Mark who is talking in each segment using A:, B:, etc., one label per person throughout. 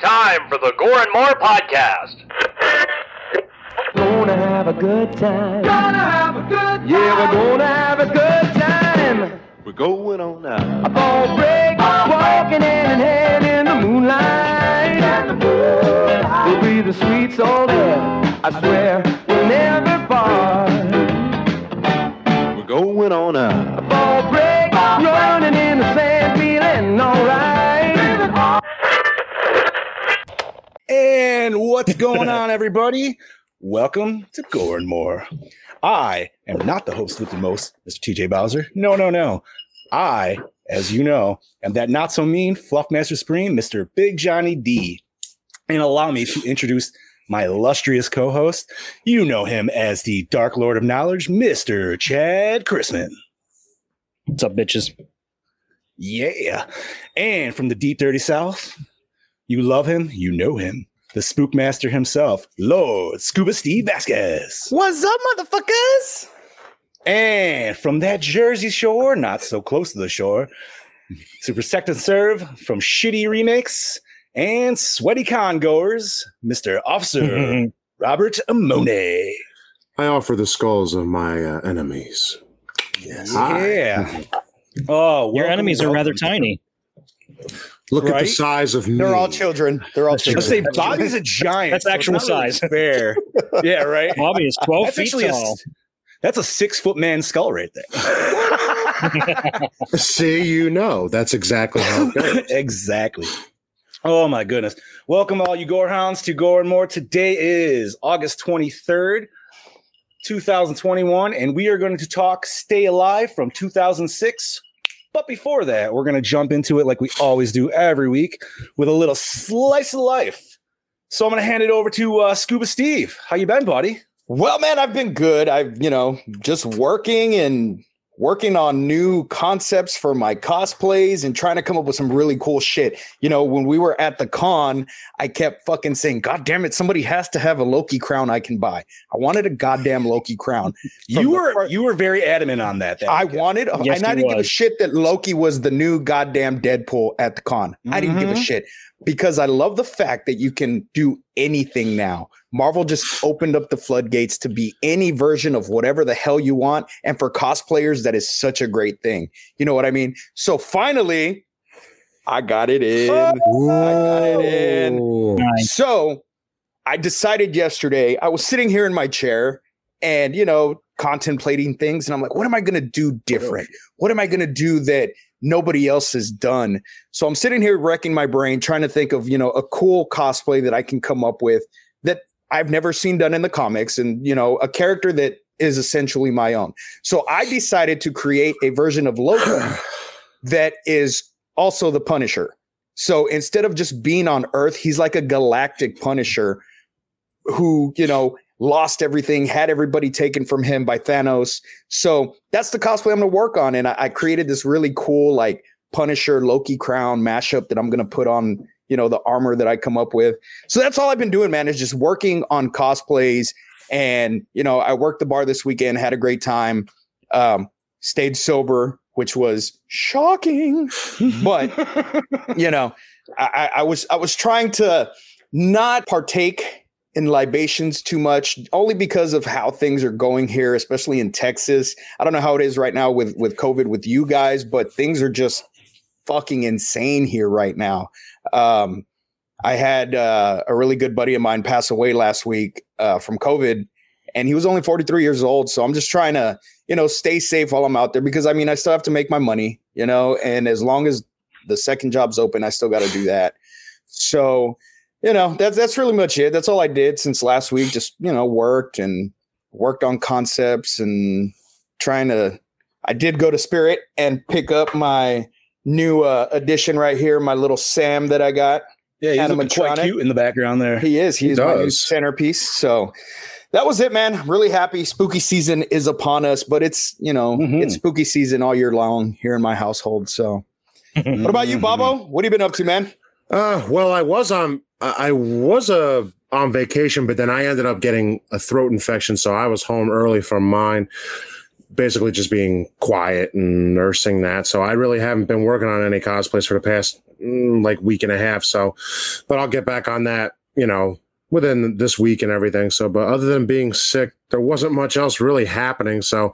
A: time for the Gore and More podcast.
B: Gonna have a good time. Gonna have a good time. Yeah, we're gonna have a good time.
C: We're going on now.
B: A ball break, walking hand in hand in the moonlight. We'll be the sweet soul there. I swear we'll never part.
C: We're going on now.
B: Ball break, running in the sand, feeling alright.
D: And what's going on, everybody? Welcome to Gore and More. I am not the host with the most, Mr. TJ Bowser. No, no, no. I, as you know, am that not so mean Fluffmaster Supreme, Mr. Big Johnny D. And allow me to introduce my illustrious co host. You know him as the Dark Lord of Knowledge, Mr. Chad Chrisman.
E: What's up, bitches?
D: Yeah. And from the deep, dirty South, you love him, you know him. The spook master himself, Lord Scuba Steve Vasquez.
F: What's up, motherfuckers?
D: And from that Jersey shore, not so close to the shore, to protect and serve from shitty remakes and sweaty con goers, Mr. Officer Robert Amone.
G: I offer the skulls of my uh, enemies. Yes.
D: Yeah. Oh,
E: Your
D: welcome,
E: enemies are rather
D: welcome.
E: tiny.
G: Look at the
D: Right?
G: size of me.
F: They're all children. They're all
D: Let's say
F: children.
D: Bobby's a giant.
E: That's
D: so it's
E: actual
D: not really
E: size.
D: Fair. Yeah, right.
E: Bobby is 12
D: That's
E: feet
D: actually a,
E: tall.
D: that's a six foot man skull right there.
G: See, you know, that's exactly how it goes.
D: exactly. Oh my goodness. Welcome all you Gorehounds to Gore and More. Today is August 23rd, 2021, and we are going to talk Stay Alive from 2006. But before that, we're going to jump into it like we always do every week with a little slice of life. So I'm going to hand it over to uh, Scuba Steve. How you been, buddy?
F: Well, man, I've been good. I've, you know, just working and working on new concepts for my cosplays and trying to come up with some really cool shit. You know, when we were at the con, I kept fucking saying, God damn it, somebody has to have a Loki crown I can buy. I wanted a goddamn Loki crown. From
D: You
F: the
D: were
F: fir-
D: you were very adamant on that. that
F: I
D: weekend.
F: wanted,
E: Yes,
F: and I
E: he
F: didn't give a
E: was.
F: shit that Loki was the new goddamn Deadpool at the con. I didn't give a
E: Mm-hmm.
D: Mhm.
F: shit because I love the fact that you can do anything now. Marvel just opened up the floodgates to be any version of whatever the hell you want. And for cosplayers, that is such a great thing. You know what I mean? So finally, I got it in. I got it in.
E: Nice.
F: So I decided yesterday, I was sitting here in my chair and, you know, contemplating things. And I'm like, what am I going to do different? What am I going to do that nobody else has done? So I'm sitting here wrecking my brain, trying to think of, you know, a cool cosplay that I can come up with that I've never seen done in the comics and, you know, a character that is essentially my own. So I decided to create a version of Loki that is also the Punisher. So instead of just being on Earth, he's like a galactic Punisher who, you know, lost everything, had everybody taken from him by Thanos. So that's the cosplay I'm going to work on. And I, I created this really cool, like, Punisher Loki crown mashup that I'm going to put on, you know, the armor that I come up with. So that's all I've been doing, man, is just working on cosplays. And, you know, I worked the bar this weekend, had a great time, um, stayed sober, which was shocking. but you know, I, I I was I was trying to not partake in libations too much, only because of how things are going here, especially in Texas. I don't know how it is right now with with COVID with you guys, but things are just fucking insane here right now. Um, I had uh, a really good buddy of mine pass away last week uh, from COVID, and he was only 43 years old. So I'm just trying to, you know, stay safe while I'm out there because I mean, I still have to make my money, you know, and as long as the second job's open, I still got to do that. So, you know, that's that's really much it. That's all I did since last week. Just you know, worked and worked on concepts and trying to. I did go to Spirit and pick up my new uh, addition right here, my little Sam that I got.
D: yeah, he's looking quite
F: animatronic.
D: cute in the background there.
F: He is. He's my new
G: does.
F: centerpiece. So that was it, man. I'm really happy. Spooky season is upon us, but it's you know
D: Mhm.
F: it's spooky season all year long here in my household. So what about you, Bobo? What have you been up to, man?
G: Uh, well, I was on. I I was uh, on vacation, but then I ended up getting a throat infection, so I was home early from mine. basically just being quiet and nursing that. So I really haven't been working on any cosplays for the past mm, like week and a half. So, but I'll get back on that, you know, within this week and everything. So, but other than being sick, there wasn't much else really happening. So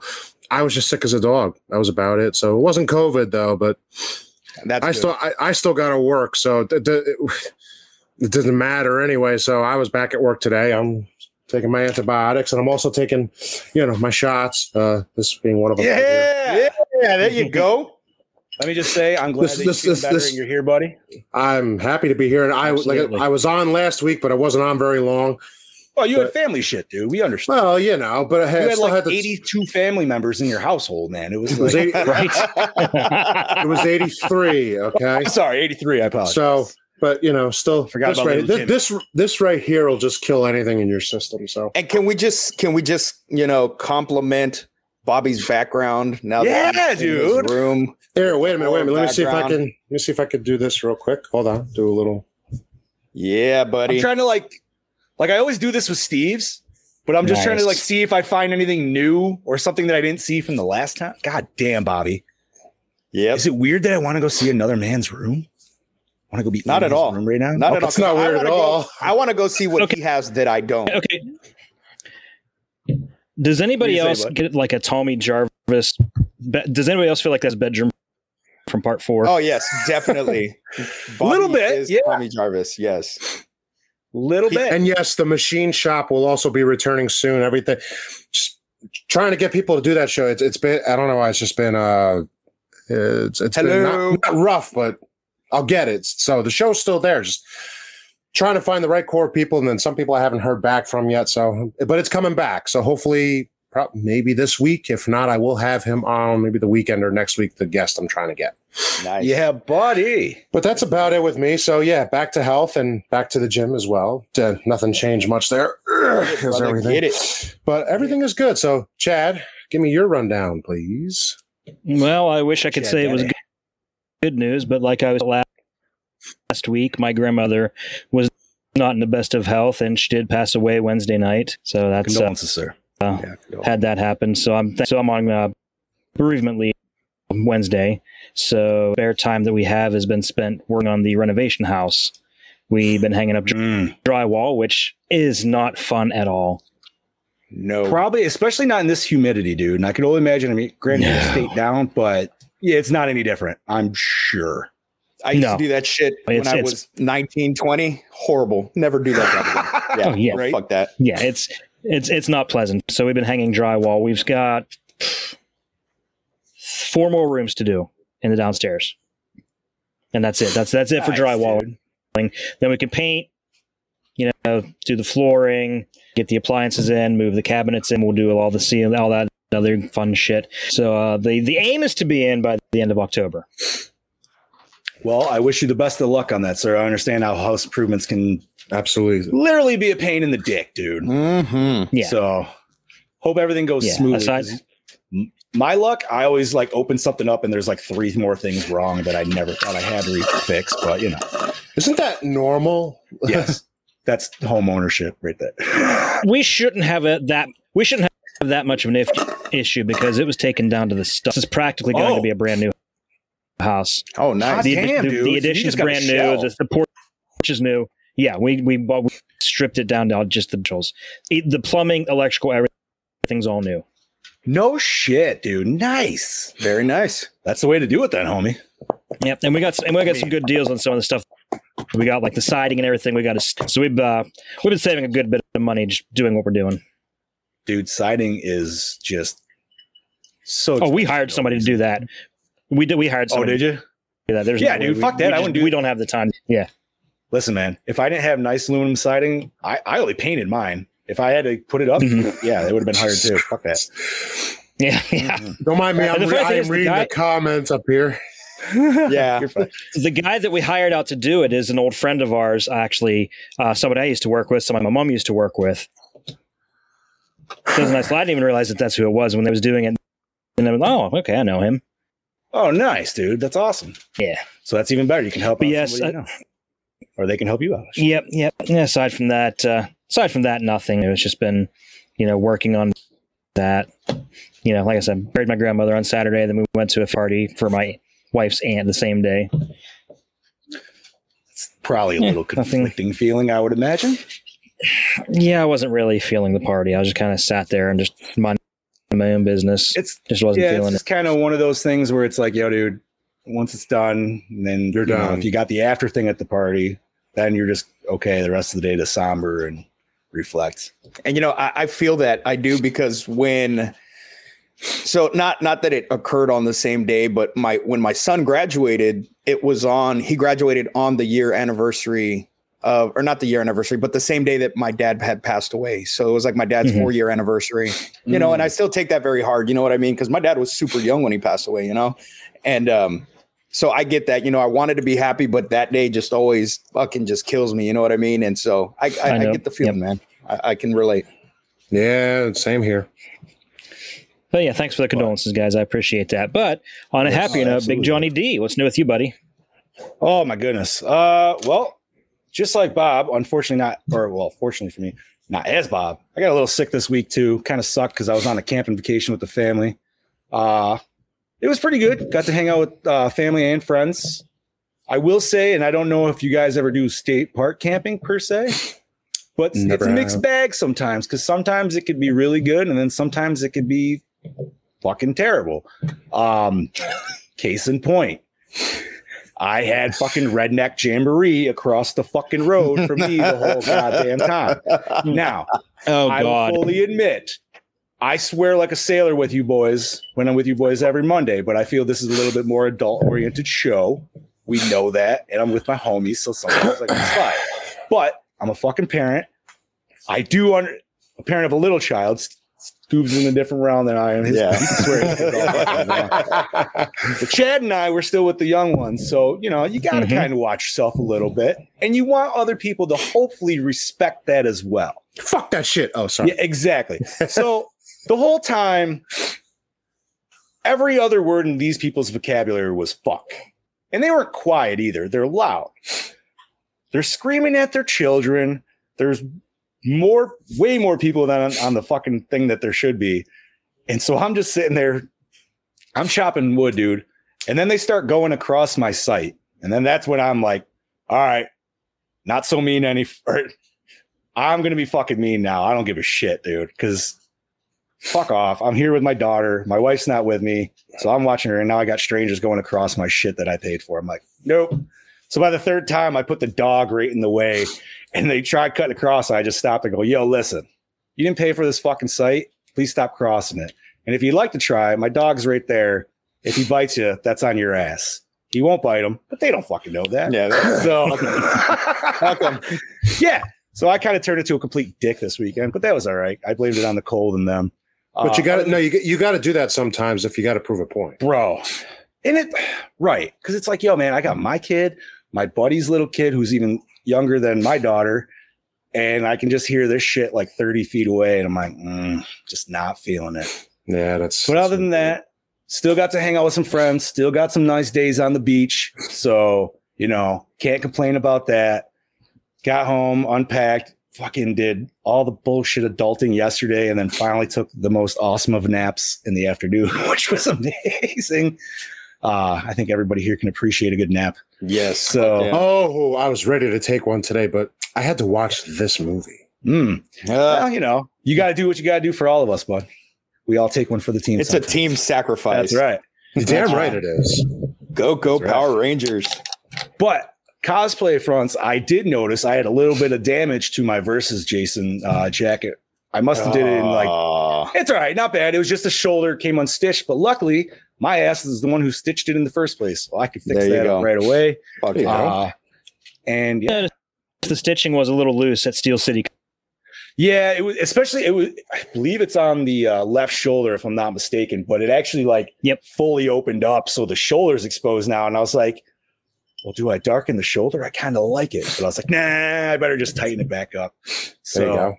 G: I was just sick as a dog. That was about it. So it wasn't COVID though, but
D: Mm-hmm.
F: That's
G: I
F: good.
G: still I, I still got to work, so it, it, it doesn't matter anyway. So I was back at work today. I'm taking my antibiotics, and I'm also taking, you know, my shots. Uh, this being one of them.
F: yeah, yeah. There you go.
D: Let me just say, I'm glad
G: This-
D: that
G: this-
D: you're
G: this-
D: better
G: this-
D: and you're here, buddy.
G: I'm happy to be here, and I like
E: Absolutely.
G: I was on last week, but I wasn't on very long.
D: Well, you had
G: But-
D: family shit, dude. We understand.
G: Well, you know, but I had,
D: you had
G: still
D: like
G: had the.
D: 82 family members in your household, man. It was
G: it was
D: like,
G: eight,
E: Right.
G: it was 83. Okay,
D: sorry, 83. I apologize.
G: so but you know, still
D: Oh, Forgot
G: this
D: about
G: right,
D: little
G: thi- this, this right here will just kill anything in your system. So
F: And can we just can we just you know compliment Bobby's background now?
D: Yeah,
F: that he's in his
D: dude.
F: Room.
G: Here, wait a minute, wait a minute. Let me see if I can.
F: Background.
G: Let me see if I could do this real quick. Hold on, do a little.
F: Yeah,
D: I'm
F: buddy.
D: trying to like, like I always do this with Steve's, but I'm just trying to
E: Nice.
D: like see if I find anything new or something that I didn't see from the last time. God damn, Bobby.
F: Yep.
D: Is it weird that I want to go see another man's room? want to go be
F: Not
D: in
F: at
D: his
F: all.
D: room right now.
F: Not
G: Oh,
F: at all.
G: it's not
F: I
G: weird
F: wanna
G: at
F: go-
G: all.
F: I want to go see what
E: Okay.
F: he has that I don't.
E: Okay. Does anybody
F: You say
E: else
F: what?
E: get like a Tommy Jarvis? Be- does anybody else feel like that's bedroom from part four?
F: Oh yes, definitely. Bobby
D: Little bit,
F: is
D: yeah.
F: Tommy Jarvis. Yes.
D: Little bit.
G: And yes, the machine shop will also be returning soon. Everything. Just trying to get people to do that show. It's it's been. I don't know why. It's just been. uh It's it's been
F: Hello.
G: not, not rough, but I'll get it. So the show's still there. Just trying to find the right core of people, and then some people I haven't heard back from yet. So, but it's coming back. So hopefully. prob- Maybe this week. If not, I will have him on maybe the weekend or next week. The guest I'm trying to get.
F: Nice.
D: yeah, buddy.
G: But that's about it with me. So yeah, back to health and back to the gym as well. Uh, nothing changed much there. Is
F: brother,
G: everything.
F: get it.
G: But everything is good. So Chad, give me your rundown, please.
E: Well, I wish I could
D: Yeah,
E: say it was
D: daddy.
E: good, good news, but like I was last last week, my grandmother was not in the best of health, and she did pass away Wednesday night. So that's uh,
D: Condolences, sir.
E: had that happen. So I'm so I'm on uh, bereavement leave on Wednesday. So spare time that we have has been spent working on the renovation house. We've been hanging up dr-
D: Mm.
E: drywall, which is not fun at all.
F: No.
D: Probably, especially not in this humidity, dude. And I can only imagine. I mean, granted,
E: No.
D: it's state down, but yeah, it's not any different. I'm sure.
F: I used
E: No.
F: to do that shit when
E: It's-
F: I
E: it's-
F: was 19, 20. Horrible. Never do that again. Yeah.
E: Oh, yeah.
F: Right? Fuck that.
E: Yeah, it's it's it's not pleasant. So we've been hanging drywall. We've got four more rooms to do in the downstairs, and that's it. That's that's it for
D: Nice,
E: drywall.
D: dude.
E: Then we can paint, you know, do the flooring, get the appliances in, move the cabinets in. We'll do all the seal, all that other fun shit. So uh, the the aim is to be in by the end of October.
D: Well, I wish you the best of luck on that, sir. I understand how house improvements can
G: Absolutely.
D: literally be a pain in the dick, dude.
F: Mm-hmm.
E: Yeah.
D: So hope everything goes
E: Yeah,
D: smoothly.
E: aside-
D: 'cause m- My luck, I always like open something up and there's like three more things wrong that I never thought I had to fix, but you know,
G: Isn't that normal?
D: yes, that's home ownership right there.
E: we shouldn't have a, that. We shouldn't have that much of an if, issue because it was taken down to the stuff. This is practically going
D: Oh.
E: to be a brand new house.
F: Oh, nice.
E: the,
D: damn,
E: the,
D: dude.
E: the
D: You
E: addition's
D: just got a
E: brand
D: shell.
E: new. The, the porch is new. Yeah, we we, bought, we stripped it down to all- just the controls. It- The plumbing, electrical, everything's all new.
D: no shit, dude. Nice.
F: Very nice.
D: That's the way to do it, then, homie.
E: Yep, and we got some, and we got some good deals on some of the stuff. We got like the siding and everything. We got a, so we've uh, we've been saving a good bit of money just doing what we're doing.
D: Dude, siding is just so.
E: Oh, we hired somebody to do that. We did. We hired
D: Oh,
E: somebody
D: did you?
E: to do that. There's
D: Yeah,
E: no way
D: dude,
E: we-
D: fuck that.
E: we
D: I
E: just-
D: wouldn't do
E: We
D: that.
E: don't have the time. Yeah,
D: Listen, man, if I didn't have nice aluminum siding, I, I only painted mine. If I had to put it up,
E: Mhm.
D: yeah, it would have been hired too. Fuck that.
E: yeah,
D: Mm-hmm.
E: yeah.
G: Don't mind me.
E: And
G: I'm,
E: the
G: re-
E: funny thing
G: I
E: is
G: am
E: the
G: reading
E: guy-
G: the comments up here.
F: Yeah.
D: You're fine.
E: the guy that we hired out to do it is an old friend of ours, actually, uh, someone I used to work with, someone my mom used to work with. It was nice. I didn't even realize that that's who it was when they was doing it. And then, oh, okay, I know him.
D: Oh, nice, dude. That's awesome.
E: Yeah.
D: So that's even better. You can help
E: But
D: out
E: yes,
D: somebody you know. or they can help you out.
E: Yep, yep. Yeah, aside from that, uh, aside from that, nothing. It's just been, you know, working on that. You know, like I said, buried my grandmother on Saturday. Then we went to a party for my wife's aunt the same day.
D: It's probably a
E: Yeah,
D: little
E: nothing.
D: conflicting feeling, I would imagine.
E: Yeah, I wasn't really feeling the party. I was just kind of sat there and just minding my own business.
D: It's
E: Just wasn't
D: yeah, it's
E: feeling it.
D: just kind of one of those things where it's like, yo, dude, once it's done, then you're done.
G: done.
D: if you got the after thing at the party, then you're just okay. The rest of the day to somber and reflect.
F: And you know, I, I feel that I do because when so not not that it occurred on the same day, but my when my son graduated, it was on he graduated on the year anniversary of or not the year anniversary, but the same day that my dad had passed away. So it was like my dad's
E: Mhm.
F: four year anniversary. You know, and I still take that very hard, you know what I mean? Because my dad was super young when he passed away, you know? And um so I get that, you know, I wanted to be happy, but that day just always fucking just kills me, you know what I mean? And so I I,
E: I
F: I,
E: know.
F: get the feeling, man. I, I can relate.
G: Yeah, same here.
E: But yeah, thanks for the condolences, guys. I appreciate that. But on a happier note,
D: absolutely.
E: Big Johnny D, what's new with you, buddy?
D: Oh my goodness. Uh, well, just like Bob, unfortunately not, or well, fortunately for me, not as Bob. I got a little sick this week too. Kind of sucked because I was on a camping vacation with the family. Uh, it was pretty good. Got to hang out with uh, family and friends. I will say, and I don't know if you guys ever do state park camping per se, but it's- it's
G: Never
D: a mixed
G: have.
D: bag sometimes because sometimes it could be really good and then sometimes it could be fucking terrible. Um, case in point, I had fucking redneck jamboree across the fucking road from me the whole goddamn time. Now,
E: Oh
D: I will fully admit, I swear like a sailor with you boys when I'm with you boys every Monday, but I feel this is a little bit more adult oriented show. We know that, and I'm with my homies, so sometimes I can slide. But I'm a fucking parent. I do under a parent of a little child. S- Scoob's in a different realm than I am. His,
F: Yeah.
D: he swears he's all fucking wrong. But Chad and I were still with the young ones, so you know you got to
E: Mhm.
D: kind of watch yourself a little bit, and you want other people to hopefully respect that as well.
G: Fuck that shit. Oh, sorry.
D: Yeah, exactly. So the whole time, every other word in these people's vocabulary was fuck. And they weren't quiet either. They're loud. They're screaming at their children. There's more, way more people than on, on the fucking thing that there should be. And so I'm just sitting there, I'm chopping wood, dude. And then they start going across my site. And then that's when I'm like, all right, not so mean any, or I'm gonna be fucking mean now. I don't give a shit, dude. Because fuck off. I'm here with my daughter. My wife's not with me, so I'm watching her. And now I got strangers going across my shit that I paid for. I'm like, nope. So by the third time, I put the dog right in the way, and they tried cutting across. And I just stopped and go, yo, listen, you didn't pay for this fucking site. Please stop crossing it. And if you'd like to try, my dog's right there. If he bites you, that's on your ass. He won't bite him, but they don't fucking know that.
F: Yeah. that-
D: So, um, yeah. So I kind of turned into a complete dick this weekend, but that was all right. I blamed it on the cold and them.
G: But you
D: Uh,
G: got to no, you you got to do that sometimes if you got to prove a point.
D: bro. And it, right. Cause it's like, yo, man, I got my kid, my buddy's little kid who's even younger than my daughter. And I can just hear this shit like 30 feet away. And I'm like, mm, just not feeling it.
G: Yeah, that's.
D: But other than that, still got to hang out with some friends, still got some nice days on the beach. So, you know, can't complain about that. Got home, unpacked, fucking did all the bullshit adulting yesterday, and then finally took the most awesome of naps in the afternoon, which was amazing. Uh, I think everybody here can appreciate a good nap.
F: yes.
D: So,
F: Yeah.
G: oh, I was ready to take one today, but I had to watch this movie.
D: mm,
F: Uh,
D: well, you know, you got to do what you got to do for all of us, bud. We all take one for the team.
F: it's a
D: sometimes.
F: team sacrifice.
D: That's right.
G: You're damn right it is.
F: Go, go,
D: That's right.
F: Power Rangers.
D: But cosplay fronts, I did notice I had a little bit of damage to my versus Jason uh, jacket. I must have did it in
F: Oh.
D: like
F: Aw.
D: it's all right, not bad. It was just the shoulder came unstitched, but luckily my ass is the one who stitched it in the first place, so I could fix
F: There you
D: that
F: go.
D: up right away.
F: Fuck
G: Yeah.
F: yeah.
D: Uh, and yeah,
E: The stitching was a little loose at Steel City.
D: yeah, it was especially it was. I believe it's on the uh, left shoulder, if I'm not mistaken. But it actually like
E: Yep.
D: fully opened up, so the shoulder's exposed now. And I was like, well, do I darken the shoulder? I kind of like it, but I was like, nah, I better just tighten it back up. So
G: There you go.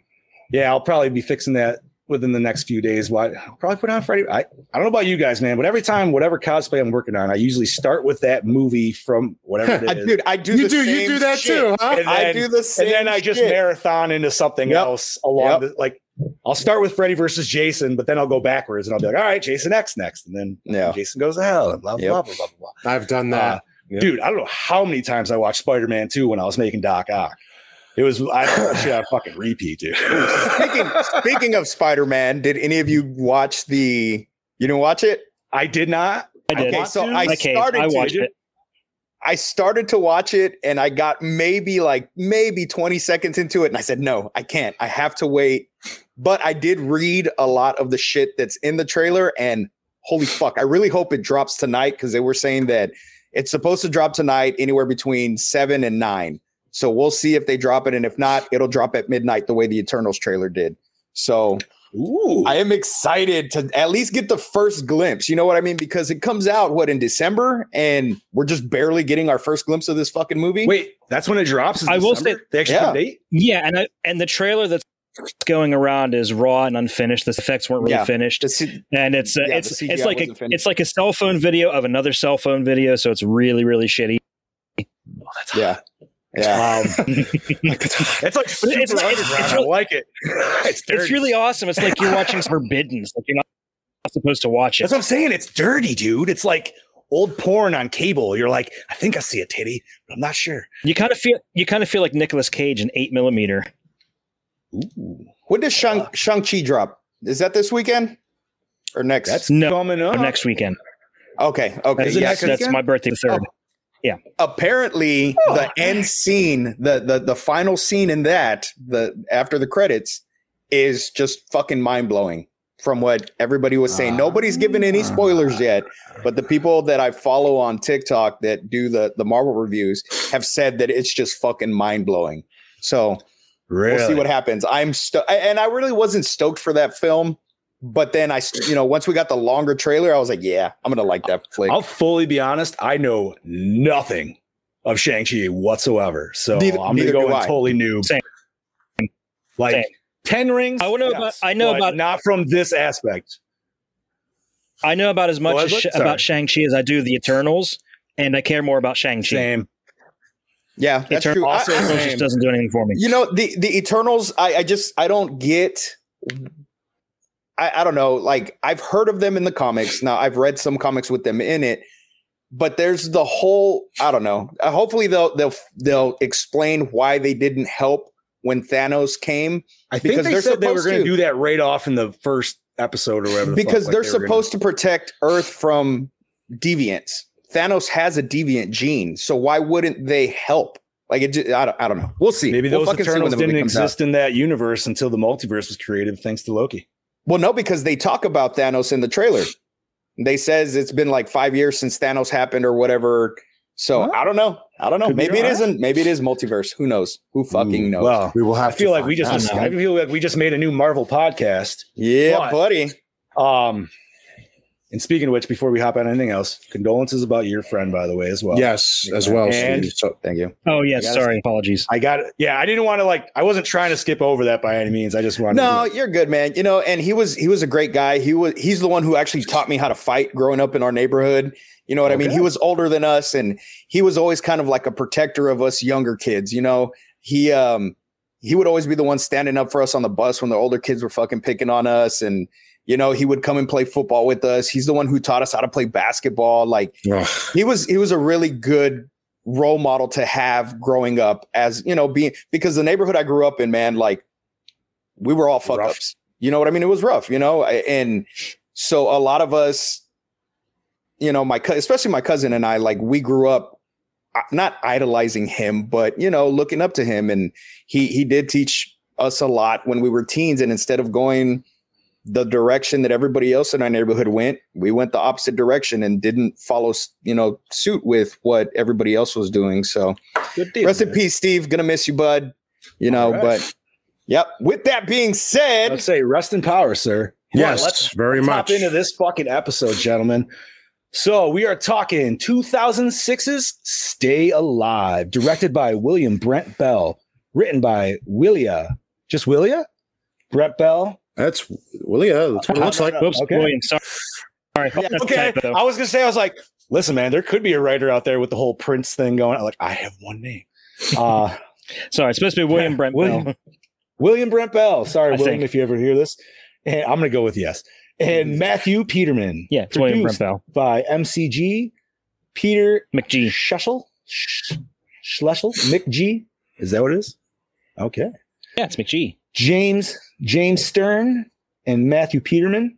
D: yeah, I'll probably be fixing that within the next few days. Why I'll probably put it on Friday. I, I don't know about you guys, man, but every time whatever cosplay I'm working on, I usually start with that movie from whatever
F: I,
D: it is.
F: dude, I do.
G: You
F: the
G: do you
F: same
G: do that
F: shit.
G: too, huh?
D: And
F: I
D: then-
F: do the same.
D: and then I just
F: shit.
D: marathon into something
F: Yep.
D: else along
F: Yep.
D: the like I'll start with Freddy versus Jason, but then I'll go backwards and I'll be like, all right, Jason X next. And then
F: Yeah.
D: Jason goes to hell and blah,
F: Yep.
D: blah, blah, blah, blah.
G: I've done that.
D: Uh, Dude, I don't know how many times I watched Spider Man 2 when I was making Doc Ock. It was, I shit, I fucking repeat, dude.
F: Speaking, speaking of Spider Man, did any of you watch the? You didn't watch it?
D: I did not.
E: I did.
F: Okay, so I
E: okay,
F: started
E: I
F: to.
E: watched it.
F: I started to watch it and I got maybe like maybe 20 seconds into it and I said, no, I can't. I have to wait. But I did read a lot of the shit that's in the trailer and holy fuck, I really hope it drops tonight because they were saying that it's supposed to drop tonight anywhere between seven and nine. So we'll see if they drop it. And if not, it'll drop at midnight the way the Eternals trailer did. So
D: Ooh.
F: I am excited to at least get the first glimpse. You know what I mean? Because it comes out what in December, and we're just barely getting our first glimpse of this fucking movie.
D: Wait, that's when it drops. is
E: I will
D: December? they actually
F: Yeah.
D: date.
E: Yeah, and I, and the trailer that's going around is raw and unfinished. The effects weren't really
F: Yeah.
E: finished,
F: To see-
E: and it's uh,
F: yeah, the
E: it's
F: CGI
E: it's like a,
F: wasn't finished.
E: it's like a cell phone video of another cell phone video. So it's really really shitty.
F: yeah, yeah.
D: It's like super
E: it's- it's-
D: underground.
E: it's really-
D: I like it. it's dirty.
E: It's really awesome. It's like you're watching Forbidden. It's Like you're not supposed to watch it.
D: That's what I'm saying. It's dirty, dude. It's like old porn on cable. You're like, I think I see a titty, but I'm not sure.
E: You kind of feel you kind of feel like Nicolas Cage in eight millimeter.
D: Ooh,
F: When does Shang Shang Chi drop? Is that this weekend or next?
D: that's
E: No,
D: coming up
E: or next weekend.
F: okay. Okay.
D: Uh-huh. Is it
F: yeah,
D: next
F: 'cause
E: That's
D: weekend?
E: my birthday the third.
F: apparently,
D: Oh,
F: the end scene, the the the final scene in that, the after the credits, is just fucking mind blowing. From what everybody was saying, nobody's given
D: Ah.
F: any spoilers yet, but the people that I follow on TikTok that do the the Marvel reviews have said that it's just fucking mind blowing. So
D: Really?
F: we'll see what happens. I'm sto- I- and I really wasn't stoked for that film, but then I, st- you know, once we got the longer trailer, I was like, yeah, I'm gonna like that flick.
D: I'll fully be honest. I know nothing of Shang Chi whatsoever, so
F: Neither-
D: I'm gonna
F: neither
D: go
F: do
D: in
F: I.
D: totally new.
E: Same.
D: Like
E: Same.
D: ten rings.
E: I know about- I know
D: but
E: about-
D: not from this aspect.
E: I know about as much
D: Oh, I
E: as
D: looked-
E: Sh-
D: sorry.
E: about Shang Chi as I do the Eternals, and I care more about Shang Chi.
D: Same.
F: yeah, that's
E: Etern-
F: true. I-
D: also-
E: Eternals
D: Same.
E: just doesn't do anything for me.
F: You know the the Eternals. I, I just I don't get. I, I don't know. Like I've heard of them in the comics. Now I've read some comics with them in it, but there's the whole. I don't know. Uh, hopefully they'll they'll they'll explain why they didn't help when Thanos came
D: I think
F: Because
D: they
F: they're
D: said they were
F: supposed
D: going to
F: to.
D: do that right off in the first episode or whatever. the fuck,
F: because
D: like
F: they're
D: they were gonna-
F: supposed to protect Earth from deviants. Thanos has a deviant gene, so why wouldn't they help? Like it, just, I don't, I don't know. We'll see.
D: Maybe
F: we'll
D: those
F: fucking see when
D: Eternals
F: the movie
D: didn't
F: comes out.
D: exist in that universe until the multiverse was created thanks to Loki.
F: Well, no, because they talk about Thanos in the trailer. They says it's been like five years since Thanos happened or whatever. So
D: Huh?
F: I don't know. I don't know.
D: Could be
F: Maybe it
D: all right.
F: not Maybe it is multiverse. Who knows? Who fucking
D: Ooh,
F: knows?
D: Well,
G: we will
D: I
G: have
D: feel
G: to
D: like we
G: find
D: just
G: out.
D: I feel like we just made a new Marvel podcast.
F: yeah,
D: but-
F: buddy.
D: Um, and speaking of which, before we hop on anything else, condolences about your friend, by the way, as well.
G: yes, as well.
D: And-
G: Steve. So,
F: Thank you.
E: Oh yes,
D: I guess-
E: sorry, apologies.
D: I got it. Yeah, I didn't want to like. I wasn't trying to skip over that by any means. I just wanted.
F: No,
D: to,
F: you're good, man. You know, and he was he was a great guy. He was he's the one who actually taught me how to fight growing up in our neighborhood. You know what I mean?
D: Okay.
F: He was older than us and he was always kind of like a protector of us younger kids, you know. He um he would always be the one standing up for us on the bus when the older kids were fucking picking on us and you know, he would come and play football with us. He's the one who taught us how to play basketball. Like
G: ugh,
F: he was he was a really good role model to have growing up as you know being because the neighborhood i grew up in man like we were all fuck
D: Rough.
F: ups you know what i mean it was rough you know I- and so a lot of us you know my cou- especially my cousin and i like we grew up uh, not idolizing him but you know looking up to him and he he did teach us a lot when we were teens and instead of going the direction that everybody else in our neighborhood went we went the opposite direction and didn't follow s- you know suit with what everybody else was doing so
D: good deal.
F: rest in
D: man.
F: peace steve gonna miss you bud you know
D: All right.
F: but yep with that being said
D: Let's say rest in power, sir.
G: yes,
D: let's
G: very
D: pop
G: much.
D: into this fucking episode, gentlemen. So we are talking 2006's Stay Alive, directed by William Brent Bell, written by Willia. Just Willia? Brent Bell?
G: That's well, yeah, that's what it looks like.
E: Whoops,
D: okay.
E: William. Sorry. Sorry. That's a
D: okay.
E: typo.
D: I was gonna say, I was like, listen, man, there could be a writer out there with the whole Prince thing going. I'm like, I have one name. Uh,
E: Sorry, it's supposed to be William Brent
D: William-
E: Bell.
D: William Brent Bell. Sorry,
E: I
D: William,
E: think. Mm.
D: if you ever hear this. And I'm going to go with yes. And Matthew Peterman.
E: Yeah, it's William
D: Produced.
E: Brempel.
D: by MCG, Peter
E: McGee.
D: Schleschel, Sch- Schleschel, Mick G. Is that what it is? Okay.
E: Yeah, it's McGee.
D: James James Stern and Matthew Peterman,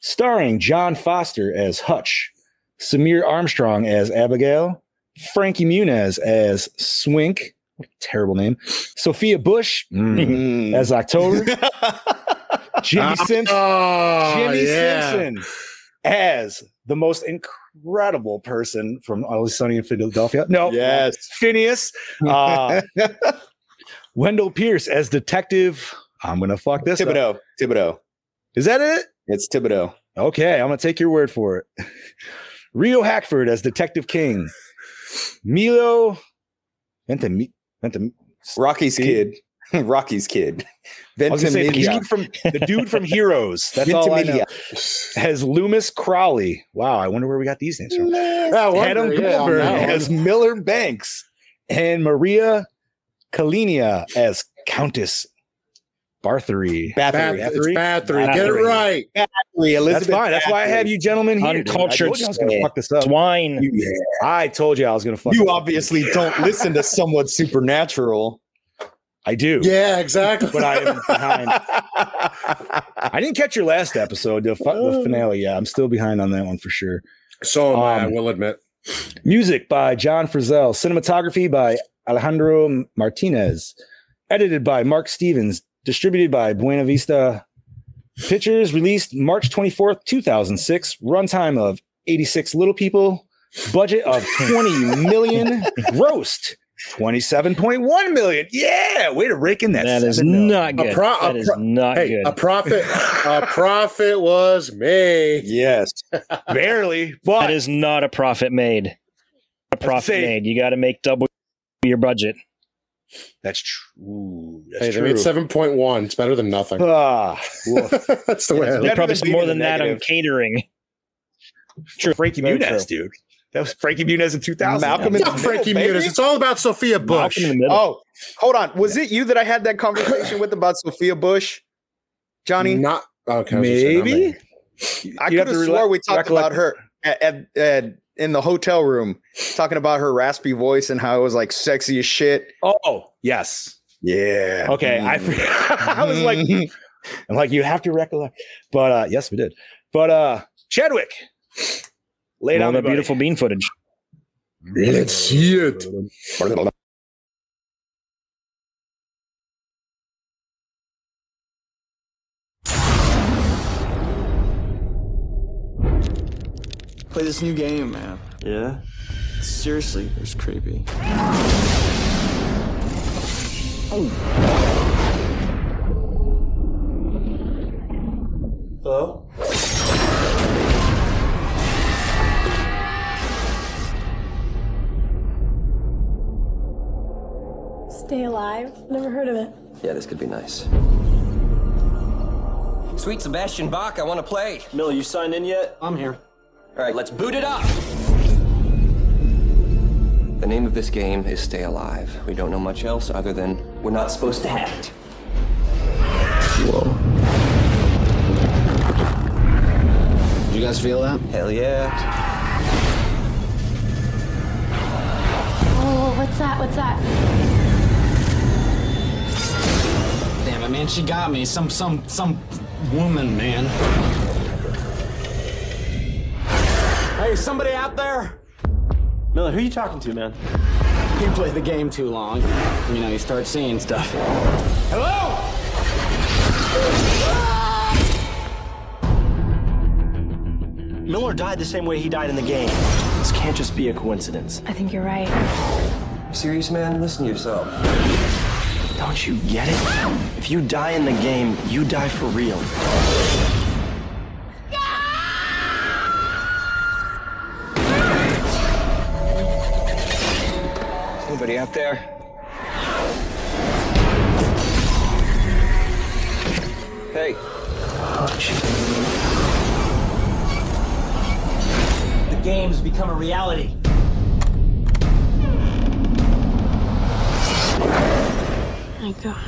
D: starring John Foster as Hutch, Samir Armstrong as Abigail, Frankie Muniz as Swink, terrible name, Sophia Bush
G: Mm.
F: hmm.
D: as October, Jimmy Simpson.
G: Oh,
D: Jimmy
G: yeah.
D: Simpson as the most incredible person from Always Sunny in Philadelphia. No,
F: Yes.
D: Phineas. Uh, Wendell Pierce as Detective. I'm gonna fuck this. Up.
F: Thibodeau. Thibodeau.
D: Is that it?
F: It's Thibodeau.
D: Okay, I'm gonna take your word for it. Rio Hackford as Detective King. Milo Ventami- Ventim-
F: Rocky's
D: See?
F: kid. Rocky's kid.
D: I was gonna say the
F: Ventimiglia.
D: dude from the dude from Heroes. That's all I know.
F: Ventimiglia.
D: As Loomis Crowley. Wow, I wonder where we got these names from.
G: I wonder,
D: Adam
G: yeah, on
D: Goldberg
G: that one.
D: as Miller Banks and Maria Kalinia as Countess Barthery.
G: Bad
F: Bathory.
G: three. It's bad three. Get it
D: Bathory.
G: right.
F: Bathory.
D: That's
F: Elizabeth
D: fine. That's why I have you gentlemen here. dude. I told you I was going to
E: Uncultured
D: fuck this up.
E: Twine.
F: You,
D: I told you I was going to fuck
F: you
D: this up.
F: obviously don't listen to somewhat supernatural.
D: I do.
G: Yeah, exactly.
D: But I am behind. I didn't catch your last episode, the, fu- the finale. Yeah, I'm still behind on that one for sure.
G: so am I, I
D: Um,
G: will admit.
D: Music by John Frizzell. Cinematography by Alejandro Martinez. Edited by Mark Stevens. Distributed by Buena Vista Pictures. Released March 24th, 2006. Runtime of 86 Little People. Budget of 20 million. Grossed 27.1 million. Yeah, way to rake in that.
E: that is
D: seven million.
E: not good.
G: A pro-
E: that
G: a
E: is
G: pro-
E: not
G: Hey,
E: good.
G: a profit. a profit was made.
F: Yes.
D: barely, but
E: that is not a profit made. A profit
D: say-
E: made. You got to make double your budget.
D: that's true. That's
G: Hey, they
D: true.
G: made seven point one. It's better than nothing.
D: Ah, well,
G: That's the way. I
E: They
G: look.
F: better
E: probably
F: than
E: spent more
F: being
E: than
F: in the
E: that on
F: negative.
E: catering. True.
D: Frankie
E: Very
D: Muniz, dude. That was Frankie Muniz in 2000.
F: Malcolm in the
G: Fuck
F: middle,
G: Frankie
F: baby.
G: Muniz. It's all about Sophia Bush.
E: Malcolm in the middle.
F: Oh, hold on. Was it you that I had that conversation with about Sophia Bush, Johnny?
G: Not oh, okay. I was gonna say not
D: Maybe.
G: me.
F: I
D: You
F: could
D: have
F: have
D: to
F: swore
D: rela-
F: we talked
D: recollect-
F: about her at, at, at- in the hotel room, talking about her raspy voice and how it was like sexy as shit.
D: Oh, yes.
F: Yeah. Mm.
D: Okay. I, I was like, I'm like, you have to recollect. But uh, yes, we did. But uh, Chadwick laid
E: All
D: on the
E: that
D: beautiful.
E: beautiful bean footage.
G: Let's see it.
H: Play this new game, man. Yeah? Seriously, it was creepy. Hello?
I: Stay alive? Never heard of it.
J: Yeah, this could be nice. Sweet Sebastian Bach, I want to play. Miller, you signed in yet?
H: I'm here.
J: All right, let's boot it up. The name of this game is Stay Alive. We don't know much else other than we're not supposed to have it. Whoa.
H: You guys feel that?
J: Hell yeah.
I: Oh, what's that? What's that?
H: Damn it, man. She got me. Some, some, some woman, man. Hey, somebody out there?
J: Miller, who are you talking to, man?
H: You play the game too long. You know, you start seeing stuff. Hello?
J: Miller died the same way he died in the game. This can't just be a coincidence.
I: I think you're right.
J: Serious man, listen to yourself. Don't you get it? If you die in the game, you die for real. Anybody out there? Hey. The game's become a reality.
I: My God.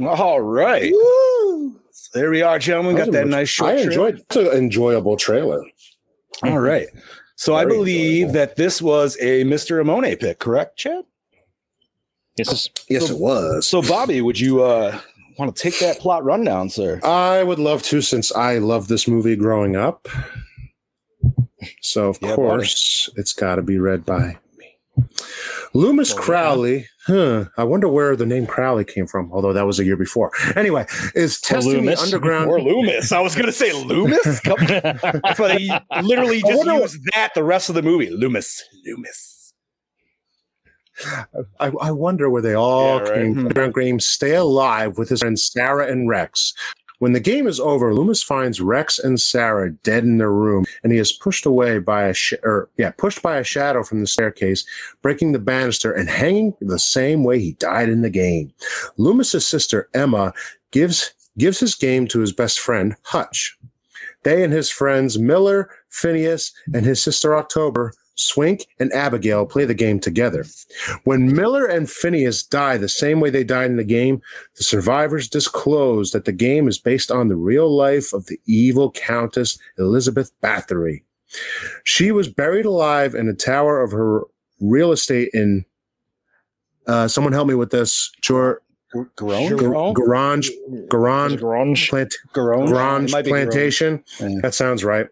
D: All right. So There we are, gentlemen. Got that nice short.
G: I
D: trip.
G: enjoyed. It's an enjoyable trailer.
D: All right. So I
G: Very
D: believe that this was a Mr. Amone pick, correct, Chad?
E: This is
G: Yes, it was.
D: So Bobby, would you uh, want to take that plot rundown, sir?
G: I would love to, since I love this movie growing up. So of
D: Yeah, buddy.
G: course, it's got to be read by me. Loomis Crowley. Huh. I wonder where the name Crowley came from. Although that was a year before. Anyway, is testing the
E: Loomis.
G: underground.
D: Loomis. I was going to say Loomis. Come- That's why they literally
G: I
D: just
G: wonder-
D: use that the rest of the movie. Loomis. Loomis.
G: I, I wonder where they all
D: Yeah, right.
G: came from. Graham Graham stay alive with his friends Sarah and Rex. When the game is over, Loomis finds Rex and Sarah dead in their room, and he is pushed away by a sh- or yeah, pushed by a shadow from the staircase, breaking the banister and hanging the same way he died in the game. Loomis's sister Emma gives gives his game to his best friend Hutch. They and his friends Miller, Phineas, and his sister October, Swink, and Abigail play the game together. When Miller and Phineas die the same way they died in the game, the survivors disclose that the game is based on the real life of the evil Countess Elizabeth Bathory. She was buried alive in a tower of her real estate in. Uh, someone help me with this. Chor- Gar- Garage, Garage
E: grunge.
G: Plant-
D: Garone.
G: Grange
D: It might be Garone.
G: Plantation.
D: Yeah.
G: That sounds right.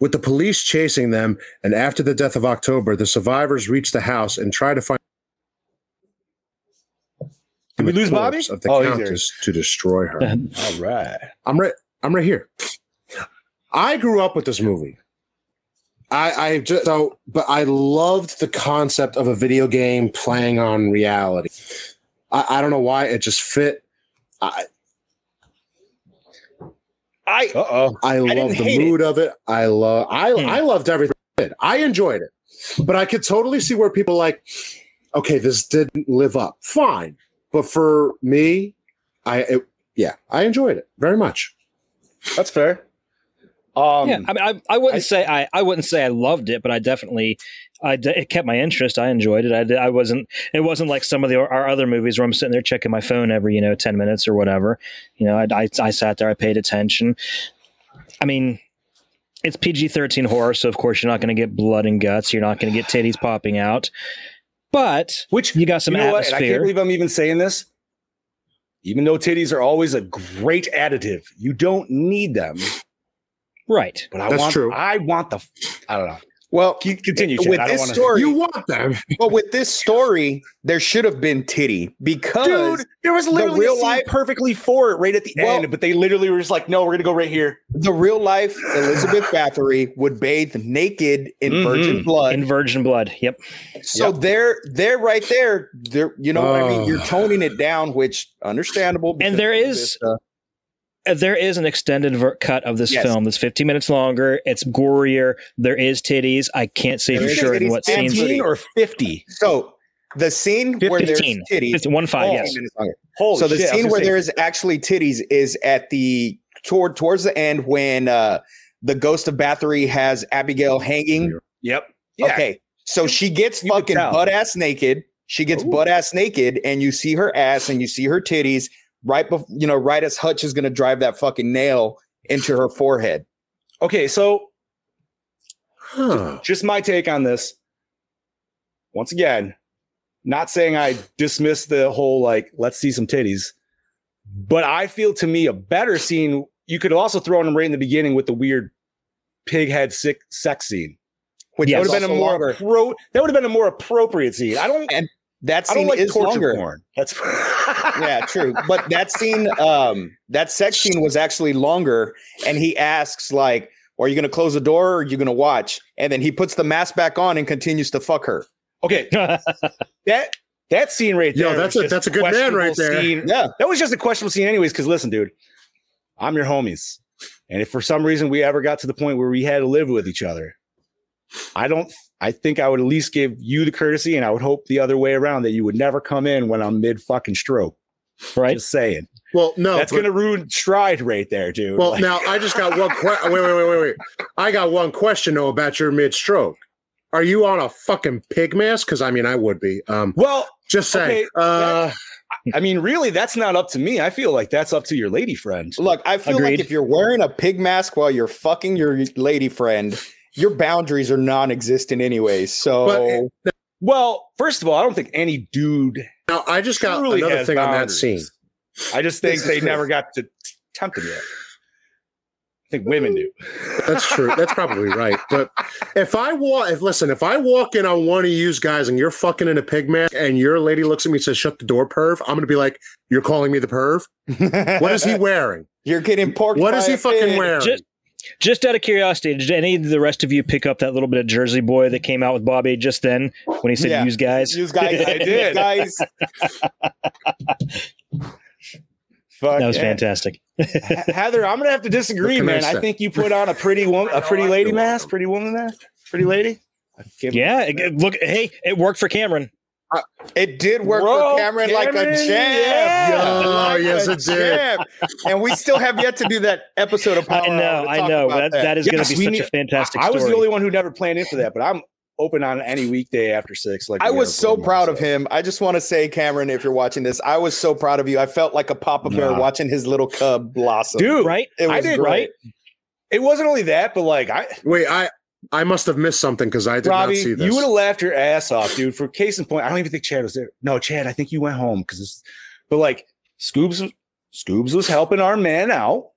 G: With the police chasing them, and after the death of October, the survivors reach the house and try to find.
D: Did we
G: the
D: lose Bobby?
G: corpse Of the
D: Oh, he's
G: Countess to destroy her.
D: All right.
G: I'm right. I'm right here. I grew up with this movie. I, I just so, but I loved the concept of a video game playing on reality. I, I don't know why it just fit. I,
F: I
D: Uh oh.
G: I love
F: didn't
G: the
F: hate it. Hmm.
G: mood of it. I love I I loved everything. I enjoyed it. But I could totally see where people like, okay, this didn't live up. Fine. But for me, I it, yeah, I enjoyed it very much.
D: That's fair. Um,
E: yeah, I mean, I, I wouldn't
D: I-
E: say I, I wouldn't say I loved it, but I definitely, I de- it kept my interest. I enjoyed it. I, d- I wasn't. It wasn't like some of the our other movies where I'm sitting there checking my phone every you know ten minutes or whatever. You know, I I, I sat there. I paid attention. I mean. It's PG 13 horror, so of course you're not going to get blood and guts. You're not going to get titties popping out. But
D: Which
E: you got some
D: you know what? And I can't
E: atmosphere.
D: believe I'm even saying this. Even though titties are always a great additive, you don't need them.
E: right.
D: But I
G: That's
D: want.
G: true.
D: I want the. I don't know.
F: well
D: Keep- Continue. Chad.
F: with
D: I don't
F: this
D: wanna-
F: story,
G: You want them.
F: but with this story, there should have been titty because
D: dude, there was
F: the
D: literally
F: real
D: a scene
F: life-
D: perfectly for it right at the
F: Well-
D: end, but they literally were just like, "No, we're gonna go right here."
F: the real life Elizabeth Bathory would bathe naked in
D: Mm-hmm.
F: virgin blood.
E: In virgin blood. Yep.
F: So they're they're right there. They're you know what I mean. You're toning it down, which understandable. because
E: there
F: of
E: is-
F: this, uh,
E: Uh, there is an extended ver- cut of this
F: Yes.
E: film that's 15 minutes longer. It's gorier. There is titties. I can't say
F: There
E: for
F: is
E: sure in
F: titties
E: what
F: and
E: scenes.
F: titties.
D: 15 or 50?
F: so the scene where there's
E: 15.
F: titties.
E: It's one five.
F: Oh,
E: yes.
F: minutes longer.
D: Holy
F: so the
D: shit, I was
F: scene
D: gonna
F: where
D: say-
F: there is actually titties is at the toward towards the end when uh the ghost of Bathory has Abigail hanging.
D: Yep. Yeah.
F: Okay, so she gets
D: You could
F: fucking
D: tell.
F: butt ass naked. She gets
D: Ooh.
F: butt ass naked, and you see her ass and you see her titties right before you know right as Hutch is gonna drive that fucking nail into her forehead.
D: Okay. So
G: Huh.
D: just my take on this. Once again, not saying I dismiss the whole like let's see some titties, but I feel to me a better scene. You could also throw them right in the beginning with the weird pig head sick sex scene, which
E: Yes.
D: would have been a
F: Also
D: more
F: longer.
D: appro- that would have been a more appropriate scene. I don't.
F: That
D: I
F: scene
D: don't like
F: is
D: torture
F: longer.
D: porn. That's
F: yeah, true. But that scene, um, that sex scene was actually longer. And he asks, like, are you gonna close the door or are you gonna watch? And then he puts the mask back on and continues to fuck her.
D: Okay, that that scene right
G: Yo,
D: there.
G: that's
D: was
G: a-
D: just
G: that's a good man right
D: questionable
G: there.
D: scene.
F: Yeah.
D: That was just a questionable scene, anyways. Because listen, dude, I'm your homies, and if for some reason we ever got to the point where we had to live with each other, I don't. I think I would at least give you the courtesy, and I would hope the other way around that you would never come in when I'm mid fucking stroke.
E: Right.
D: Just saying,
G: Well, no,
D: that's
G: but-
D: gonna ruin stride right there, dude.
G: Well,
D: Like,
G: now I just got one. Que- wait, wait, wait, wait, wait. I got one question though about your mid stroke. Are you on a fucking pig mask? Because I mean, I would be. Um,
D: well,
G: just saying.
D: Okay,
G: uh,
D: I mean, really, that's not up to me. I feel like that's up to your lady friend.
F: Look, I feel
E: Agreed.
F: like if you're wearing a pig mask while you're fucking your lady friend, your boundaries are non-existent anyways. So
G: But-
D: Well, first of all, I don't think any dude.
G: Now I just got
D: truly
G: another
D: has
G: thing on that
D: boundaries.
G: scene.
D: I just think they never got to tempt him yet. I think women do.
G: That's true. That's probably right. But if I walk, if listen, if I walk in on one of you guys and you're fucking in a pig mask, and your lady looks at me and says, "Shut the door, perv," I'm gonna be like, "You're calling me the perv? eh, What is he wearing?
F: you're getting porked.
G: What
F: by
G: is he
F: a
G: fucking
F: pig.
G: wearing?"
E: Just, just out of curiosity, did any of the rest of you pick up that little bit of Jersey Boy that came out with Bobby just then when he said
F: Yeah.
E: "use guys"?
F: You guys,
D: I did.
F: guys. Fuck
E: That was
F: yeah.
E: fantastic.
D: He- Heather, I'm gonna have to disagree,
G: Come here
D: man.
G: a
D: I
G: sec.
D: think you put on a pretty woman, a pretty lady mask, pretty woman mask, pretty lady. I give-
E: Yeah, it- it- look, hey, it worked for Cameron.
F: It did work
D: Bro,
F: for Cameron, like a
D: Cameron,
F: champ.
D: yeah.
G: Oh,
F: Like a
G: yes, it did.
F: champ. And we still have yet to do that episode of Power
E: I
F: Hour
E: know,
F: to
E: I
F: Oh, talk
E: know.
F: about
E: That, that is going
D: Yes,
E: to be
D: we
E: such
D: need-
E: a fantastic
D: I was
E: story.
D: the only one who never planned in for that, but I'm open on any weekday after six. Like
F: I
D: we
F: was
D: are,
F: so
D: bro,
F: proud of him. I just want to say, Cameron, if you're watching this, I was so proud of you. I felt like a Papa Bear
D: Nah.
F: watching his little cub blossom.
D: dude. Right?
E: right?
F: it was
D: I did
F: great.
D: right. It wasn't only that, but like I,
G: Wait, I I must have missed something because I did
D: Robbie,
G: not see this.
D: you would have laughed your ass off, dude. For case in point, I don't even think Chad was there. No, Chad, I think you went home because, but like Scoobs, Scoobs was helping our man out.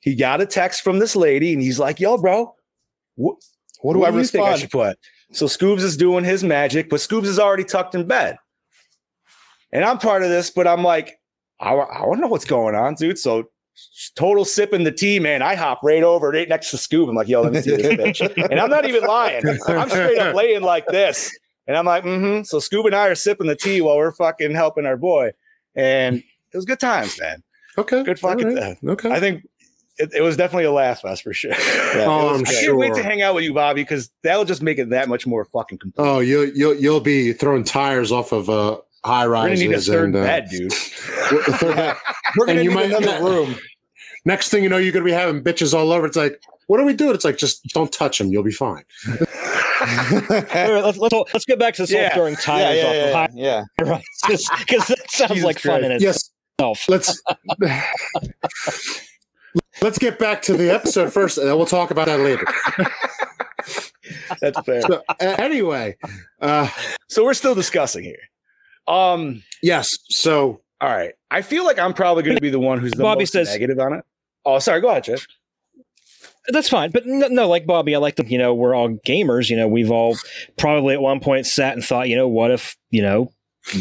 D: He got a text from this lady, and he's like, "Yo, bro, what,
F: What do I
D: you think I
F: respond?
D: should put?" So Scoobs is doing his magic, but Scoobs is already tucked in bed, and I'm part of this, but I'm like, I, wa- I want to know what's going on, dude. So. Total sipping the tea, man. I hop right over right next to Scoob. I'm like, yo, let me see this bitch. And I'm not even lying. I'm straight up laying like this. And I'm like, mm-hmm. So Scoob and I are sipping the tea while we're fucking helping our boy. And it was good times, man.
G: okay.
D: Good fucking
G: all
D: thing.
G: Okay.
D: I think it, it was definitely a laugh fest for sure.
G: Oh,
D: It was-
G: I'm
D: I can't wait to
G: sure.
D: hang out with you, Bobby, because that'll just make it that much more fucking complete.
G: oh, you'll you'll you'll be throwing tires off of uh, high
D: We're gonna
G: rises.
D: need a third
G: and, uh,
D: bed, dude.
G: a third bed.
F: We're going to
G: And you
F: need
G: might-
F: another room.
G: Next thing you know, you're gonna be having bitches all over. It's like, what do we do? It's like, just don't touch them. You'll be fine.
E: All right, let's, let's, all- let's go back to this whole
D: Yeah.
E: throwing
F: yeah,
E: tires
F: yeah, yeah,
E: off
F: yeah.
E: of high rises because that sounds
F: Jesus
E: like fun in
G: Yes,
E: itself.
G: let's let's get back to the episode first, and then we'll talk about that later.
D: That's fair.
G: So, uh, anyway, uh,
D: So we're still discussing here. Um,
G: yes. So
D: all right. I feel like I'm probably gonna be the one who's the
E: Bobby
D: most
E: says-
D: negative on it. Oh, sorry, go ahead, Jeff.
E: That's fine, but no, no, like Bobby, I like the you know we're all gamers. You know, we've all probably at one point sat and thought, you know, what if you know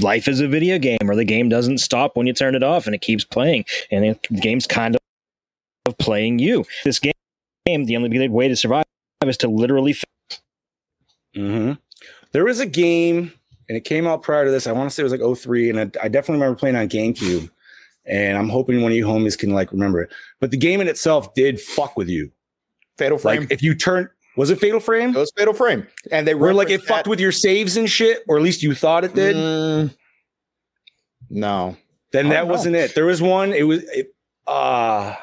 E: life is a video game or the game doesn't stop when you turn it off and it keeps playing and it, the game's kind of playing you. This game, the only good way to survive is to literally
D: Mm-hmm. There was a game, and it came out prior to this. I want to say it was like 03, and I, I definitely remember playing on GameCube. And I'm hoping one of you homies can like remember it. But the game in itself did fuck with you.
F: Fatal frame.
D: Like if you turn, was it Fatal Frame?
F: it was fatal frame. And they
D: Where like it
F: referenced
D: fucked
F: that-
D: with your saves and shit, or at least you thought it did.
F: Mm, no.
D: Then
F: I
D: that
F: don't know.
D: wasn't it. There was one. It was. It, uh,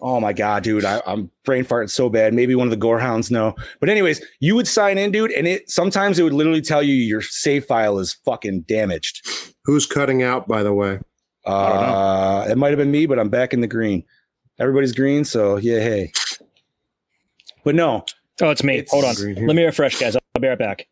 D: oh my god, dude! I, I'm brain farting so bad. Maybe one of the gore hounds know. But anyways, you would sign in, dude, and it sometimes it would literally tell you your save file is fucking damaged.
G: who's cutting out? By the way,
D: Uh, it might have been me, but I'm back in the green. Everybody's green, so yeah, hey. But no, all
E: Oh, it's me.
D: It's
E: Hold on.
G: green here.
E: Let me refresh, guys. I'll be right back.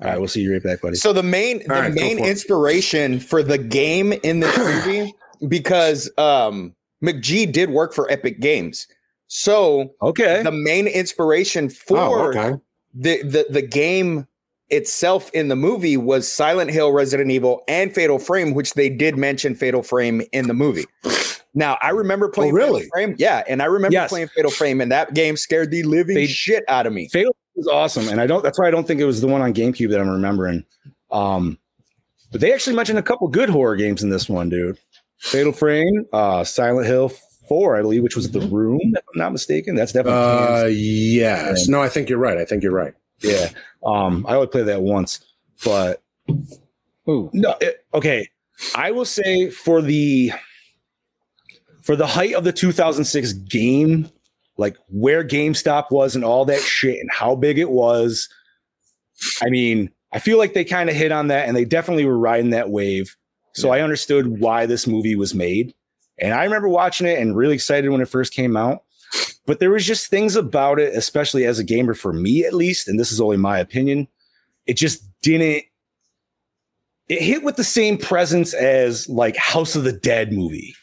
D: right, we'll see you right back, buddy.
F: So the main the
G: All right, go
F: main
G: for it.
F: inspiration for the game in this movie because um McGee did work for Epic Games. So
D: Okay,
F: the main inspiration for
G: oh, okay.
F: the, the the game itself in the movie was Silent Hill, Resident Evil, and Fatal Frame, which they did mention Fatal Frame in the movie. Now I remember playing
G: Oh, really?
F: Fatal Frame, yeah, and I remember
D: Yes.
F: playing Fatal Frame, and that game scared the living
D: They-
F: shit out of me.
D: Fatal was awesome, and I don't. That's why I don't think it was the one on GameCube that I'm remembering. Um, but they actually mentioned a couple good horror games in this one, dude. Fatal Frame, uh, Silent Hill Four, I believe, which was The Room, if I'm not mistaken. That's definitely
G: Uh, yes. No, I think you're right. I think you're right.
D: yeah. Um, I only played that once, but no. It, okay, I will say for the for the height of the 2006 game, like where GameStop was and all that shit and how big it was. I mean, I feel like they kind of hit on that, and they definitely were riding that wave. So I understood why this movie was made. And I remember watching it and really excited when it first came out. But there was just things about it, especially as a gamer for me at least, and this is only my opinion, it just didn't it hit with the same presence as like House of the Dead movie.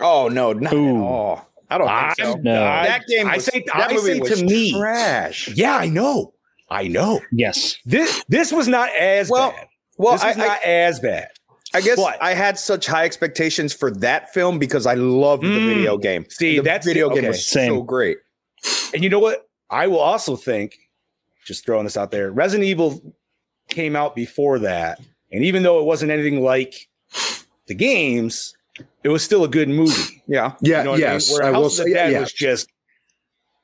F: Oh no, not at all. I don't think so.
E: No.
F: That game
D: I
F: was-
D: say,
F: that
D: I
F: movie
D: say
F: was
D: to me,
F: trash.
D: yeah, I know, I know.
E: Yes.
D: This this was not as
F: Well,
D: bad.
F: Well,
D: this
F: I,
D: was not
F: I,
D: as bad.
F: I guess
D: but-
F: I had such high expectations for that film because I loved
D: Mm.
F: the video game.
D: See,
F: the
D: that's the-
F: video game
D: okay,
F: was so
E: same.
F: great.
D: And you know what? I will also think, just throwing this out there, Resident Evil came out before that. And even though it wasn't anything like the games, it was still a good movie.
F: Yeah.
G: Yeah,
D: You know what
G: yes,
D: I, mean? Where
G: I
D: House
G: will
D: of the
G: say, yeah,
D: Dead
G: yeah.
D: was just.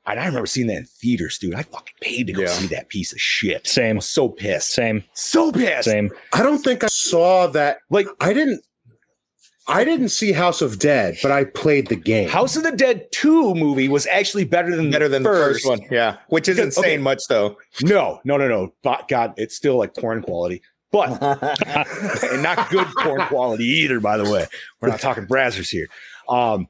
D: And I remember seeing that in theaters, dude. I fucking paid to go
F: Yeah.
D: see that piece of shit. I
E: Same.
D: was so pissed.
E: Same.
D: So pissed.
E: Same.
G: I don't think I saw that.
D: Like-
G: I didn't. I didn't see House of Dead, but I played the game.
D: House of the Dead 2 movie was actually better than
F: Better than the first one. Yeah. Which isn't
D: Because- okay.
F: saying much though.
D: No, no, no, no. But God, it's still like porn quality, but and not good porn quality either. By the way, we're not talking brazzers here. Um,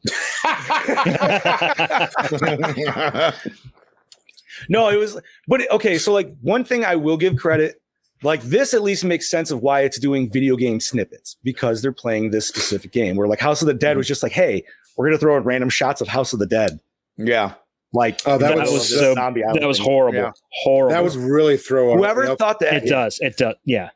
D: no, it was, but it- okay. So like one thing I will give credit, like this at least makes sense of why it's doing video game snippets because they're playing this specific game. Where like House of the Dead was just like, hey, we're gonna throw in random shots of House of the Dead.
F: Yeah.
D: Like
G: Oh, that
E: That
G: was-
E: was
D: just
E: so-
D: zombie
E: That was
D: outbreak.
E: horrible.
F: Yeah.
E: Horrible.
G: that was really throw.
D: Whoever thought that
E: It uh, does. It does. Yeah.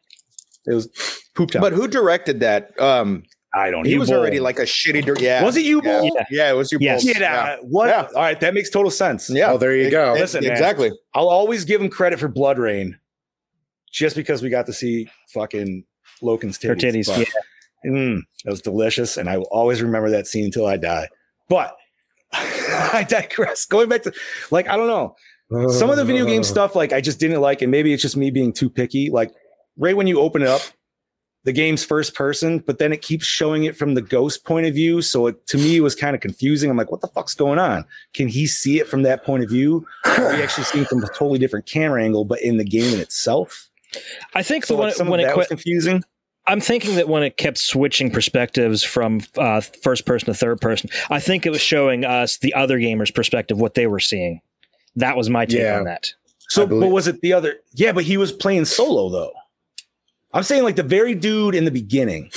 D: it was poop time.
F: But who directed that? Um
D: I don't.
F: he
D: know.
F: was already like a shitty dir- yeah.
D: was it you,
F: yeah.
D: Bull?
E: Yeah.
F: yeah, it was you
E: Yes.
D: Get
F: yeah.
D: out. What?
F: Yeah.
D: All right, that makes total sense.
F: Yeah.
G: Oh, there you go.
F: Ex-
D: Listen, man.
F: exactly.
D: I'll always give him credit for Blood Rain, just because we got to see fucking Loken's titties.
E: Her titties.
D: but- Mm, that was delicious, and I will always remember that scene until I die. But I digress. Going back to like I don't know some of the video game stuff. Like I just didn't like, and maybe it's just me being too picky. Like right when you open it up, the game's first person, but then it keeps showing it from the ghost point of view. So it to me it was kind of confusing. I'm like, what the fuck's going on? Can he see it from that point of view? Or are we actually seeing it from a totally different camera angle, but in the game in itself?
E: I think
D: So
E: the when,
D: like,
E: it-
D: some
E: when
D: of
E: it
D: that was
E: quit,
D: confusing.
E: I'm thinking that when it kept switching perspectives from uh, first person to third person, I think it was showing us the other gamer's perspective, what they were seeing. That was my take
G: Yeah.
E: on that.
D: So, but
G: believe-
D: was it the other? Yeah, but he was playing solo though. I'm saying like the very dude in the beginning,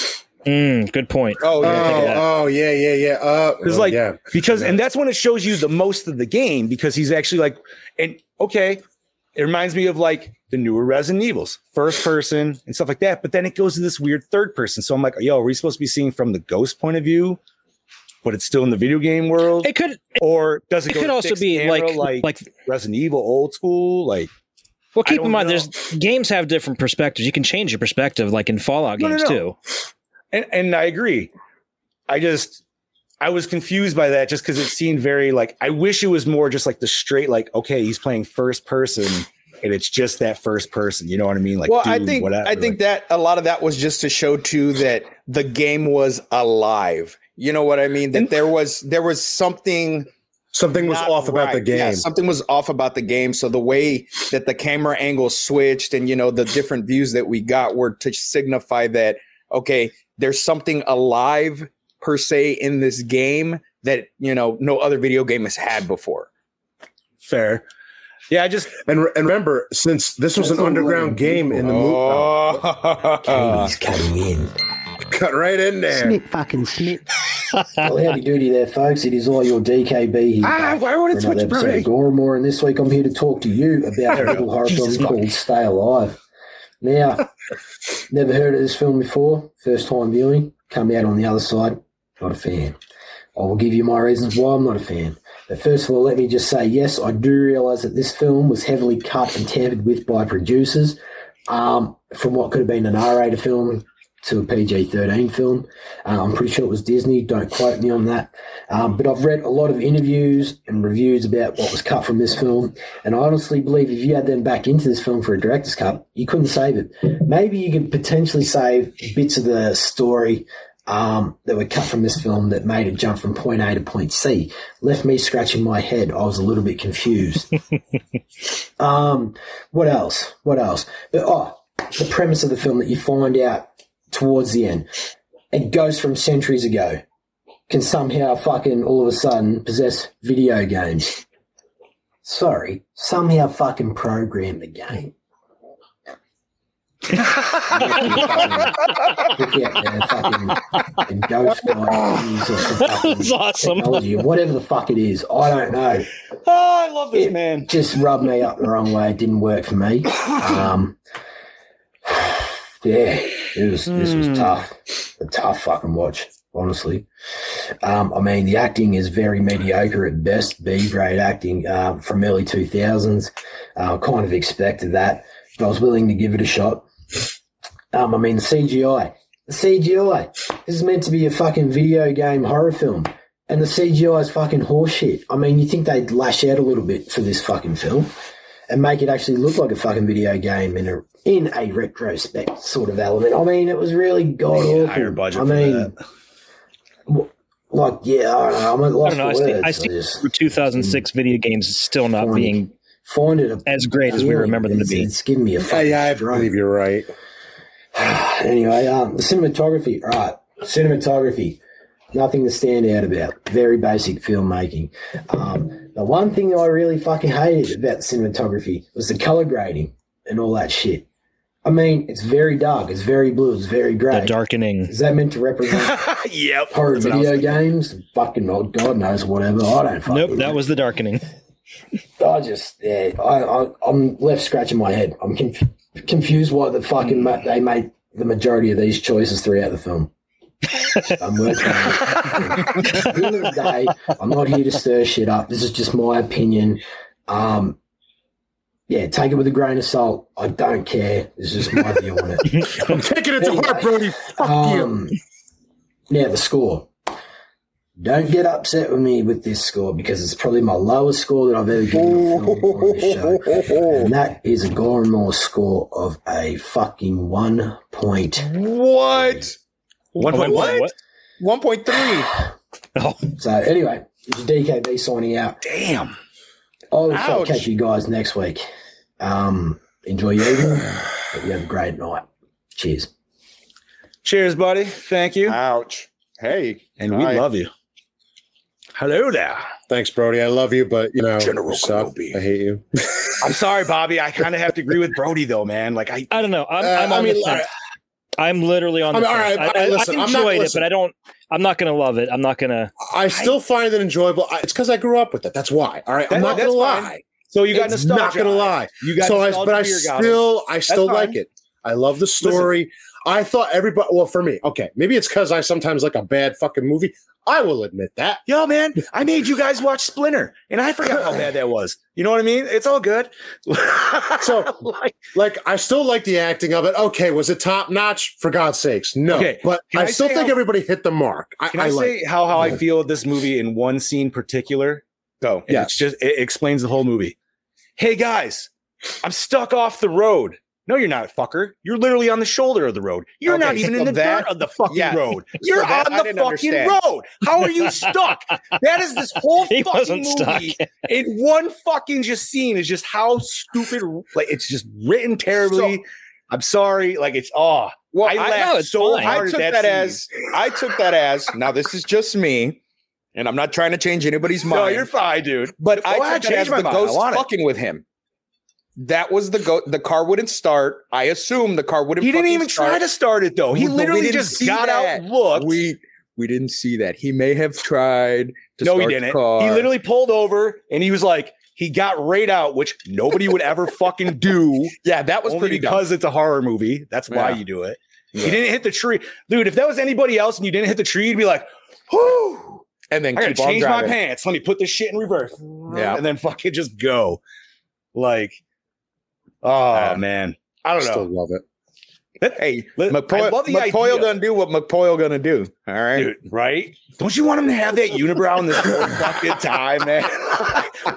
E: Mm, good point.
F: Oh yeah.
E: think of
G: Oh,
E: that.
G: oh yeah, yeah, yeah. Uh,
D: It's
G: oh,
D: like-
G: yeah.
D: because and that's when it shows you the most of the game because he's actually like, and okay, it reminds me of like the newer Resident Evils, first person and stuff like that. But then it goes to this weird third person. So I'm like, yo, are we supposed to be seeing from the ghost point of view? But it's still in the video game world,
E: It could
D: or does it,
E: it
D: go
E: could
D: to
E: also
D: fixed
E: be
D: camera,
E: like
D: like
E: like,
D: Resident Evil old school? Like
E: well
D: I
E: keep in
D: don't
E: mind
D: know.
E: there's games have different perspectives. You can change your perspective like in Fallout
D: No, no,
E: games
D: no.
E: too.
D: and and I agree. I just I was confused by that just because it seemed very like I wish it was more just like the straight like okay he's playing first person and it's just that first person you know what I mean like
F: well, I
D: dude,
F: think
D: whatever,
F: I think that a lot of that was just to show too that the game was alive. You know what I mean? That there was there was something
G: Something was
F: not
G: off about the
F: right. Yeah,
G: game.
F: something was off about the game. So the way that the camera angle switched and you know the different views that we got were to signify that okay, there's something alive per se in this game that you know no other video game has had before.
D: fair yeah I just
G: And, re- and remember, since this was an underground game in the movie,
F: Oh,
J: cutting in.
G: cut right in there.
B: fucking snip.
J: Well, howdy doody there, folks. It is all your DKB here. Ah, why would it switch, bro? Gormore, and this week I'm here to talk to you about a little horror film called Stay Alive. Now, never heard of this film before. First time viewing. Come out on the other side. Not a fan. I will give you my reasons why I'm not a fan. But first of all, let me just say yes, I do realise that this film was heavily cut and tampered with by producers. Um, from what could have been an R-rated film to a PG-13 film. Uh, I'm pretty sure it was Disney. Don't quote me on that. Um, but I've read a lot of interviews and reviews about what was cut from this film, and I honestly believe if you had them back into this film for a director's cut, you couldn't save it. Maybe you could potentially save bits of the story um, that were cut from this film that made it jump from point A to point C. Left me scratching my head. I was a little bit confused. um, what Uh, else? What else? But, oh, the premise of the film that you find out towards the end and ghosts from centuries ago can somehow fucking all of a sudden possess video games. Sorry, somehow fucking program the game. yeah, man, fucking, fucking ghost guys or some fucking
E: That's awesome.
J: technology or whatever the fuck it is. I don't know.
D: Oh, I love this man.
J: Just rubbed me up the wrong way. It didn't work for me. Um, yeah, it was. This was tough. A tough fucking watch, honestly. Um, I mean, the acting is very mediocre at best. B grade acting uh, from early two thousands. Uh, kind of expected that, but I was willing to give it a shot. Um, I mean, the CGI. The CGI. This is meant to be a fucking video game horror film. And the CGI is fucking horseshit. I mean, you think they'd lash out a little bit for this fucking film and make it actually look like a fucking video game in a in a retrospect sort of element. I mean, it was really god awful.
D: Higher budget.
J: I
D: for
J: mean,
D: that.
J: w- like, yeah, I don't know. I'm at
E: I
J: loss
E: don't know. I
J: for
E: see,
J: words.
E: I
J: I just-
E: see 2006 video games still not
J: Funny.
E: being
J: find it a,
E: as great as we remember them to
J: it's-
E: be.
J: It's giving me a fucking
G: Yeah, I
J: stroke.
G: believe you're right.
J: anyway, um, the cinematography. All right, cinematography. Nothing to stand out about. Very basic filmmaking. Um, the one thing I really fucking hated about the cinematography was the color grading and all that shit. I mean, it's very dark. It's very blue. It's very
E: The
J: grey.
E: darkening.
J: Is that meant to represent
D: yep.
J: horror
D: That's what I was
J: video games? Fucking oh, God knows whatever. I don't fucking.
E: Nope,
J: know.
E: that was the darkening.
J: I just yeah, I, I I'm left scratching my head. I'm conf- confused why the fucking ma- they made the majority of these choices throughout the film. I'm working. on it. At the end of the day, I'm not here to stir shit up. This is just my opinion. Um, yeah, take it with a grain of salt. I don't care. This is my view on it.
G: I'm taking it to heart, Brody. Fuck you.
J: Um, now the score. Don't get upset with me with this score because it's probably my lowest score that I've
F: Oh.
J: ever given a film on this show. And that is a Goran Moore score of a fucking one point.
F: What?
E: One
F: point what? 1.3.
J: So anyway, it's DKB signing out.
F: Damn.
J: I'll I'll
F: Ouch.
J: catch you guys next week. Um, enjoy your evening. Hope you have a great night. Cheers.
D: Cheers, buddy. Thank you.
G: Ouch. Hey,
D: and we
G: I-
D: love you. Hello there.
G: thanks, Brody. I love you, but you know,
F: General
G: you suck.
F: Kenobi.
G: I hate you.
D: I'm sorry, Bobby. I kind of have to agree with Brody though, man. Like I
E: I don't know. I'm,
G: Uh,
E: I'm
G: I
E: on the
G: mean,
E: fence. I'm literally on
G: I
E: the
G: mean, all
E: fence.
G: right, I-
E: I, I, I
G: listen, I'm not-
E: enjoyed it,
G: listen.
E: but I don't. I'm not gonna love it. I'm not gonna.
G: I still find it enjoyable. I, it's because I grew up with it. That's why. All right, I'm
F: That-
G: not
F: that's
G: gonna
F: fine.
G: lie.
F: So you got
G: it's
F: nostalgia.
G: not gonna lie.
F: You got
G: so I,
F: nostalgia
G: but I
F: for your goddess.
G: still, I still
F: That's
G: like
F: fine.
G: it. I love the story. I thought everybody. Well, for me, okay, maybe it's because I sometimes like a bad fucking movie. I will admit that.
F: Yo, man, I made you guys watch Splinter, and I forgot how bad that was. You know what I mean? It's all good.
G: So,
F: like,
G: Like, I still like the acting of it. Okay, was it top notch? For God's sakes, no.
F: Okay,
G: But
F: can
G: I,
F: I
G: still
F: say
G: think
F: how-
G: everybody hit the mark. I,
F: can
G: I,
F: I,
G: like.
F: say how how I feel of this movie in one scene particular? Go. And It's just it explains the whole movie. Hey guys, I'm stuck off the road. No, you're not, fucker. You're literally on the shoulder of the road. You're
G: Okay,
F: not even
G: so
F: in the
G: that-
F: dirt of the fucking
G: yeah.
F: road. You're
G: that
F: on
G: I
F: the
G: didn't
F: fucking
G: understand.
F: road. How are you stuck? that is this whole
E: He
F: fucking
E: wasn't stuck.
F: movie in one fucking just scene is just how stupid. Like it's just written terribly. I'm sorry. Like it's ah.
E: Well, I-
F: I laughed
E: no, it's
F: so
E: fine.
F: hard
E: I
F: at
E: took
F: that as I took that as now this is just me, and I'm not trying to change anybody's mind.
D: No, you're
F: fine, dude. But
D: Well, I
F: I took it as
D: changed my
F: the
D: mind. I
F: ghost
D: want it.
F: fucking with him. That was the go. The car wouldn't start. I assume the car wouldn't.
D: He didn't
F: fucking
D: even
F: start.
D: try to start it though. He
F: But we
D: literally
F: didn't
D: just
F: see
D: got
F: that.
D: out, looked.
F: We we didn't see that. He may have tried. To
D: no,
F: start
D: he
F: the
D: didn't. He
F: car.
D: literally pulled over and he was like, he got right out, which nobody would ever fucking do.
F: Yeah, that was
D: only
F: pretty dumb.
D: because it's a horror movie. That's why
F: Yeah.
D: you do it.
F: Yeah.
D: He didn't hit the tree, dude. If that was anybody else and you didn't hit the tree, you'd be like, "Whoo!
F: And then
D: I gotta
F: keep on
D: change my
F: driving.
D: pants. Let me put this shit in reverse."
F: Yeah.
D: and then fucking just go. Like, oh
F: Yeah.
D: man, I
G: I
D: don't know.
G: still love it.
F: Hey,
D: Let- I
F: McPoyle,
D: love the
F: McPoyle
D: idea.
F: gonna do what McPoyle gonna do. All right.
D: Dude, right? Don't you want him to have that unibrow in this whole fucking time, man?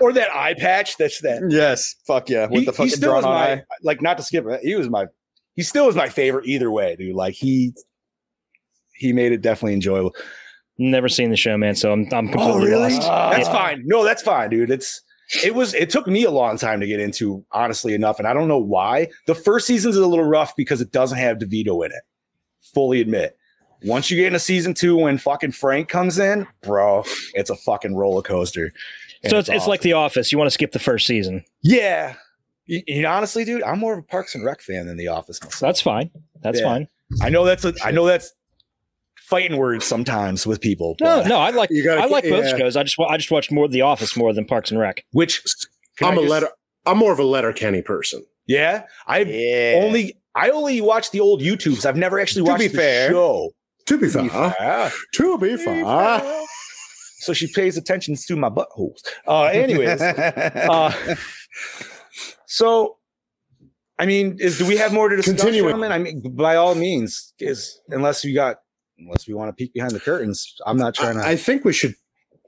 D: or that eye patch? That's that.
F: Yes. Fuck yeah. With
D: He-
F: the
D: he
F: fucking
D: still
F: drawn
D: is
F: on
D: my
F: eye.
D: like not to skip it. He was my he still is my favorite either way, dude. Like he he made it definitely enjoyable.
E: Never seen the show, man. So I'm. I'm
D: Oh,
E: completely
G: Oh,
E: lost.
D: That's
E: Yeah.
D: fine. No, that's fine, dude. It's it was it took me a long time to get into, honestly enough, and I don't know why. The first season's a little rough because it doesn't have DeVito in it. Fully admit. Once you get into season two, when fucking Frank comes in, bro, it's a fucking roller coaster. And
E: so it's, it's,
D: awesome.
E: like The Office. You want to skip the first season.
D: yeah. You, you know, honestly, dude, I'm more of a Parks and Rec fan than The Office. myself.
E: That's fine. That's
D: Yeah.
E: fine.
D: I know that's a, I know that's fighting words sometimes with people.
E: No,
D: but-
E: no, I like
G: You gotta-
E: I like both
G: yeah.
E: shows. I just wa- I just watch more The Office more than Parks and Rec.
D: Which can
G: I'm
D: I
G: a
D: just-
G: letter. I'm more of a letter Kenny person.
D: Yeah, I
F: Yeah.
D: only I only watch the old YouTubes. I've never actually
F: To
D: watched
F: be
D: the
F: fair.
D: show.
G: To be fair,
D: Ah.
G: to be fair.
D: So she pays attention to my buttholes. Uh, anyways, uh, so I mean, is do we have more to discuss?
G: Continuing.
D: gentlemen? I mean, by all means, is unless you got unless we want to peek behind the curtains. I'm not trying to.
G: I, I think we should.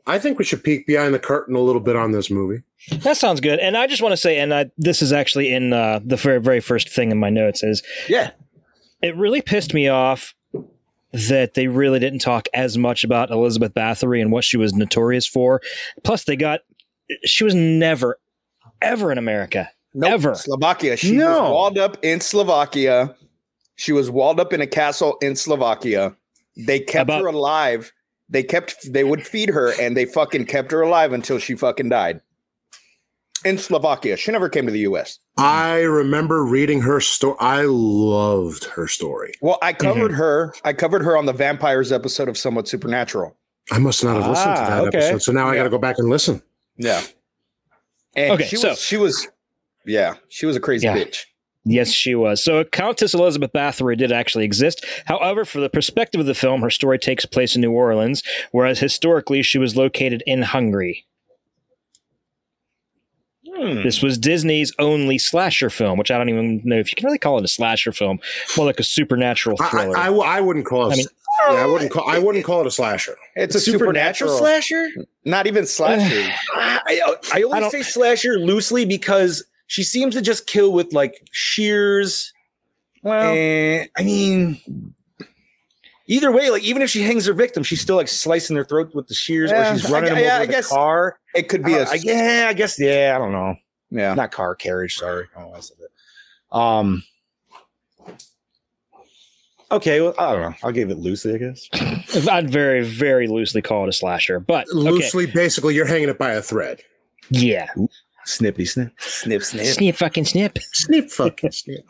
G: I think we should peek behind the curtain a little bit on this movie.
E: That sounds good. And I just want to say, and I, this is actually in uh, the very very first thing in my notes is
D: yeah,
E: it really pissed me off that they really didn't talk as much about Elizabeth Bathory and what she was notorious for. Plus, they got she was never ever in America. Ever.
F: Slovakia. She was
G: No.
F: walled up in Slovakia. She was walled up in a castle in Slovakia. They kept
E: About-
F: her alive. They kept they would feed her and they fucking kept her alive until she fucking died. In Slovakia. She never came to the US.
G: I remember reading her story. I loved her story.
F: Well, I covered her. I covered her on the vampires episode of Somewhat Supernatural.
G: I must not have listened to
D: Ah,
G: that
D: okay.
G: episode, so now I got to go back and listen.
F: Yeah. And
E: Okay,
F: she
E: so-
F: was she was yeah, she was a crazy
E: Yeah.
F: bitch.
E: Yes, she was. So Countess Elizabeth Bathory did actually exist. However, for the perspective of the film, her story takes place in New Orleans, whereas historically she was located in Hungary.
G: Hmm.
E: This was Disney's only slasher film, which I don't even know if you can really call it a slasher film, more like a supernatural
G: I,
E: thriller.
G: I- I w- I wouldn't call it.
E: I mean-
G: yeah, I wouldn't call. I wouldn't call it a slasher.
F: It's a supernatural,
D: slasher.
F: Not even slasher.
D: I, I I
E: I
D: only
E: don't-
D: say slasher loosely because she seems to just kill with like shears.
E: well,
D: and I mean, either way, like even if she hangs her victim, she's still like slicing their throat with the shears,
F: Yeah,
D: or she's
F: I
D: running
F: gu-
D: them
F: yeah,
D: over
F: I
D: with
F: guess-
D: a car.
F: it could be a
D: uh, I- yeah, I guess. Yeah, I don't know.
F: yeah.
D: Not car carriage. Sorry, I don't know why I said that. Um. Okay, well, I don't know. I'll give it loosely, I guess.
E: I'd very, very loosely call it a slasher, but okay.
G: Loosely, basically, you're hanging it by a thread.
E: yeah,
D: Snippy snip. Snip snip.
E: snip fucking snip.
G: Snip, fucking snip.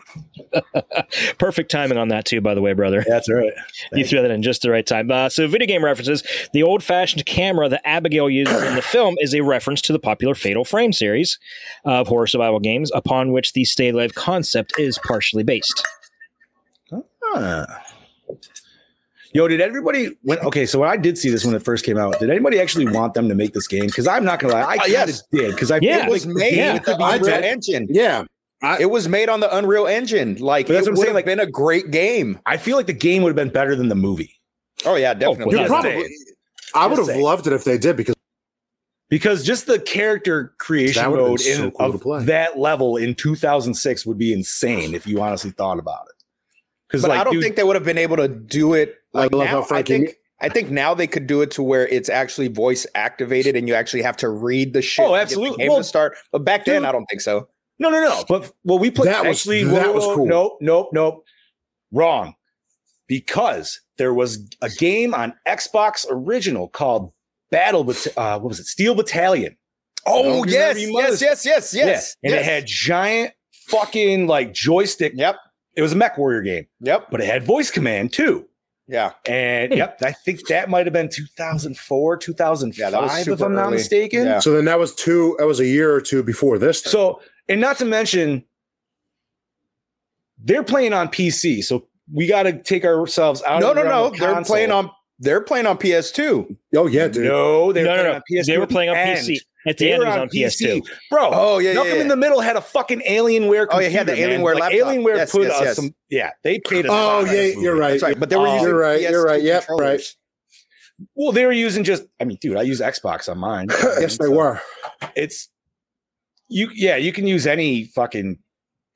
E: Perfect timing on that too, by the way, brother.
D: That's right.
E: You threw that in just the right time. Uh, so, video game references. The old fashioned camera that Abigail uses in the film is a reference to the popular Fatal Frame series of horror survival games, upon which the Stay Alive concept is partially based.
D: Huh. Yo, did everybody when okay, so when I did see this when it first came out, did anybody actually want them to make this game? Because I'm not gonna lie, I
F: Uh,
D: kind
F: yes.
D: of did because I
E: Yeah.
F: It was made
E: Yeah.
F: with the
G: I
F: Unreal
G: did.
F: Engine.
G: Yeah,
F: It was made on the Unreal Engine. Like
D: But that's
F: it
D: what I'm
F: would
D: saying,
F: have
D: like-
F: been a great game.
D: I feel like the game would have been better than the movie.
F: Oh yeah, definitely.
E: without
G: you probably. I would have
D: saying.
G: loved it if they did because
D: Because just the character creation
G: That would've been
D: mode in,
G: so cool to
D: of
G: play.
D: that level in 2006 would be insane if you honestly thought about it. Because
F: but
D: like,
F: I don't
D: dude,
F: think they would have been able to do it.
G: I
F: Like
G: love
F: now,
G: how
F: I
G: Frankie-
F: think I think now they could do it to where it's actually voice activated and you actually have to read the shit.
D: Oh,
F: to get the
D: absolutely.
F: game
D: Well,
F: to start. But back then,
D: dude-
F: I don't think so.
D: no, no, no. But well, we played
G: That was-
D: actually
G: that
D: whoa,
G: was
D: whoa,
G: cool.
D: Nope, nope, nope. Wrong. Because there was a game on Xbox original called Battle, Bat- uh, what was it? Steel Battalion.
F: Oh
D: Don't you
F: yes,
D: remember your
F: yes,
D: mother's-
F: yes, yes, yes.
D: Yeah. And
F: yes.
D: it had giant fucking like joystick.
F: Yep.
D: It was a Mech Warrior game,
F: Yep.
D: but it had voice command too.
F: Yeah.
D: And
E: Hmm.
D: yep, I think that might have been 2004, 2005,
F: Yeah, that was
D: if
F: super
D: I'm not
F: early.
D: mistaken.
F: Yeah.
G: so then that was two. That was a year or two before this. thing.
D: So, and not to mention, they're playing on PC, so we got to take ourselves out.
F: No,
D: of the
F: no, no.
D: realm of
F: They're
D: console.
F: playing on they're playing on PS2.
G: oh yeah, dude.
D: No, they
E: No,
D: were
E: no,
D: playing
E: no.
D: on PS2
E: They were playing on
D: and
E: PC. At the
D: They
E: end,
D: were
E: it was
D: on,
E: on
D: PC,
E: PS2.
D: bro.
F: Oh yeah, yeah,
D: Malcolm in
F: yeah.
D: the Middle had a fucking Alienware. Computer,
F: Oh, yeah, he had the
D: man.
F: Alienware
D: Like,
F: laptop.
D: Alienware
F: Yes,
D: put
F: yes,
D: us
F: yes.
D: some. Yeah, they paid. us
G: Oh
D: off on
G: yeah,
D: this movie.
G: you're right.
F: That's right. But they were
G: Oh,
F: using
G: you're right. You're
F: PS2
G: right. Yep. Right.
F: controllers.
D: Well, they were using just. I mean, dude, I use Xbox on mine.
G: yes, they
D: So
G: were.
D: It's you. Yeah, you can use any fucking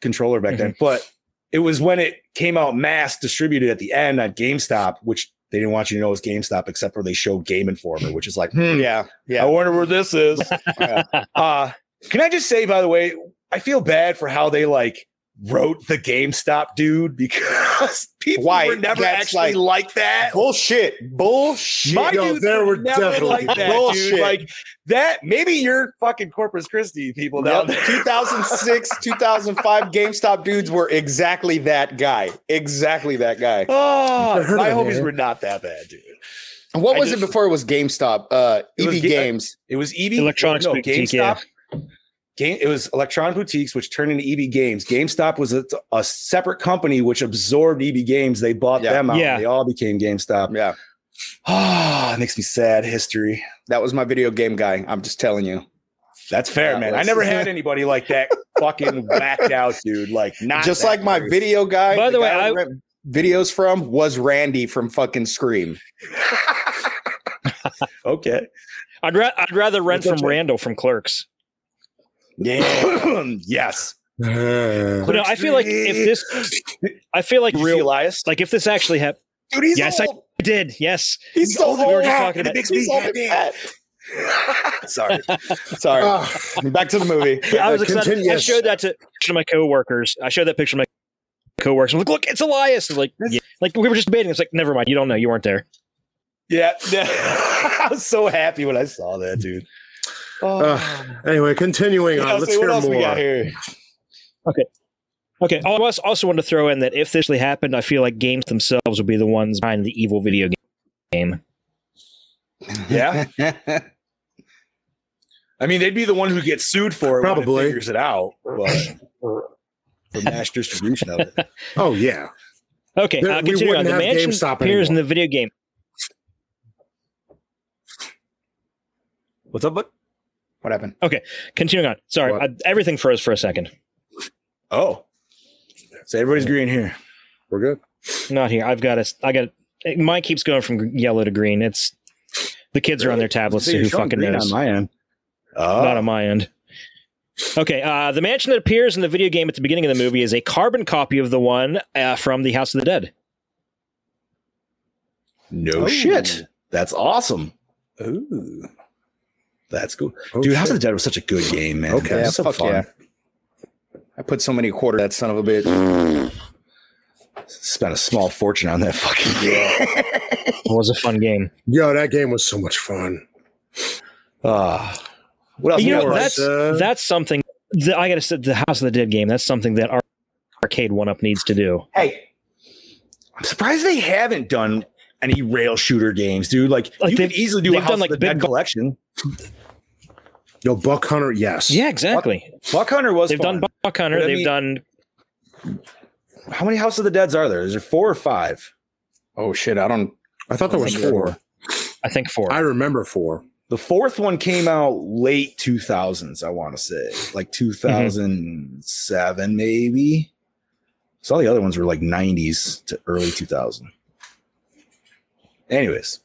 D: controller back then, but it was when it came out mass distributed at the end at GameStop, which they didn't want you to know it was GameStop, except for they showed Game Informer, which is like, hmm,
F: Yeah.
D: I
F: Yeah.
D: wonder where this is.
F: Yeah.
D: Uh, can I just say, by the way, I feel bad for how they like wrote the GameStop dude because people
F: Why?
D: were never
F: That's
D: actually
F: like-
D: like, that.
F: Bullshit. Bullshit.
D: My
G: Yo,
D: dudes
G: there were
D: were, never
G: definitely
D: like that, dude.
F: bullshit.
D: Like that. Maybe you're fucking Corpus Christi people now.
F: Yep, 2006, 2005 GameStop dudes were exactly that guy. Exactly that guy.
D: Oh,
G: Never heard
D: my
G: of
D: homies
G: it.
D: were not that bad, dude.
F: And what
D: I
F: was
D: just-
F: it before it was GameStop? Uh,
D: It
F: EB
D: was Ga-
F: Games.
D: It was EB
E: Electronics
D: no,
E: Boutique, yeah.
D: GameStop. Game, it was Electronic Boutiques, which turned into EB Games. GameStop was a, a separate company which absorbed EB Games. They bought
F: Yeah.
D: them out.
E: Yeah.
D: They all became GameStop.
F: Yeah,
D: Ah, it makes me sad. History.
F: that was my video game guy. I'm just telling you.
D: That's fair,
F: That
D: man. I
F: was-
D: never had anybody like that fucking whacked out, dude. Like not
F: just
D: that
F: like my
D: dude.
F: video guy.
E: By the way,
F: guy
E: I-
F: rent videos from was Randy from fucking Scream.
D: Okay.
E: I'd, ra- I'd rather rent
D: What's
E: from
D: up, Jake?
E: Randall from Clerks.
D: Yeah. yes.
E: But no, I feel like if this, I feel like
D: You see
E: real,
D: Elias?
E: like if this actually happened,
F: Dude, he's
E: Yes, I-
F: old.
E: it did. Yes,
F: he's so
E: Oh,
F: old.
E: we were just talking
F: It
E: about-
F: makes me
D: He's old and
F: fat.
D: Sorry.
F: Sorry.
G: Ah.
F: Back to the movie.
E: I was excited. I
G: continuous-
E: showed that to, to my coworkers. I showed that picture to my coworkers. I'm like, look, it's Elias. I'm like, yeah. like we were just debating. It's like, never mind. You don't know. You weren't there.
D: yeah. I was so happy when I saw that, dude. Oh.
G: Ah. anyway, continuing on. Let's hear more.
D: here?
E: Okay. I was- also wanted to throw in that if this actually happened, I feel like games themselves would be the ones behind the evil video game.
D: Yeah. I mean, they'd be the one who gets sued for it when it
G: Probably.
D: figures it out, but for mass distribution of it.
G: Oh yeah,
E: Okay.
G: There-
E: uh,
G: we
E: continue on.
G: wouldn't
E: The
G: have
E: mansion
G: GameStop
E: appears in
G: anymore.
E: the video game.
D: What's up, bud?
F: What happened?
E: Continuing on. Sorry,
D: What?
E: I, everything froze for a second.
D: Oh, so everybody's green here.
G: we're good.
E: Not here. I've got a. I got. eh, Mine keeps going from gr- yellow to green. It's the kids are on their tablets. So who fucking knows?
D: my end. Oh,
E: Not on my end. Okay, uh, the mansion that appears in the video game at the beginning of the movie is a carbon copy of the one uh, from the House of the Dead.
D: no shit. That's awesome. Oh. Ooh, that's cool,
G: Oh,
D: dude. House
G: shit.
D: of the Dead was such a good game, man.
G: Okay.
D: It was
F: Yeah,
D: so
F: fuck
D: fun.
F: yeah. I put so many quarter that son of a bitch.
D: Spent a small fortune on that fucking game.
E: It was a fun game.
G: Yo, that game was so much fun.
D: Ah, what else?
E: You
D: we
E: know,
D: got?
E: that's
G: uh,
E: that's something that I got to say. The House of the Dead game. That's something that our arcade one up needs to do.
D: Hey, I'm surprised they haven't done any rail shooter games, dude. Like,
E: Like,
D: you could
E: they've-
D: easily do a
E: they've
D: House
E: done,
D: of
E: like,
D: the Dead
E: big-
D: collection.
G: Yo, Buck Hunter. Yes.
E: Yeah, exactly.
D: Buck Hunter was
E: They've
D: fun.
E: done Buck Hunter.
D: But I
E: They've
D: mean-
E: done.
D: How many House of the Deads are there? Is there four or five?
F: Oh shit, I don't
G: I thought there was four.
E: I think four.
G: I remember four.
D: The fourth one came out late 2000s, I want to say,
E: Mm-hmm.
D: like 2007 maybe. So all the other ones were like 90s to early 2000. Anyways,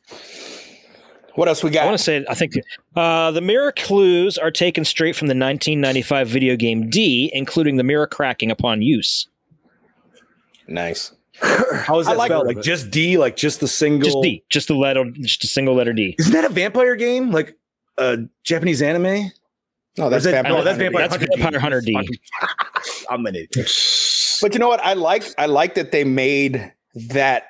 F: what else we
E: I want to
F: got?
E: say, I think uh, the mirror clues are taken straight from the 1995 video game D, including the mirror cracking upon use.
F: Nice.
D: how is
F: I
D: that
F: like
D: spelled?
F: it.
D: Like just D, like just the single.
E: Just D, just the letter, just a single letter D.
D: Isn't that a vampire game? Like a Japanese anime?
F: No, that's
D: Is it-
F: bad.
D: No, that's
E: I don't know.
D: Vampire
E: That's
D: Hunter D.
E: Vampire Hunter D.
D: I'm an idiot.
F: But you know what? I like I like that they made that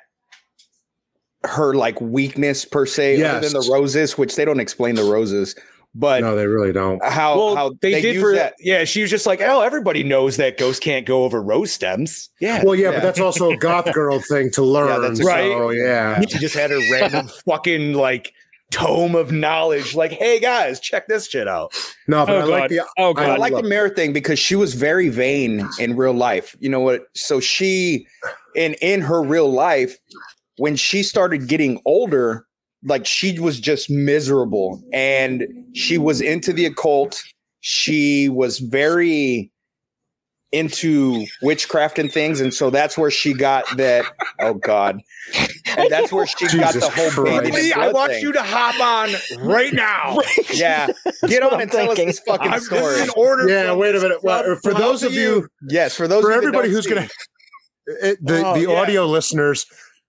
F: her like weakness per se, other
G: Yes.
F: than the roses, which they don't explain the roses, but
G: No, they really don't.
F: how
D: well,
F: how
D: they, did
F: use
D: for
F: that.
D: yeah. She was just like, oh, everybody knows that ghosts can't go over rose stems. Yeah,
G: Well, yeah,
F: Yeah.
G: but that's also a goth girl thing to learn.
F: that's
D: right.
G: So, yeah.
D: she just had her random fucking like tome of knowledge. Like, hey guys, check this shit out.
G: No, but
E: Oh,
G: I like
E: God.
G: the
E: Oh
G: I
F: I
E: god,
F: like
G: love
F: the mirror thing because she was very vain in real life. You know what? So she and in her real life, when she started getting older, like she was just miserable and she was into the occult. She was very into witchcraft and things. And so that's where she got that. Oh God. And that's where she got
G: Jesus
F: the whole
G: Christ.
F: baby.
D: Lee,
F: and
D: I
F: blood
D: want
F: thing.
D: you to hop on right now.
F: Yeah. Get on and tell us this fucking
D: I'm
F: story.
D: just in order.
G: Yeah,
D: from
G: wait a minute.
F: Uh,
G: Well,
D: sub
G: for
D: top
G: those
D: to
G: of you,
F: Yes, for those
G: for
F: of you that
G: everybody
F: don't
G: who's
F: see
G: going to, the,
D: Oh,
G: the
D: yeah.
G: audio listeners,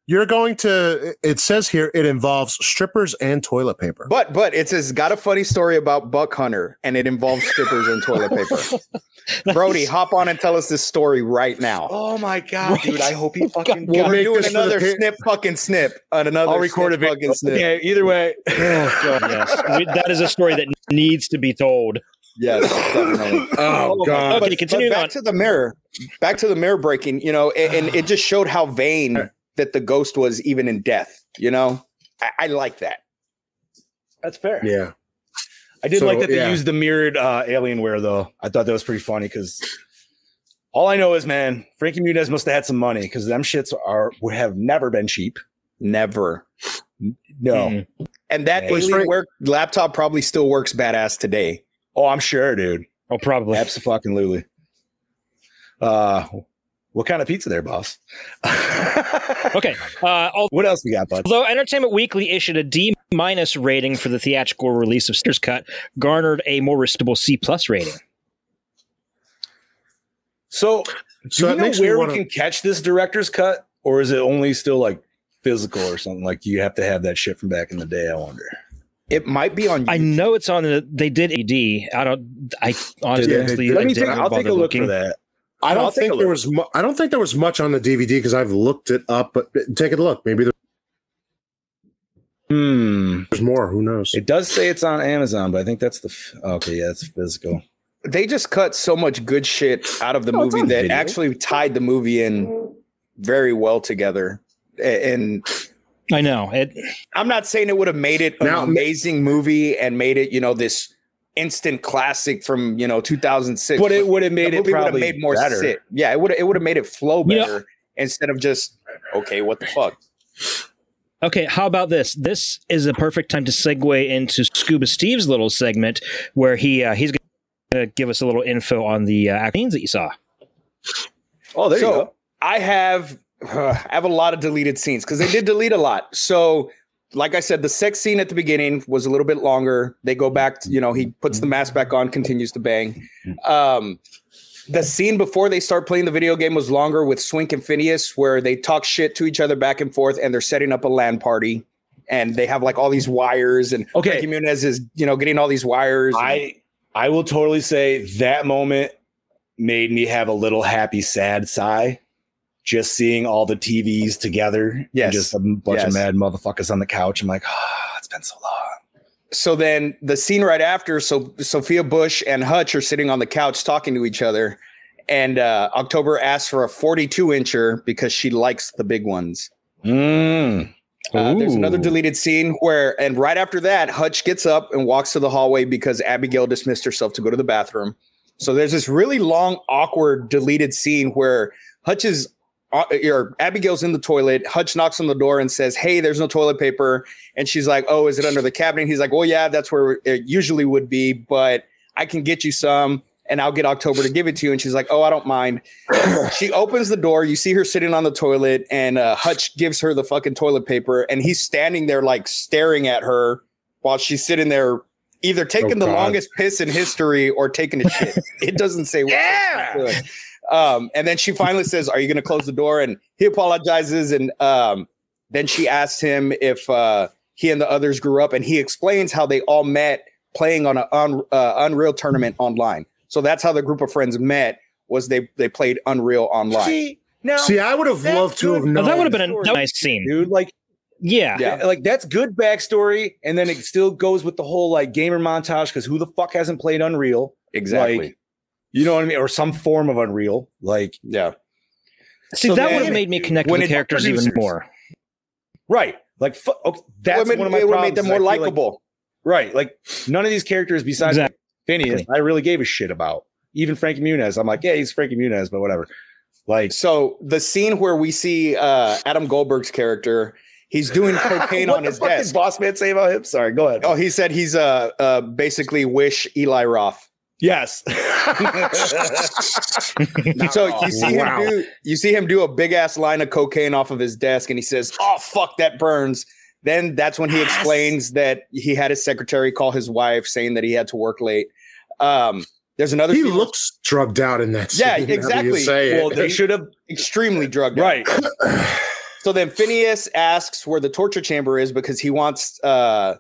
G: You're going to. It says here it involves strippers and toilet paper.
F: But but it says got a funny story about Buck Hunter, and it involves strippers and toilet paper. Brody, hop on and tell us this story right now.
D: Oh my god, dude! I hope he fucking.
F: We're
G: make
F: doing
G: this for the
F: another
G: pa-
F: snip, fucking snip, on another.
D: I'll record a
F: snip,
D: video.
F: fucking snip.
D: Yeah, either way.
G: Oh,
E: God, yes. We- that is a story that needs to be told.
F: Yes, definitely.
G: Oh, God.
E: Okay, continue
F: back
E: on.
F: to the mirror. Back to the mirror breaking. You know, and, and it just showed how vain that the ghost was, even in death. You know, I, I like that.
D: That's fair.
G: Yeah.
D: I did
G: So,
D: like that they
G: yeah.
D: used the mirrored uh, Alienware though. I thought that was pretty funny because all I know is, man, Frankie Muniz must have had some money because them shits are would have never been cheap.
F: Never.
D: No.
E: Mhm.
F: And that
D: Hmm. Yeah. Was
F: alien
G: Frank-
F: work laptop probably still works badass today.
D: Oh, I'm sure, dude.
E: Oh, probably.
D: Absolutely. Uh, what kind of pizza there, boss?
E: Okay. Uh, al-
D: What else we got, bud?
E: although Entertainment Weekly issued a D minus rating for the theatrical release of Snyder's Cut, garnered a more respectable C plus rating.
G: So
D: So, do you
G: that
D: know
G: makes me
D: where
G: want
D: we
G: to.
D: can catch this director's cut, or is it only still like physical or something? Like you have to have that shit from back in the day. I wonder.
F: It might be on.
E: I know it's on the. They did AD. I don't. I honestly,
G: Yeah, they did.
E: I
D: Let me
E: didn't
D: take. I'll take
E: bother
D: a look
E: looking.
D: for that.
G: I
D: I'll
G: don't
D: take a
G: think
D: look.
G: there was. Mu- I don't think there was much on the DVD because I've looked it up. But take a look. Maybe
D: Hmm.
G: there's more. Who knows?
D: It does say it's on Amazon, but I think that's the f- okay. Yeah, it's physical.
F: they just cut so much good shit out of the
D: Oh, it's
F: movie
D: on
F: that
D: video.
F: actually tied the movie in very well together. A- And
E: I know it.
F: I'm not saying it would have made it an
G: Now-
F: amazing movie and made it, you know, this instant classic from you know 2006.
D: But it would have made
F: the
D: it
F: movie would've
D: probably
F: made more
D: better.
F: sit. Yeah, it would it would have made it flow
E: You know-
F: better instead of just okay, what the fuck?
E: Okay, how about this? This is the perfect time to segue into Scuba Steve's little segment where he uh, he's going to give us a little info on the uh, scenes that you saw.
D: Oh, there
F: So,
D: you go.
F: I have I have a lot of deleted scenes because they did delete a lot. So, like I said, the sex scene at the beginning was a little bit longer. They go back, to, you know, he puts the mask back on, continues to bang. Um, the scene before they start playing the video game was longer with Swink and Phineas, where they talk shit to each other back and forth, and they're setting up a land party. And they have like all these wires, and
D: Okay.
F: Frankie Muniz is you know getting all these wires. and-
D: I I will totally say that moment made me have a little happy, sad sigh. Just seeing all the TVs together, yeah,
F: Yes.
D: just a bunch
F: Yes.
D: of mad motherfuckers on the couch. I'm like, ah, it's been so long.
F: so then the scene right after so sophia bush and hutch are sitting on the couch talking to each other and uh, october asks for a 42 incher because she likes the big ones
D: Mm.
F: uh, there's another
E: Ooh.
F: deleted scene where and right after that hutch gets up and walks to the hallway because abigail dismissed herself to go to the bathroom so there's this really long awkward deleted scene where hutch is uh, or abigail's in the toilet hutch knocks on the door and says hey there's no toilet paper and she's like, "Oh, is it under the cabinet?" He's like, "Well, yeah, that's where it usually would be, but I can get you some, and I'll get October to give it to you." And she's like, "Oh, I don't mind." she opens the door. You see her sitting on the toilet, and uh, Hutch gives her the fucking toilet paper, and he's standing there like staring at her while she's sitting there, either taking the
G: God.
F: longest piss in history or taking a shit. it doesn't say what. she's doing. Um, and then she finally says, "Are you going to close the door?" And he apologizes, and um, then she asks him if uh, he and the others grew up, and he explains how they all met playing on an un- uh, Unreal tournament online. So that's how the group of friends met. Was they they played Unreal online?
D: See, now,
G: See, I would have
D: That's
G: loved to
D: good.
G: have
D: Oh,
E: Oh,
G: known.
E: that would have been a
D: story.
E: that was a nice scene.
D: dude, like
E: Yeah.
F: Yeah.
D: Yeah, like that's good backstory, and then it still goes with the whole like gamer montage because who the fuck hasn't played Unreal?
F: Exactly.
D: Like, you know what I mean, or some form of Unreal. Like,
F: yeah.
E: See,
F: So
E: that
F: then-
E: would have made me connect
F: when
E: with the
F: it-
E: characters even
F: producers.
E: more.
D: right? Like, fu- okay, that's
F: Women-
D: one of my
F: it would have
D: problems.
F: made them
D: is
F: more
D: I feel like-
F: likable.
D: right? Like, none of these characters besides
E: Exactly.
D: Phineas, I really gave a shit about. Even Frankie Muniz, I'm like, yeah, he's Frankie Muniz, but whatever. Like,
F: So the scene where we see uh, Adam Goldberg's character, he's doing cocaine
D: what
F: on
D: the
F: his
D: fuck did
F: desk.
D: Boss man say about him? Sorry, go ahead.
F: Oh, he said he's uh, uh basically wish Eli Roth.
D: yes.
F: so you see
G: Wow.
F: him do you see him do a big ass line of cocaine off of his desk, and he says, "Oh fuck, that burns." Then that's when he explains that he had his secretary call his wife, saying that he had to work late. Um, there's another.
G: He
F: scene-
G: looks drugged out in that.
F: Yeah,
G: scene, now that you
F: exactly.
G: say it.
D: well, they should have
F: extremely drugged. out.
D: right.
F: So then Phineas asks where the torture chamber is because he wants uh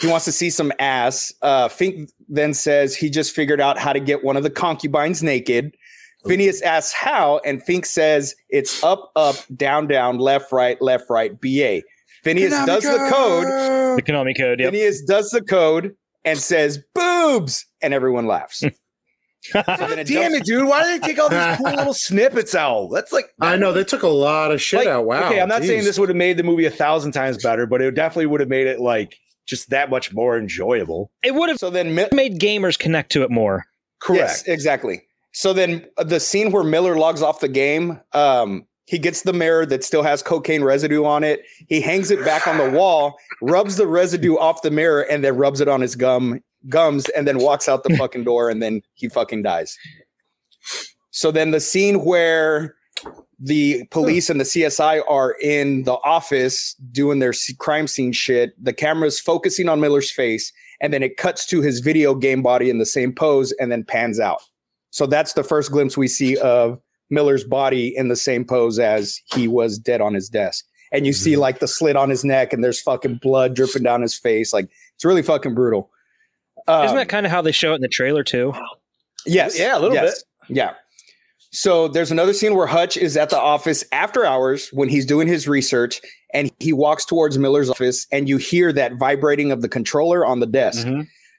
F: he wants to see some ass. Uh Fink then says he just figured out how to get one of the concubines naked. Phineas asks how, and Fink says it's up, up, down, down, left, right, left, right, BA. Phineas does the code.
E: The Konami code. Yep.
F: Phineas does the code and says boobs, and everyone laughs. So then it
D: Damn
F: jumps-
D: it, dude! Why did they take all these cool little snippets out? That's like
G: I know they took a lot of shit
D: Like,
G: out. Wow.
D: Okay, I'm not saying
G: geez.
D: this would have made the movie a thousand times better, but it definitely would have made it like just that much more enjoyable.
E: It would have
F: So then Mi-
E: made gamers connect to it more.
D: Correct.
F: Yes, exactly. So then uh, the scene where Miller logs off the game, um, he gets the mirror that still has cocaine residue on it. He hangs it back on the wall, rubs the residue off the mirror, and then rubs it on his gum gums, and then walks out the fucking door, and then he fucking dies. So then the scene where the police and the CSI are in the office doing their s- crime scene shit, the camera's focusing on Miller's face and then it cuts to his video game body in the same pose and then pans out. So that's the first glimpse we see of Miller's body in the same pose as he was dead on his desk. And you
E: Mm-hmm.
F: see like the slit on his neck and there's fucking blood dripping down his face. Like it's really fucking brutal. Um,
E: Isn't that kind of how they show it in the trailer too?
F: Yes.
D: Yeah, a little
F: bit. Yeah. So there's another scene where Hutch is at the office after hours when he's doing his research and he walks towards Miller's office and you hear that vibrating of the controller on the desk.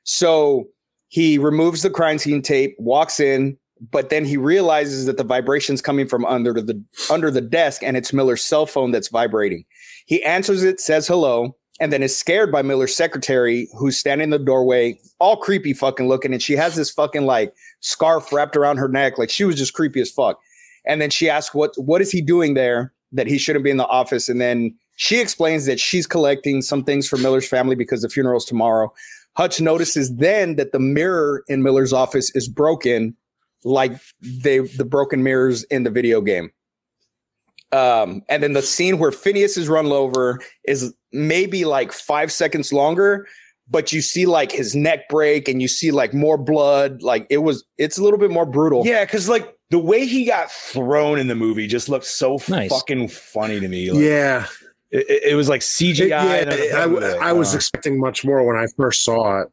F: So he removes the crime scene tape, walks in, but then he realizes that the vibration's coming from under the under the desk and it's Miller's cell phone that's vibrating. He answers it, says hello, and then is scared by Miller's secretary who's standing in the doorway, all creepy fucking looking and she has this fucking like scarf wrapped around her neck like she was just creepy as fuck. And then she asks what what is he doing there that he shouldn't be in the office and then she explains that she's collecting some things for Miller's family because the funeral's tomorrow. Hutch notices then that the mirror in Miller's office is broken, like they the broken mirrors in the video game. Um, and then the scene where Phineas is run over is maybe like five seconds longer, but you see like his neck break and you see like more blood. Like it was, it's a little bit more brutal.
D: Yeah, because like the way he got thrown in the movie just looked so
E: Nice.
D: fucking funny to me. Like,
G: Yeah,
D: it- it, it was like
G: It-
D: CGI.
G: yeah.
D: and then-
G: I, w- I was
D: Uh,
G: expecting much more when I first saw it.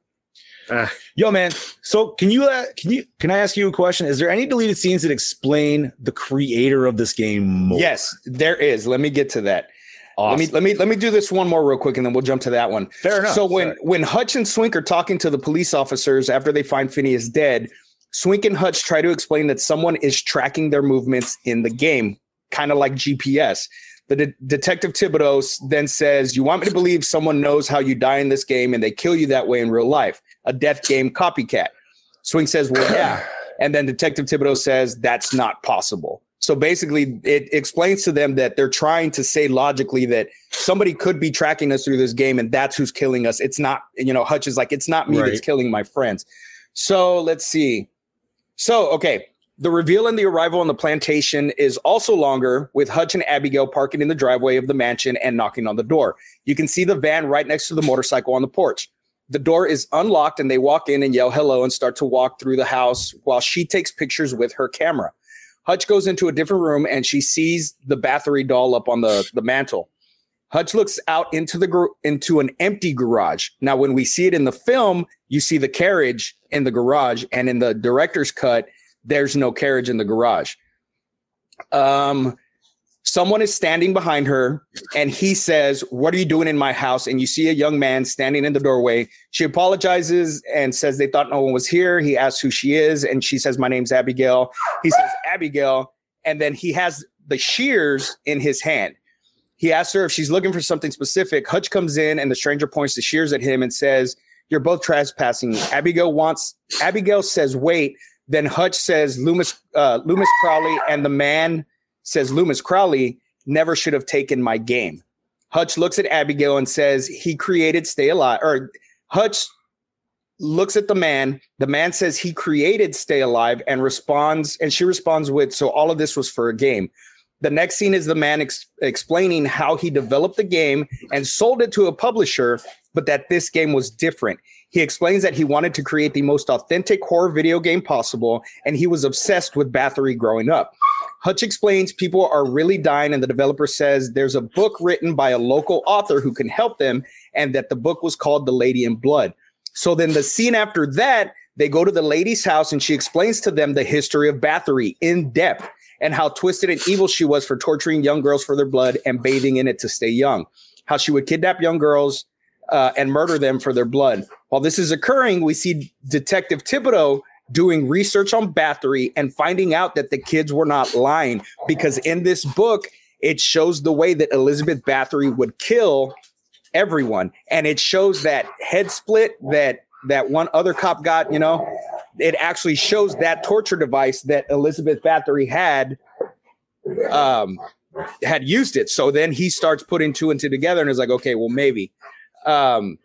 D: yo, man. So can you uh, can you can I ask you a question? Is there any deleted scenes that explain the creator of this game more?
F: Yes, there is. Let me get to that.
D: Awesome.
F: Let me let me let me do this one more real quick, and then we'll jump to that one.
D: Fair enough.
F: So when
D: Sorry.
F: when Hutch and Swink are talking to the police officers after they find Phineas dead, Swink and Hutch try to explain that someone is tracking their movements in the game, kind of like GPS. The de- detective Thibodeau s- then says, "You want me to believe someone knows how you die in this game and they kill you that way in real life? A death game copycat." Swink says, "Well, yeah." And then Detective Thibodeau says, "That's not possible." So basically, it explains to them that they're trying to say logically that somebody could be tracking us through this game and that's who's killing us. It's not, you know, Hutch is like, it's not me that's
G: Right.
F: killing my friends. So let's see. So, okay. The reveal and the arrival on the plantation is also longer, with Hutch and Abigail parking in the driveway of the mansion and knocking on the door. You can see the van right next to the motorcycle on the porch. The door is unlocked and they walk in and yell hello and start to walk through the house while she takes pictures with her camera. Hutch goes into a different room and she sees the Bathory doll up on the, the mantle. Hutch looks out into the gar- into an empty garage. Now, when we see it in the film, you see the carriage in the garage, and in the director's cut, there's no carriage in the garage. Um, someone is standing behind her, and he says, "What are you doing in my house?" And you see a young man standing in the doorway. She apologizes and says they thought no one was here. He asks who she is, and she says, "My name's Abigail." He says, "Abigail," and then he has the shears in his hand. He asks her if she's looking for something specific. Hutch comes in and the stranger points the shears at him and says, You're both trespassing. Abigail wants Abigail says, wait. Then Hutch says Loomis uh, Loomis Crowley and the man says Loomis Crowley never should have taken my game. Hutch looks at Abigail and says he created Stay Alive. Or Hutch looks at the man. The man says he created Stay Alive and responds, and she responds with, So all of this was for a game. The next scene is the man ex- explaining how he developed the game and sold it to a publisher, but that this game was different. He explains that he wanted to create the most authentic horror video game possible, and he was obsessed with Bathory growing up. Hutch explains people are really dying, and the developer says there's a book written by a local author who can help them, and that the book was called The Lady in Blood. So then the scene after that, they go to the lady's house, and she explains to them the history of Bathory in depth and how twisted and evil she was for torturing young girls for their blood and bathing in it to stay young, how she would kidnap young girls uh, and murder them for their blood. While this is occurring, we see Detective Thibodeau doing research on Bathory and finding out that the kids were not lying because in this book, it shows the way that Elizabeth Bathory would kill everyone. And it shows that head split that that one other cop got, you know, it actually shows that torture device that Elizabeth Bathory had um had used it. So then he starts putting two and two together and is like, okay, well maybe. Um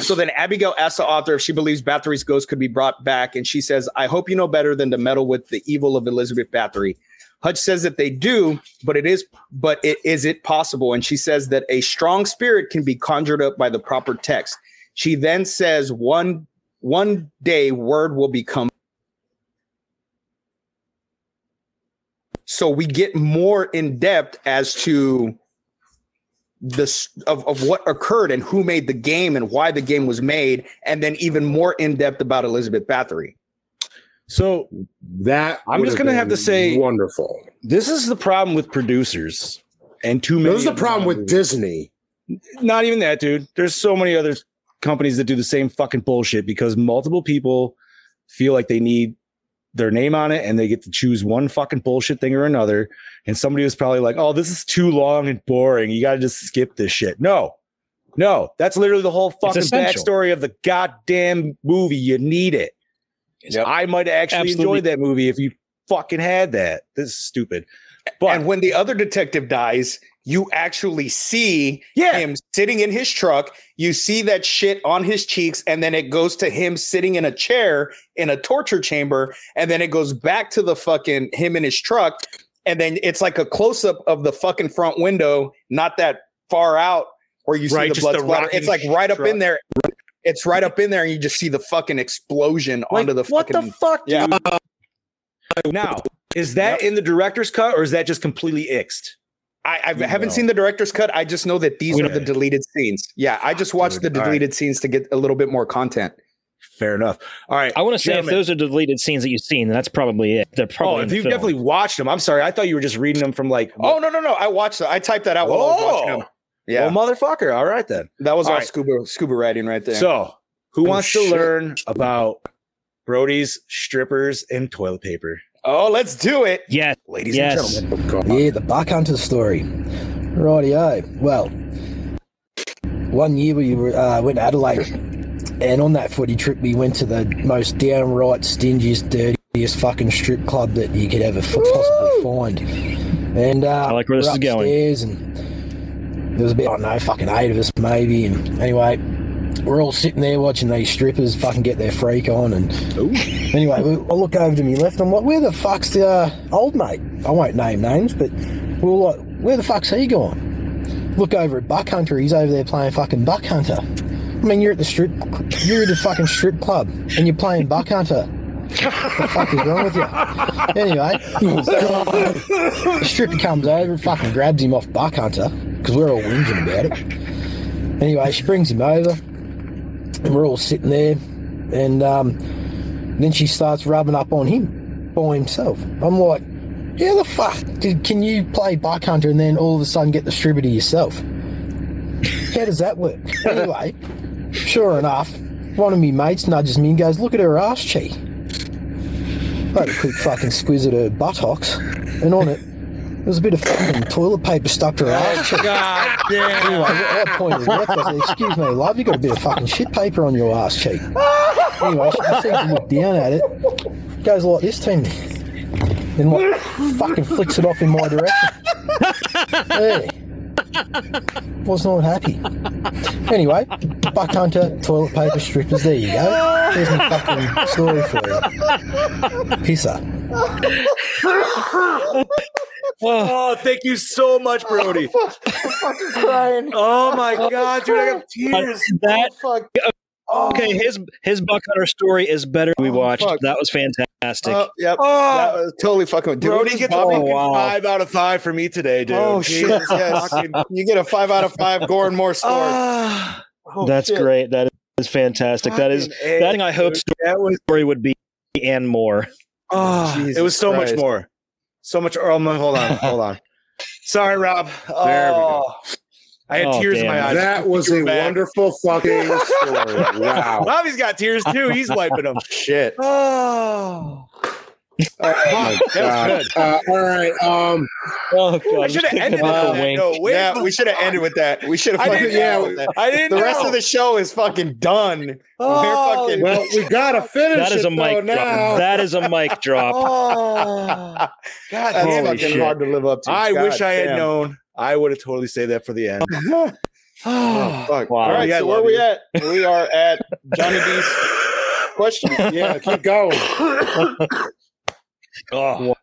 F: so then Abigail asks the author if she believes Bathory's ghost could be brought back, and she says, I hope you know better than to meddle with the evil of Elizabeth Bathory. Hutch says that they do, but it is but it is it possible? And she says that a strong spirit can be conjured up by the proper text. She then says one one day word will become so we get more in depth as to this of, of what occurred and who made the game and why the game was made, and then even more in depth about Elizabeth Bathory.
D: So
G: That
D: I'm
G: would
D: just gonna
G: been
D: have to say-
G: wonderful.
D: this is the problem with producers and too many.
G: That was the
D: of them.
G: problem with Disney.
D: Not even that, dude. There's so many other companies that do the same fucking bullshit because multiple people feel like they need their name on it and they get to choose one fucking bullshit thing or another. And somebody was probably like, "Oh, this is too long and boring. You got to just skip this shit." No. No, that's literally the whole fucking
E: essential.
D: backstory of the goddamn movie. You need it. I might actually
E: Absolutely.
D: enjoy that movie if you fucking had that. This is stupid. But
F: and when the other detective dies, you actually see
D: Yeah.
F: him sitting in his truck. You see that shit on his cheeks, and then it goes to him sitting in a chair in a torture chamber, and then it goes back to the fucking him in his truck, and then it's like a close up of the fucking front window, not that far out where you
K: Right,
F: see the
K: just
F: blood
K: the
F: splatter. It's like
K: rocking
F: right up
K: truck.
F: in there. It's right up in there, and you just see the fucking explosion onto the
D: what
F: fucking
D: the fuck,
F: yeah.
D: dude? Now, is that in the director's cut or is that just completely ixed?
F: I, I haven't
D: know.
F: seen the director's cut. I just know that these
D: Okay.
F: are the deleted scenes. Yeah, I just watched
D: Dude,
F: the
D: all right.
F: deleted scenes to get a little bit more content.
D: Fair enough. All right.
E: I want to say
D: Gentlemen.
E: if those are deleted scenes that you've seen, then that's probably it. They're probably
D: oh,
E: in
D: if
E: the
D: you've
E: film.
D: definitely watched them, I'm sorry. I thought you were just reading them from like,
F: Oh no, no, no! I watched that. I typed that out while I was watching
D: Oh.
F: them. Yeah,
D: well, motherfucker. All right, then.
F: that was
D: all
F: all
D: right.
F: scuba scuba riding right there.
D: So, who
F: Oh,
D: wants
F: shit.
D: to learn about Brody's strippers and toilet paper?
F: oh, let's do it.
E: Yes.
D: Ladies
E: Yes.
D: and gentlemen.
J: Yeah, the Buck Hunter story. Rightio. Well, one year we were, uh, went to Adelaide, and on that footy trip, we went to the most downright stingiest, dirtiest fucking strip club that you could ever f- possibly find. And uh,
E: I like where this
J: we're
E: is going.
J: upstairs And there was about I don't know, fucking eight of us maybe. And anyway, we're all sitting there watching these strippers fucking get their freak on and. Anyway, we- I look over to my left. I'm like, where the fuck's the uh, old mate? I won't name names, but we're all like, where the fuck's he gone? Look over at Buck Hunter. He's over there playing fucking Buck Hunter. I mean, you're at the strip, you're at the fucking strip club, and you're playing Buck Hunter. What the fuck is wrong with you? Anyway, the stripper comes over and fucking grabs him off Buck Hunter because we're all whinging about it. Anyway, she brings him over, and we're all sitting there, and um, then she starts rubbing up on him by himself. I'm like, how the fuck did, can you play Buck Hunter and then all of a sudden get the stripper to yourself? How does that work? Anyway, sure enough, one of me mates nudges me and goes, look at her ass cheek. I had a quick fucking squiz at her buttocks, and on it, there was a bit of fucking toilet paper stuck to her ass cheek.
D: God damn.
J: Anyway, I pointed left. I said, "Excuse me, love, you got a bit of fucking shit paper on your ass cheek." Anyway, she proceeds to look down at it. Goes like this to me, and like fucking flicks it off in my direction. Hey, was not happy. Anyway, buck hunter, toilet paper strippers. There you go. There's my fucking story for you. Pisser.
E: Oh,
D: Oh, thank you so much, Brody. Oh my god, dude, I got tears.
E: that Okay, his his buck hunter story is better. than we watched
F: fuck.
E: that was fantastic.
F: Oh, yep. That was totally fucking with
D: Brody gets a
E: Oh,
D: fucking
E: wow.
D: five out of five for me today, dude.
F: Oh shit! Oh,
D: Jesus.
F: Yes. you get a five out of five Goran Moore score.
D: Ah,
F: Oh,
E: That's
F: shit.
E: great. That is fantastic. that is
F: Fucking A,
E: that thing I hope
F: dude.
E: story
F: That was
E: would be and more.
D: ah,
F: Jesus
D: it was so
F: Christ.
D: much more. So much. Oh, my, hold on, hold on. Sorry, Rob.
F: There we go.
D: Oh, I had
E: Oh,
D: tears in
E: damn.
D: my eyes.
G: that was a
D: back.
G: wonderful fucking story. Wow.
D: Bobby's got tears too. He's wiping them.
F: shit.
D: Oh,
G: Oh, my God. Uh, all right. Um,
E: Oh
D: I should have ended with that.
E: the wink.
D: No, wait.
F: yeah, we should have ended with that. We should have
D: I
F: fucking
D: didn't
F: yeah.
D: know.
F: With that.
D: I didn't
F: The
D: know.
F: rest of the show is fucking done.
D: Oh,
F: We're fucking.
G: well, we gotta finish.
E: That is
G: it,
E: a mic
G: though,
E: drop.
G: now.
E: That is a mic drop.
D: Oh, God
F: That's
D: damn it.
F: fucking
E: shit.
F: hard to live up to.
D: I
F: God
D: wish I had
F: damn.
D: known. I would have totally saved that for the end.
F: Oh, fuck.
E: Wow.
F: All right,
D: Yeah,
F: so where
D: love
F: we
D: you.
F: at? We are at Johnny D's question.
G: yeah, keep going.
E: Oh,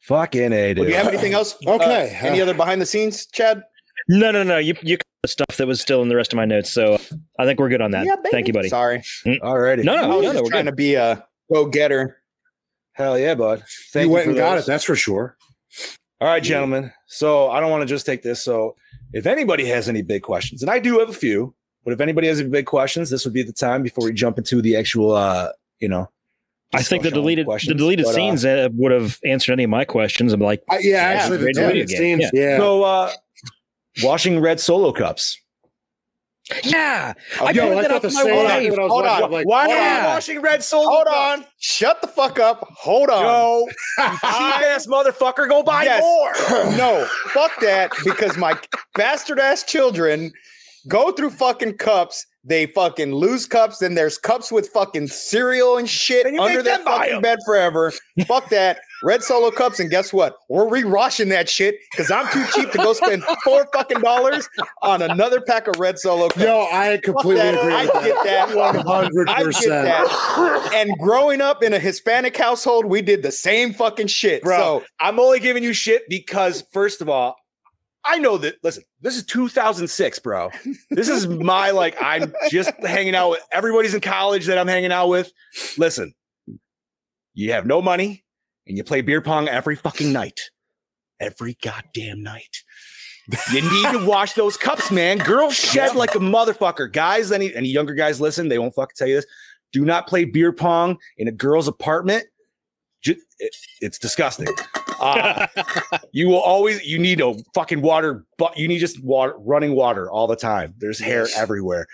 D: Fucking A,
F: Well, do you have anything else? Uh,
G: Okay.
F: any other behind the scenes, Chad?
E: No, no, no. You you cut the stuff that was still in the rest of my notes. So I think we're good on that. Thank you, buddy.
F: Sorry.
D: Alrighty.
E: No,
F: I
E: no,
F: was
E: no,
F: just
E: no. We're
F: trying
E: good.
F: to be a go getter.
D: Hell yeah, bud. Thank
G: you went and got
D: those.
G: it. That's for sure.
D: All right, gentlemen. So I don't want to just take this. So if anybody has any big questions, and I do have a few, but if anybody has any big questions, this would be the time before we jump into the actual, uh, you know,
E: I think
D: discussion
E: the
D: on
E: deleted the
D: questions.
E: deleted
D: But, uh,
E: scenes uh, would have answered any of my questions. I'm like,
G: Uh, yeah, actually, the
E: great video
G: deleted
E: game.
G: scenes.
E: Yeah.
G: Yeah.
D: So uh, washing red solo cups. Oh,
E: yeah,
F: I
G: Yo,
E: printed
G: I
E: that
G: thought
E: up
G: the
E: my
G: same
E: wife.
G: thing when I was
F: Hold
G: watching,
F: on.
G: like,
D: Why
E: Yeah.
D: are you washing red solo?
F: Hold
D: cups?
F: on. Shut the fuck up. Hold on.
D: Yo, cheap ass motherfucker, go buy
F: Yes.
D: more.
F: no, fuck that. Because my bastard ass children go through fucking cups. They fucking lose cups. Then there's cups with fucking cereal and shit
D: And you
F: under
D: make
F: their
D: them buy
F: fucking
D: 'em.
F: bed forever. fuck that. Red solo cups, and guess what? We're re-washing that shit because I'm too cheap to go spend four fucking dollars on another pack of red solo cups.
G: Yo, I completely
F: that.
G: agree.
F: I
G: with
F: get that.
G: One hundred
F: I get
G: percent.
F: that. And growing up in a Hispanic household, we did the same fucking shit.
D: Bro,
F: So
D: I'm only giving you shit because, first of all, I know that. Listen, this is 2006, bro. This is my like. I'm just hanging out with everybody's in college that I'm hanging out with. Listen, you have no money and you play beer pong every fucking night, every goddamn night. You need to wash those cups, man. Girls shed like a motherfucker. Guys, any any younger guys listen, they won't fucking tell you this. Do not play beer pong in a girl's apartment. Ju- it- it's disgusting. Uh, you will always you need a fucking water but you need just water running water all the time there's hair everywhere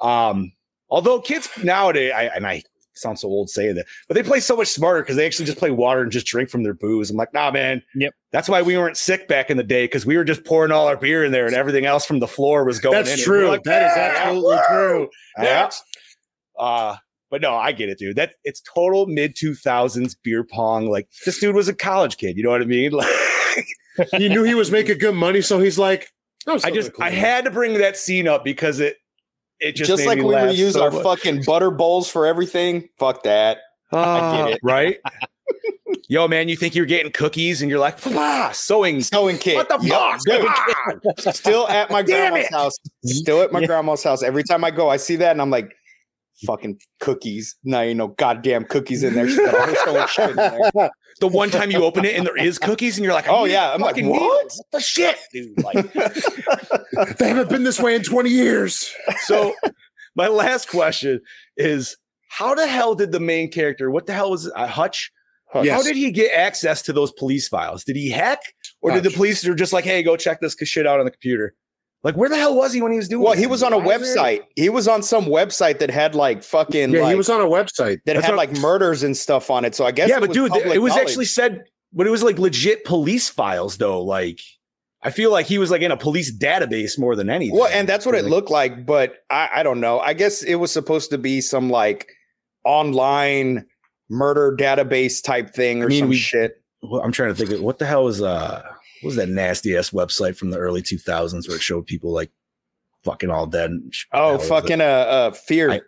D: um although kids nowadays I, and i sound so old saying that but they play so much smarter because they actually just play water and just drink from their booze i'm like nah man
E: Yep.
D: that's why we weren't sick back in the day because we were just pouring all our beer in there and everything else from the floor was going in
G: That's
D: We're
G: true.
D: like,
G: that is
D: "Yeah,
G: absolutely true.
D: yeah. Uh, but no, I get it, dude. That it's total mid two thousands beer pong. Like this dude was a college kid. You know what I mean? Like
G: He knew he was making good money, so he's like, I'm
D: I
G: still
D: just
G: gonna
D: I
G: clean.
D: had to bring that scene up because it it just,
F: just,
D: made
F: like
D: me
F: we
D: laugh
F: reuse
D: so
F: our
D: much.
F: fucking butter bowls for everything. Fuck that. I get it.
D: Ah, right. Yo, man, you think you're getting cookies and you're like, ah, sewing.
F: Sewing kit.
D: What the
F: Yup,
D: fuck?
F: dude.
D: Ah!
F: Still at my
D: Damn
F: grandma's
D: it.
F: house. Still at my
E: Yeah.
F: grandma's house. Every time I go, I see that and I'm like, fucking cookies. Now you know goddamn cookies in there. She's got all her sewing shit in there.
D: The one time you open it and there is cookies and you're like, I
F: Oh
D: need
F: yeah. I'm like,
D: fucking
F: what?
D: needles. What the shit, dude? Like,
G: They haven't been this way in twenty years.
D: So my last question is how the hell did the main character, what the hell was uh, Hutch? How
G: Yes.
D: did he get access to those police files? Did he hack or did the
G: Hutch.
D: police are just like, hey, go check this shit out on the computer? Like, where the hell was he when he was doing
F: Well,
D: that?
F: he was on a
D: Why is there-
F: website. He was on some website that had like fucking
G: Yeah, he
F: like-
G: was on a website.
F: that
D: That's
F: had
D: what-
F: like murders and stuff on it. So I guess
D: Yeah,
F: it
D: but
F: was
D: dude, th-
F: public
D: it was
F: knowledge.
D: actually said, but it was like legit police files though. Like, I feel like he was like in a police database more than anything.
F: Well, and that's what it
D: Like-
F: looked like, but I, I don't know. I guess it was supposed to be some like online murder database type thing or
D: I mean,
F: some
D: we-
F: shit.
D: Well, I'm trying to think of what the hell was uh what was that nasty ass website from the early 2000s where it showed people like fucking all dead. and sh- what the hell
F: Oh,
D: was it?
F: fucking uh, uh fear.
D: I-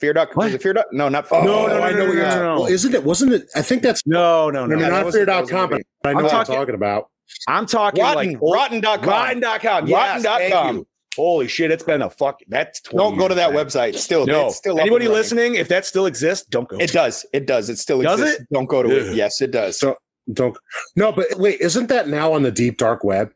F: fear dot
D: What?
F: was it fear dot? No, not
G: Oh,
F: fear.
D: no, no, no,
G: I
D: no,
G: know
D: no,
G: what you're
D: no,
G: talking
D: no.
G: Well, isn't it? Wasn't it? I think that's.
D: No, no,
G: I
D: no.
G: mean,
D: no.
F: that
G: not
F: wasn't- that
G: figured out
F: wasn't
G: competent. But I know what
D: I'm
G: I'm
D: talking-
G: talking about.
D: I'm talking
F: Rotten,
D: like old-
F: rotten.com.
D: rotten.com.
F: Rotten
D: Yes,
F: dot
D: thank
F: com.
D: you. Holy shit, it's been a fuck. That's 20
F: Don't go to
D: years
F: that
D: back.
F: website. Still,
D: No,
F: it's still up and
D: anybody
F: running.
D: listening, if that still exists, don't go.
F: It does. It does. It still
D: Does
F: exists. Don't go to
G: Ugh.
F: it. Yes, it does.
G: So- Don't no, but wait, isn't that now on the deep dark web?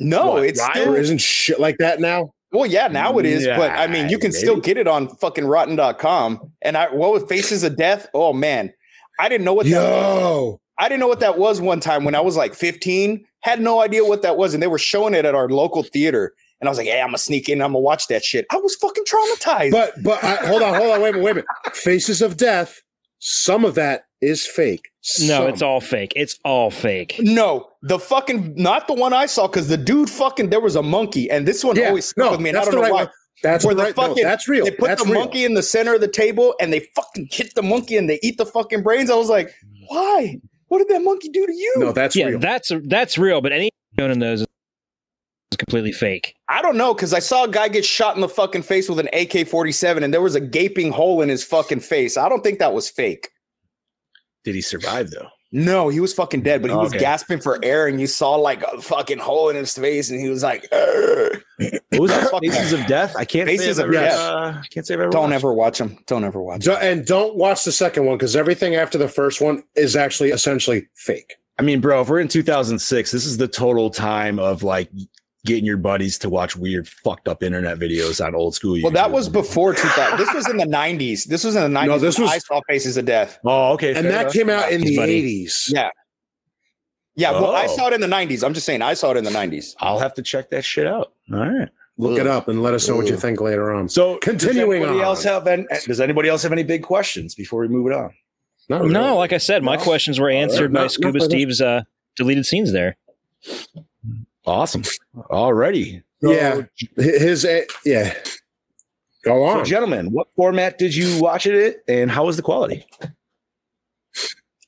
F: no,
D: What,
F: it's
D: Ryan?
G: Or
F: still
G: isn't shit like that now?
F: well, yeah, now it is, but I mean you
D: Yeah,
F: can still
D: maybe.
F: get it on fucking rotten.com. And I what with faces of death? Oh man. I didn't know what that
G: Yo,
F: I didn't know what that was one time when I was like 15, had no idea what that was. And they were showing it at our local theater. And I was like, hey, I'm gonna sneak in, I'm gonna watch that shit. I was fucking traumatized.
G: but but I, hold on, hold on, wait a minute, wait a minute. Faces of death. Some of that is fake.
E: No,
G: Some.
E: it's all fake. It's all fake.
F: no, the fucking not the one I saw, because the dude fucking there was a monkey, and this one
G: Yeah,
F: always stuck
G: no,
F: with me, and I
G: that's
F: don't
G: the right
F: know why.
G: one. That's
F: Where the
G: right. no,
F: fucking-
G: that's real.
F: They put
G: that's
F: the
G: real.
F: monkey in the center of the table and they fucking hit the monkey and they eat the fucking brains. I was like, why? What did that monkey do to you?
G: No, that's
E: yeah,
G: real.
E: that's that's real. But any known in those is completely fake.
F: I don't know because I saw a guy get shot in the fucking face with an AK 47 and there was a gaping hole in his fucking face. I don't think that was fake.
D: Did he survive though?
F: No, he was fucking dead, but he was
D: Okay.
F: gasping for air and you saw like a fucking hole in his face and he was like, "Ugh."
D: What was that?
F: Fuck
D: Faces of Death. I can't.
F: Faces
D: say
F: of Death.
D: I can't say I've ever
F: don't
D: watched.
F: ever watch him. Don't ever watch
G: Do-
F: him.
G: and don't watch the second one because everything after the first one is actually essentially fake.
D: I mean, bro, if we're in 2006, this is the total time of like getting your buddies to watch weird, fucked up internet videos on old school.
F: Well, that
D: YouTube.
F: was before 2000. this was in the 90s. This was in the 90s.
G: No, this
F: when
G: was-
F: I saw Faces of Death.
D: Oh, okay.
G: and that came out in
E: Buddies,
G: the
E: buddy.
G: eighties.
F: Yeah. Yeah, well, I
D: Oh.
F: saw it in the 90s. I'm just saying, I saw it in the 90s.
D: I'll have to check that shit out. All right.
G: Look it up and let us know what you think later on.
D: So
G: Continuing
D: Does anybody
G: on.
D: else have any, Does anybody else have any big questions before we move it on?
G: Not really.
E: No, like I said, my
G: No.
E: questions were answered
G: no,
E: by
G: no
E: Scuba
G: further.
E: Steve's uh, deleted scenes there.
D: Awesome. Alrighty.
G: yeah, hi- his eh, yeah. Go
D: So,
F: Oh.
G: on.
D: gentlemen, what format did you watch it in, and how was the quality?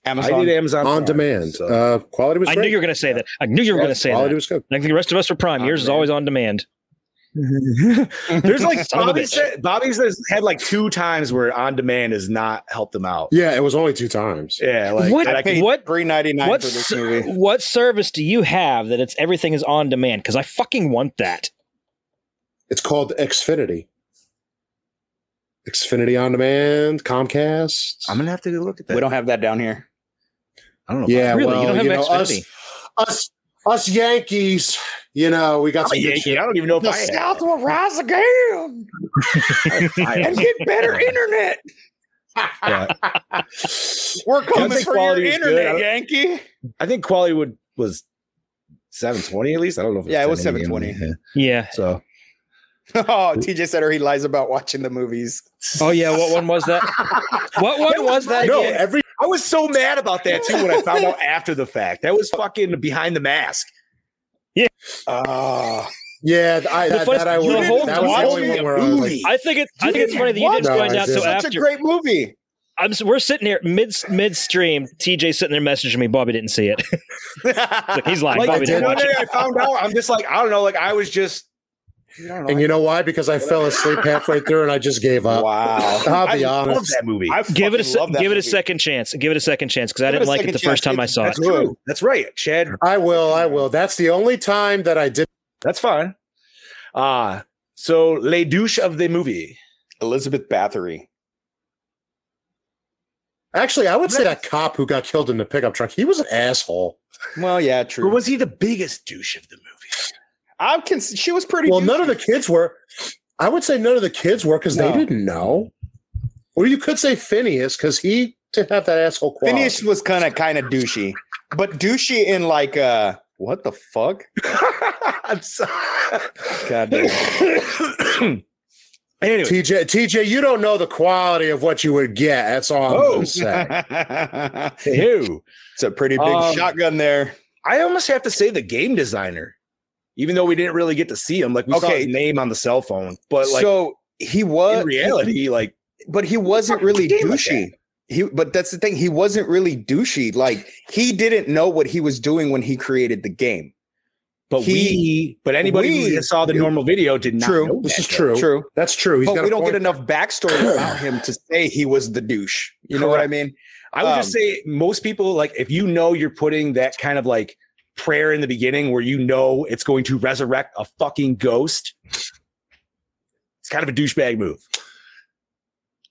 F: Amazon.
D: I did Amazon
G: on
D: Prime,
G: demand.
D: so-
G: Uh, quality was
E: I
G: great.
E: knew you were going to say that. I knew you were
G: Yeah,
E: going to say
G: quality
E: that.
G: was good.
E: I think the rest of us were prime.
F: On
E: Yours is
F: demand.
E: always on demand.
D: There's like
E: Son of a
D: Bobby
E: bitch.
D: said. Bobby's has had like two times where on demand has not helped them out.
G: Yeah, it was only two times.
D: Yeah, like
E: What-
D: that I can-
E: what-
F: Three ninety nine for
E: What
F: this
E: ser-
F: movie.
E: what service do you have that it's everything is on demand? Because I fucking want that.
G: It's called Xfinity. Xfinity on demand, Comcast.
D: I'm gonna have to go look at that.
F: We don't have that down here.
D: I don't know.
G: yeah,
E: Really? You
G: well,
E: don't have
G: know, us,
E: Xfinity?
G: us, us Yankees. You know, we got
D: I'm a
G: some good
D: Yankee.
G: shit.
D: I don't even know if I
F: South will rise again and get better internet.
D: Yeah.
F: We're
D: That's
F: coming for your
D: quality is good.
F: internet,
D: I-
F: Yankee.
D: I think quality would was 720 at least. I don't know. If
F: Yeah, it was
D: 1080.
F: 720.
D: Yeah.
E: Yeah.
D: So
F: Oh, TJ said, or he lies about watching the movies.
E: Oh yeah. What one was that? What one was that?
D: no,
E: again?
D: every I was so mad about that too when I found out after the fact. That was fucking behind the mask.
F: Ah,
G: Yeah, th- I,
E: The
G: that,
E: funny-
G: that I was.
E: the whole-
G: That was the only
F: watching
G: one
F: a
G: where I was like,
F: movie.
E: I think it. I think it's funny that you
F: What?
E: didn't
G: No,
E: find
G: I
E: out till
G: didn't.
F: such
E: after.
F: a great movie.
E: I'm, s- we're sitting here mid midstream. TJ sitting there messaging me. Bobby didn't see it. It's like, he's lying.
D: Like
E: Bobby
D: the
E: didn't
D: one
E: watch
D: day
E: it.
D: I found out, I'm just like I don't know. Like I was just. I don't know,
G: and
D: I-
G: you know why? Because I fell asleep halfway through and I just gave up.
F: Wow.
G: I'll be
D: I love
G: honest.
D: that movie.
F: I
E: Give it a
F: fucking
E: se-
F: love that
E: give it a
F: movie.
E: second chance. Give it a second chance because I
F: Give it
E: didn't
F: a
E: like it the
F: second
E: first
F: chance.
E: time I
F: It's-
E: saw it.
D: That's true. That's right, Chad.
G: I will. I will. That's the only time that I did.
D: That's fine. Uh so Les Douche of the movie.
F: Elizabeth Bathory.
G: Actually, I would say that cop who got killed in the pickup truck, he was an asshole.
F: Well, yeah,
D: Or
F: true.
D: was he the biggest douche of the movie?
F: I can. She was pretty.
G: Well, none of the kids were. I would say none of the kids were because
F: No.
G: they didn't know. Or you could say Phineas because he did have that asshole quality.
F: Phineas was kind of kind of douchey, but douchey in like uh, what the fuck?
D: I'm sorry.
F: God damn.
D: anyway,
G: TJ, TJ, you don't know the quality of what you would get. That's all. I'm
D: Oh.
G: gonna say.
F: it's
D: ew.
F: a pretty big
D: Um,
F: shotgun there.
D: I almost have to say the game designer, even though we didn't really get to see him. Like we saw
F: Okay.
D: his name on the cell phone, but like
F: so he
D: in
F: was,
D: reality, like
F: but he wasn't really
D: game like
F: douchey. He, but that's the thing. He wasn't really douchey. Like he didn't know what he was doing when he created the game.
D: but
F: He-
D: we, but anybody
F: we-
D: who saw the normal video did not.
F: True.
D: know
G: This
D: that,
G: is
D: though.
G: true.
F: True,
G: That's true. He's
F: but
G: got
F: we
G: a
F: don't
G: point.
F: get enough backstory about him to say he was the douche. You know what I mean?
D: I would just
F: Um,
D: say most people like if you know you're putting that kind of like prayer in the beginning where you know it's going to resurrect a fucking ghost, kind of a douchebag move.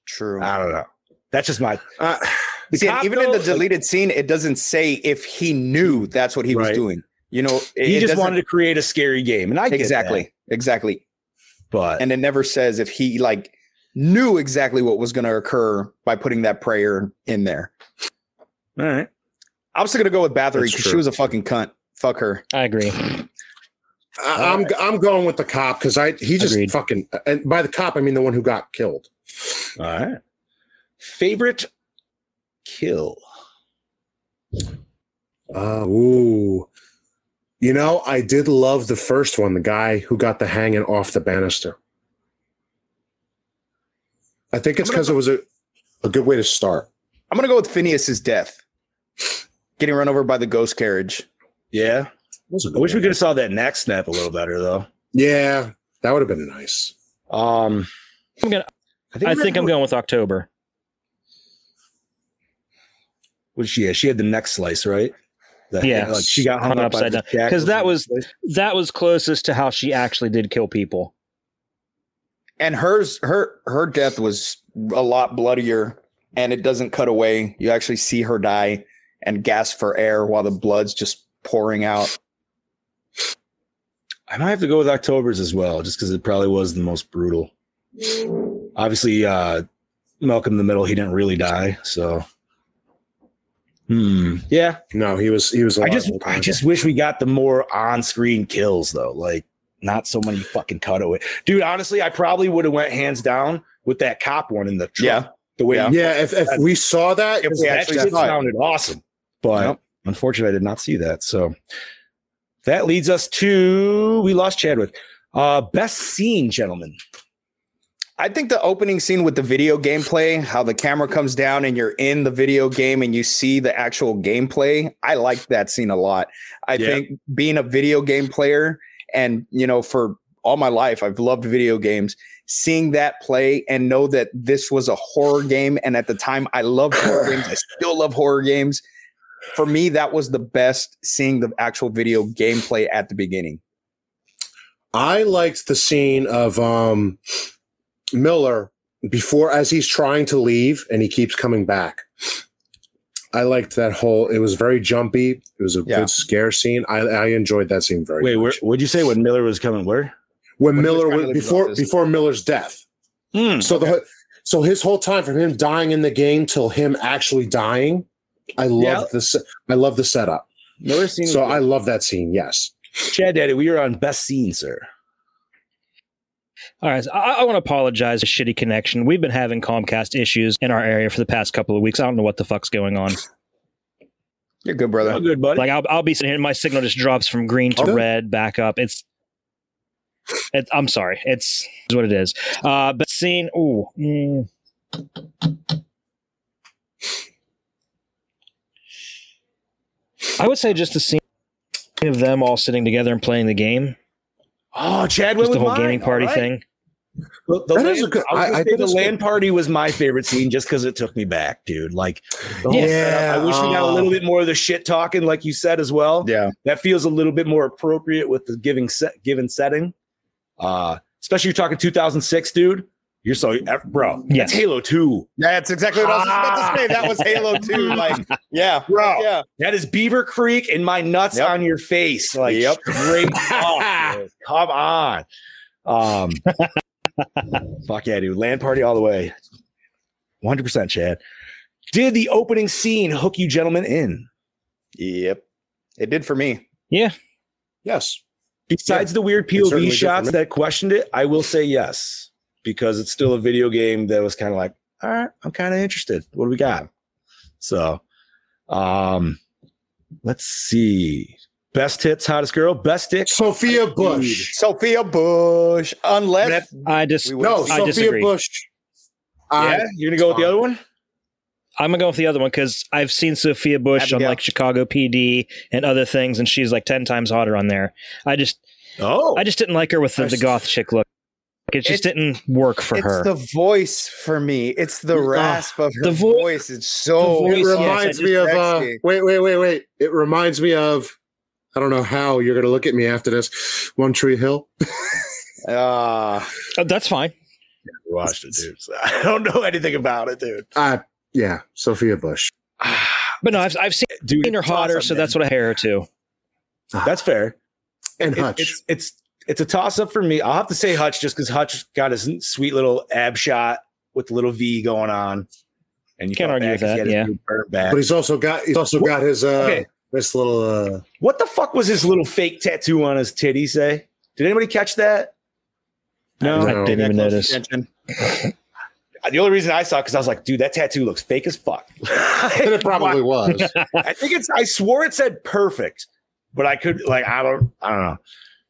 F: True.
D: I don't know. That's just my.
F: Uh, see, and
D: cop,
F: even in the
D: though,
F: deleted scene, it doesn't say if he knew that's what he
D: Right.
F: was doing. You know, it,
D: He
F: it
D: just
F: doesn't-
D: wanted to create a scary game, and I get
F: exactly,
D: that,
F: exactly.
D: but
F: And it never says if he like knew exactly what was going to occur by putting that prayer in there.
D: all right.
F: I'm still going to go with Bathory
G: That's
F: because she
G: true.
F: was a fucking cunt. Fuck her.
E: I agree.
G: I, I'm I'm going with the cop because I he just
E: Agreed.
G: fucking and by the cop I mean the one who got killed.
D: All right. Favorite kill.
G: Uh, ooh, you know I did love the first one, the guy who got the hanging off the banister. I think it's because it was a a good way to start.
F: I'm going to go with Phineas's death, getting run over by the ghost carriage.
D: Yeah.
G: Was a good
D: I wish we
G: one.
D: could have saw that neck snap a little better though.
G: Yeah, that would have been nice.
D: Um,
E: I'm gonna,
D: I
E: I think I'm
D: going.
E: going with October.
D: Was she? Yeah, she had the neck slice, right? The-
E: Yeah.
D: like she got hung,
E: Hung
D: up by
E: upside
D: the
E: down.
D: jack
E: 'Cause that
D: or
E: was-
D: something.
E: That was closest to how she actually did kill people.
F: And hers, her, her death was a lot bloodier, and it doesn't cut away. You actually see her die and gasp for air while the blood's just pouring out.
D: I might have to go with October's as well, just because it probably was the most brutal. Obviously, uh, Malcolm in the Middle, he didn't really die, so. Hmm. Yeah,
G: No, he was he was.
D: I
G: alive
D: just
G: the whole
D: I
G: time.
D: just wish we got the more on-screen kills though, like not so many fucking cutaway. Dude, honestly, I probably would have went hands down with that cop one in the truck.
F: Yeah.
D: The way
F: Yeah.
G: yeah. If if we saw that,
D: If
G: because
D: we
G: that
D: actually
G: shit
D: did
F: saw it.
D: sounded awesome. But
F: Yep.
D: unfortunately, I did not see that. So that leads us to we lost Chadwick. Uh best scene, gentlemen.
F: I think the opening scene with the video gameplay, how the camera comes down and you're in the video game and you see the actual gameplay, I like that scene a lot. I
D: Yeah.
F: think being a video game player and, you know, for all my life, I've loved video games. Seeing that play and know that this was a horror game. And at the time, I loved horror games. I still love horror games. For me, that was the best seeing the actual video gameplay at the beginning.
G: I liked the scene of um, Miller before as he's trying to leave and he keeps coming back. I liked that whole. It was very jumpy. It was a
F: Yeah.
G: good scare scene. I, I enjoyed that scene very
D: Wait,
G: much.
D: where what'd you say when Miller was coming? Where?
G: when
F: When he was
G: Miller
F: trying
G: was
F: to leave his
G: before
F: office. Mm-hmm.
G: before Miller's death.
D: Hmm.
G: So the the so his whole time from him dying in the game till him actually dying. I love
D: Yeah.
G: this. I love the setup.
D: Miller scene.
G: So I love that scene. Yes.
D: Chad Daddy, we are on best scene, sir.
E: All right. so I, I want to apologize for shitty connection. We've been having Comcast issues in our area for the past couple of weeks. I don't know what the fuck's going on.
F: You're good, brother.
D: Oh, good, buddy.
E: Like I'll, I'll be sitting here, and my signal just drops from green to
G: Okay.
E: red, back up. It's, it's I'm sorry. It's, it's what it is. Uh, but seeing, ooh, mm. I would say just the scene of them all sitting together and playing the game,
D: oh, Chad went
E: just
D: with
E: the whole
D: mine.
E: gaming party
D: All right.
E: thing.
D: Well, the
G: That
D: land,
G: is a good-
D: I, was
G: I-
D: gonna
G: I
D: say
G: think
D: the
G: it's good.
D: land party was my favorite scene just because it took me back, dude. Like, the whole
E: Yeah.
D: setup. I wish we got a
G: uh,
D: little bit more of the shit talking, like you said as well.
F: Yeah.
D: That feels a little bit more appropriate with the giving set, given setting. Uh, especially you're talking 2006, dude. You're so ev- bro.
E: Yes.
D: That's Halo 2.
F: That's exactly what I was just about to say. That was Halo 2. Like, yeah.
D: Bro,
F: Yeah.
D: that is Beaver Creek and my nuts
F: Yep.
D: on your face. Like,
F: Yep.
D: straight up, dude. Come on. Um, fuck yeah, dude. Land party all the way. 100% Chad. Did the opening scene hook you gentlemen in?
F: Yep. It did for me.
G: Yes.
D: Besides the weird
G: it certainly
D: POV
G: did for
D: shots
G: me.
D: that questioned it, I will say yes because it's still a video game that was kind of like, all right, I'm kind of interested. What do we got? So, um, let's see. Best hits, hottest girl, best dick.
G: Sophia Bush.
F: Sophia Bush. Unless
E: I just
F: we would
G: No,
E: I
G: Sophia
E: disagree.
G: Bush. I-
D: yeah, you're gonna go with the other one.
E: I'm gonna go with the other one because I've seen Sophia Bush on
F: Abigail.
E: like Chicago PD and other things, and she's like ten times hotter on there. I just,
D: Oh,
E: I just didn't like her with the, the
G: Nice.
E: goth chick look. It just didn't work for
F: it's
E: her.
F: the voice for me. It's the rasp of her
E: the vo-
F: voice. It's so
E: the
G: it
E: voice, yes, I
G: reminds
E: just-
G: me of uh,
F: Sexy.
G: wait, wait, wait, wait. It reminds me of I don't know how you're gonna look at me after this. One Tree Hill.
F: uh,
E: Uh, that's fine.
L: watched it, dude. So I don't know anything about it, dude.
G: Uh, yeah, Sophia Bush.
E: But no, I've, I've seen,
D: Dude,
E: her
D: it's
E: hotter,
D: awesome,
E: so
D: man.
E: that's what I hair her to.
D: That's fair.
G: And
D: It-
G: Hutch.
D: it's it's it's a toss up for me. I'll have to say Hutch just because Hutch got his sweet little ab shot with the little V going on, and you
E: Can't
D: come
E: argue
D: back,
E: with
D: he's
E: that,
D: got his
E: yeah.
D: new Burn back.
G: but he's also got he's also got his uh
D: Okay.
G: this little uh
D: What the fuck was his little fake tattoo on his titty say? Did anybody catch that? No,
E: I didn't even
F: Close
E: notice.
F: attention.
D: The only reason I saw because I was like, dude, that tattoo looks fake as fuck.
G: and it probably was.
D: I think it's. I swore it said perfect, but I could like I don't. I don't know.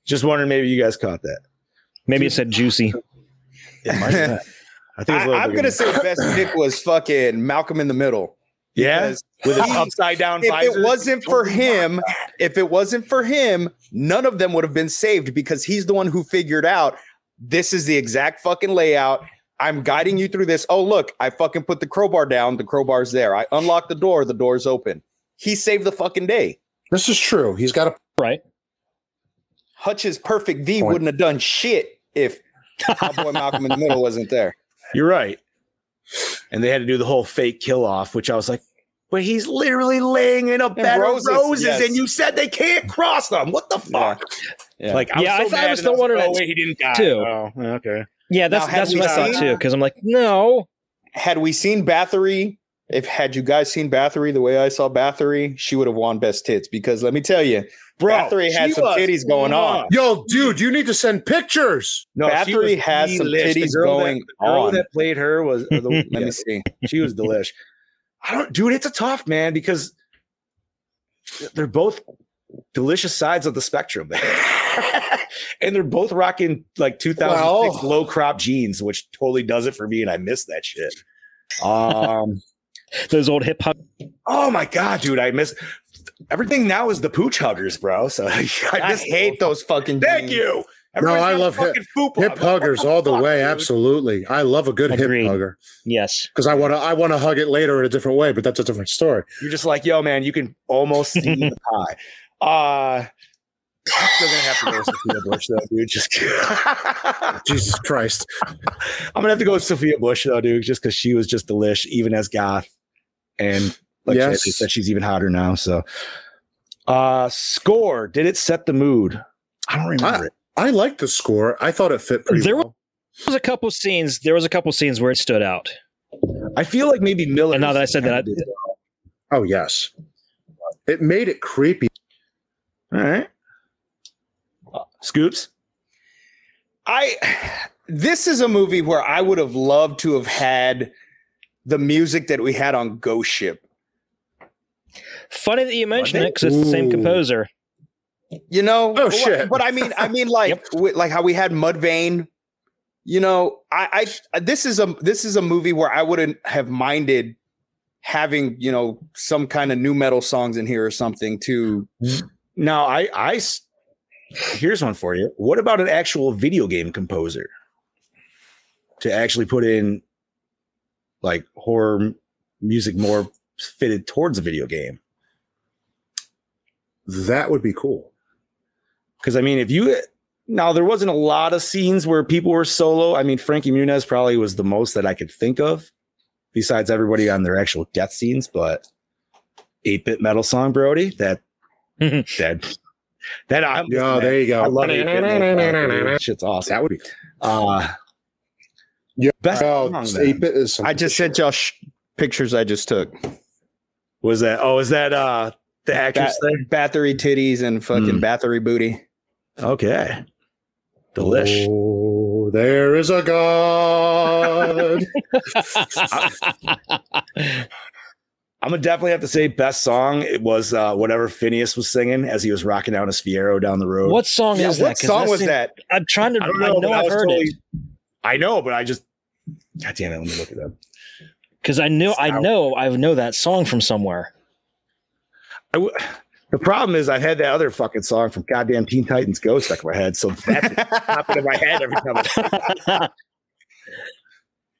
D: Just wondering, maybe you guys caught that.
E: Maybe it said juicy.
D: It might have been. I think it's a little
F: I, am
D: bigger
F: gonna
D: than-
F: say best pick was fucking Malcolm in the Middle.
D: yeah,
F: Because
D: with an
F: he-
D: upside down.
F: if
D: visor.
F: it wasn't for him, if it wasn't for him, none of them would have been saved because he's the one who figured out this is the exact fucking layout. I'm guiding you through this. Oh, look, I fucking put the crowbar down. The crowbar's there. I unlock the door. The door's open. He saved the fucking day.
G: This is true. He's got a
E: Right.
F: Hutch's perfect V
G: Point.
F: wouldn't have done shit if my boy Malcolm in the Middle wasn't there.
D: You're right. And they had to do the whole fake kill off, which I was like, but he's literally laying in a bed
F: roses,
D: of roses,
F: yes.
D: and you said they can't cross them. What the fuck?
F: Yeah.
D: Like, I
E: Yeah, I
D: was so
E: thought- I
D: mad
E: was
D: and
E: still
D: like,
E: wondering
D: oh,
E: that
D: wait, he didn't die.
E: too.
D: Oh, okay.
E: Yeah, that's
F: Now, had
E: that's
F: we
E: what I thought
F: seen-
E: too. Because I'm like, no,
F: had we seen Bathory, if had you guys seen Bathory the way I saw Bathory, she would have won best tits because let me tell you,
D: Bro,
F: Bathory
D: she
F: had some
D: was
F: titties going on.
G: yo, dude, you need to send pictures.
D: No, she
F: Bathory
D: was
F: has some
D: delish. The
F: titties
D: girl that-
F: going
D: the girl
F: on.
D: that played her was. Or the,
F: Let me
D: yes,
F: see.
D: she was delish. I don't, dude. It's a tough man because they're both delicious sides of the spectrum, and they're both rocking like 2006
G: Well-
D: low crop jeans, which totally does it for me, and I miss that shit. Um.
E: those old hip hop.
D: oh my god, dude, I miss everything. Now is the pooch huggers, bro. So I,
F: I
D: just
F: hate those fucking.
D: Thank
F: jeans.
D: you.
G: I
D: got a
G: love hip-
D: fucking fupa.
G: Hip huggers all the
D: fuck,
G: way,
D: dude?
G: absolutely. I love a good
E: Agreed.
G: hip hugger
E: Yes.
G: because I want to I want to hug it later in a different way, but that's a different story.
D: You're just like, yo, man, you can almost see the pie. Uh, I'm still gonna have to go with Sophia Bush though, dude. Just
G: Jesus Christ.
D: I'm gonna have to go with Sophia Bush though, dude, just because she was just delish, even as goth, and like
G: Yes.
D: she said, she's even hotter now. So, uh, score did it set the mood? I don't remember it.
G: I like the score. I thought it fit pretty
E: There
G: well.
E: There was a couple scenes. There was a couple scenes where it stood out.
D: I feel like maybe Miller.
E: And now that I said that, I-
D: did it.
G: Oh yes. It made it creepy.
D: all right, Scoops.
F: I this is a movie where I would have loved to have had the music that we had on Ghost Ship.
E: Funny that you mentioned it because it's the same
G: Ooh.
E: composer.
F: You know,
G: Oh,
F: but,
G: shit.
F: But I mean, I mean, like,
E: Yep.
F: wi- like how we had Mudvayne. You know, I, I this is a this is a movie where I wouldn't have minded having you know some kind of new metal songs in here or something to
D: Now, I, I, s- here's one for you. What about an actual video game composer to actually put in like horror m- music more fitted towards a video game?
G: That would be cool.
D: Because I mean, if you now there wasn't a lot of scenes where people were solo. I mean, Frankie Muniz probably was the most that I could think of, besides everybody on their actual death scenes. But eight bit metal song, Brody, that that that I'm
G: Yeah, there you
D: I
G: go.
D: love it. That Shit's awesome.
G: That would be cool.
D: Uh,
G: Yeah.
D: Best
G: Oh,
D: song
G: eight
D: then
G: bit is some-
F: i just sent y'all sh- pictures i just took
D: was that? Oh, is that uh the actress thing?
F: bathory titties and
D: Mm.
F: fucking bathory booty
D: Okay, delish.
G: Oh, there is a god.
D: I'm gonna definitely have to say best song. It was uh whatever Phineas was singing as he was rocking out his Fiero down the road.
E: what song
F: yeah,
E: is that?
F: what
E: 'Cause
F: song was
E: seems-
F: that
E: I'm trying to. I, know,
D: but
E: I've
D: was
E: heard it
D: totally- I know, but I just. God damn it! Let me look it up.
E: because I knew. I know. I know that song from somewhere.
D: I w- the problem is I've had that other fucking song from goddamn Teen Titans Go stuck in my head, so that's popping in my head every time. I-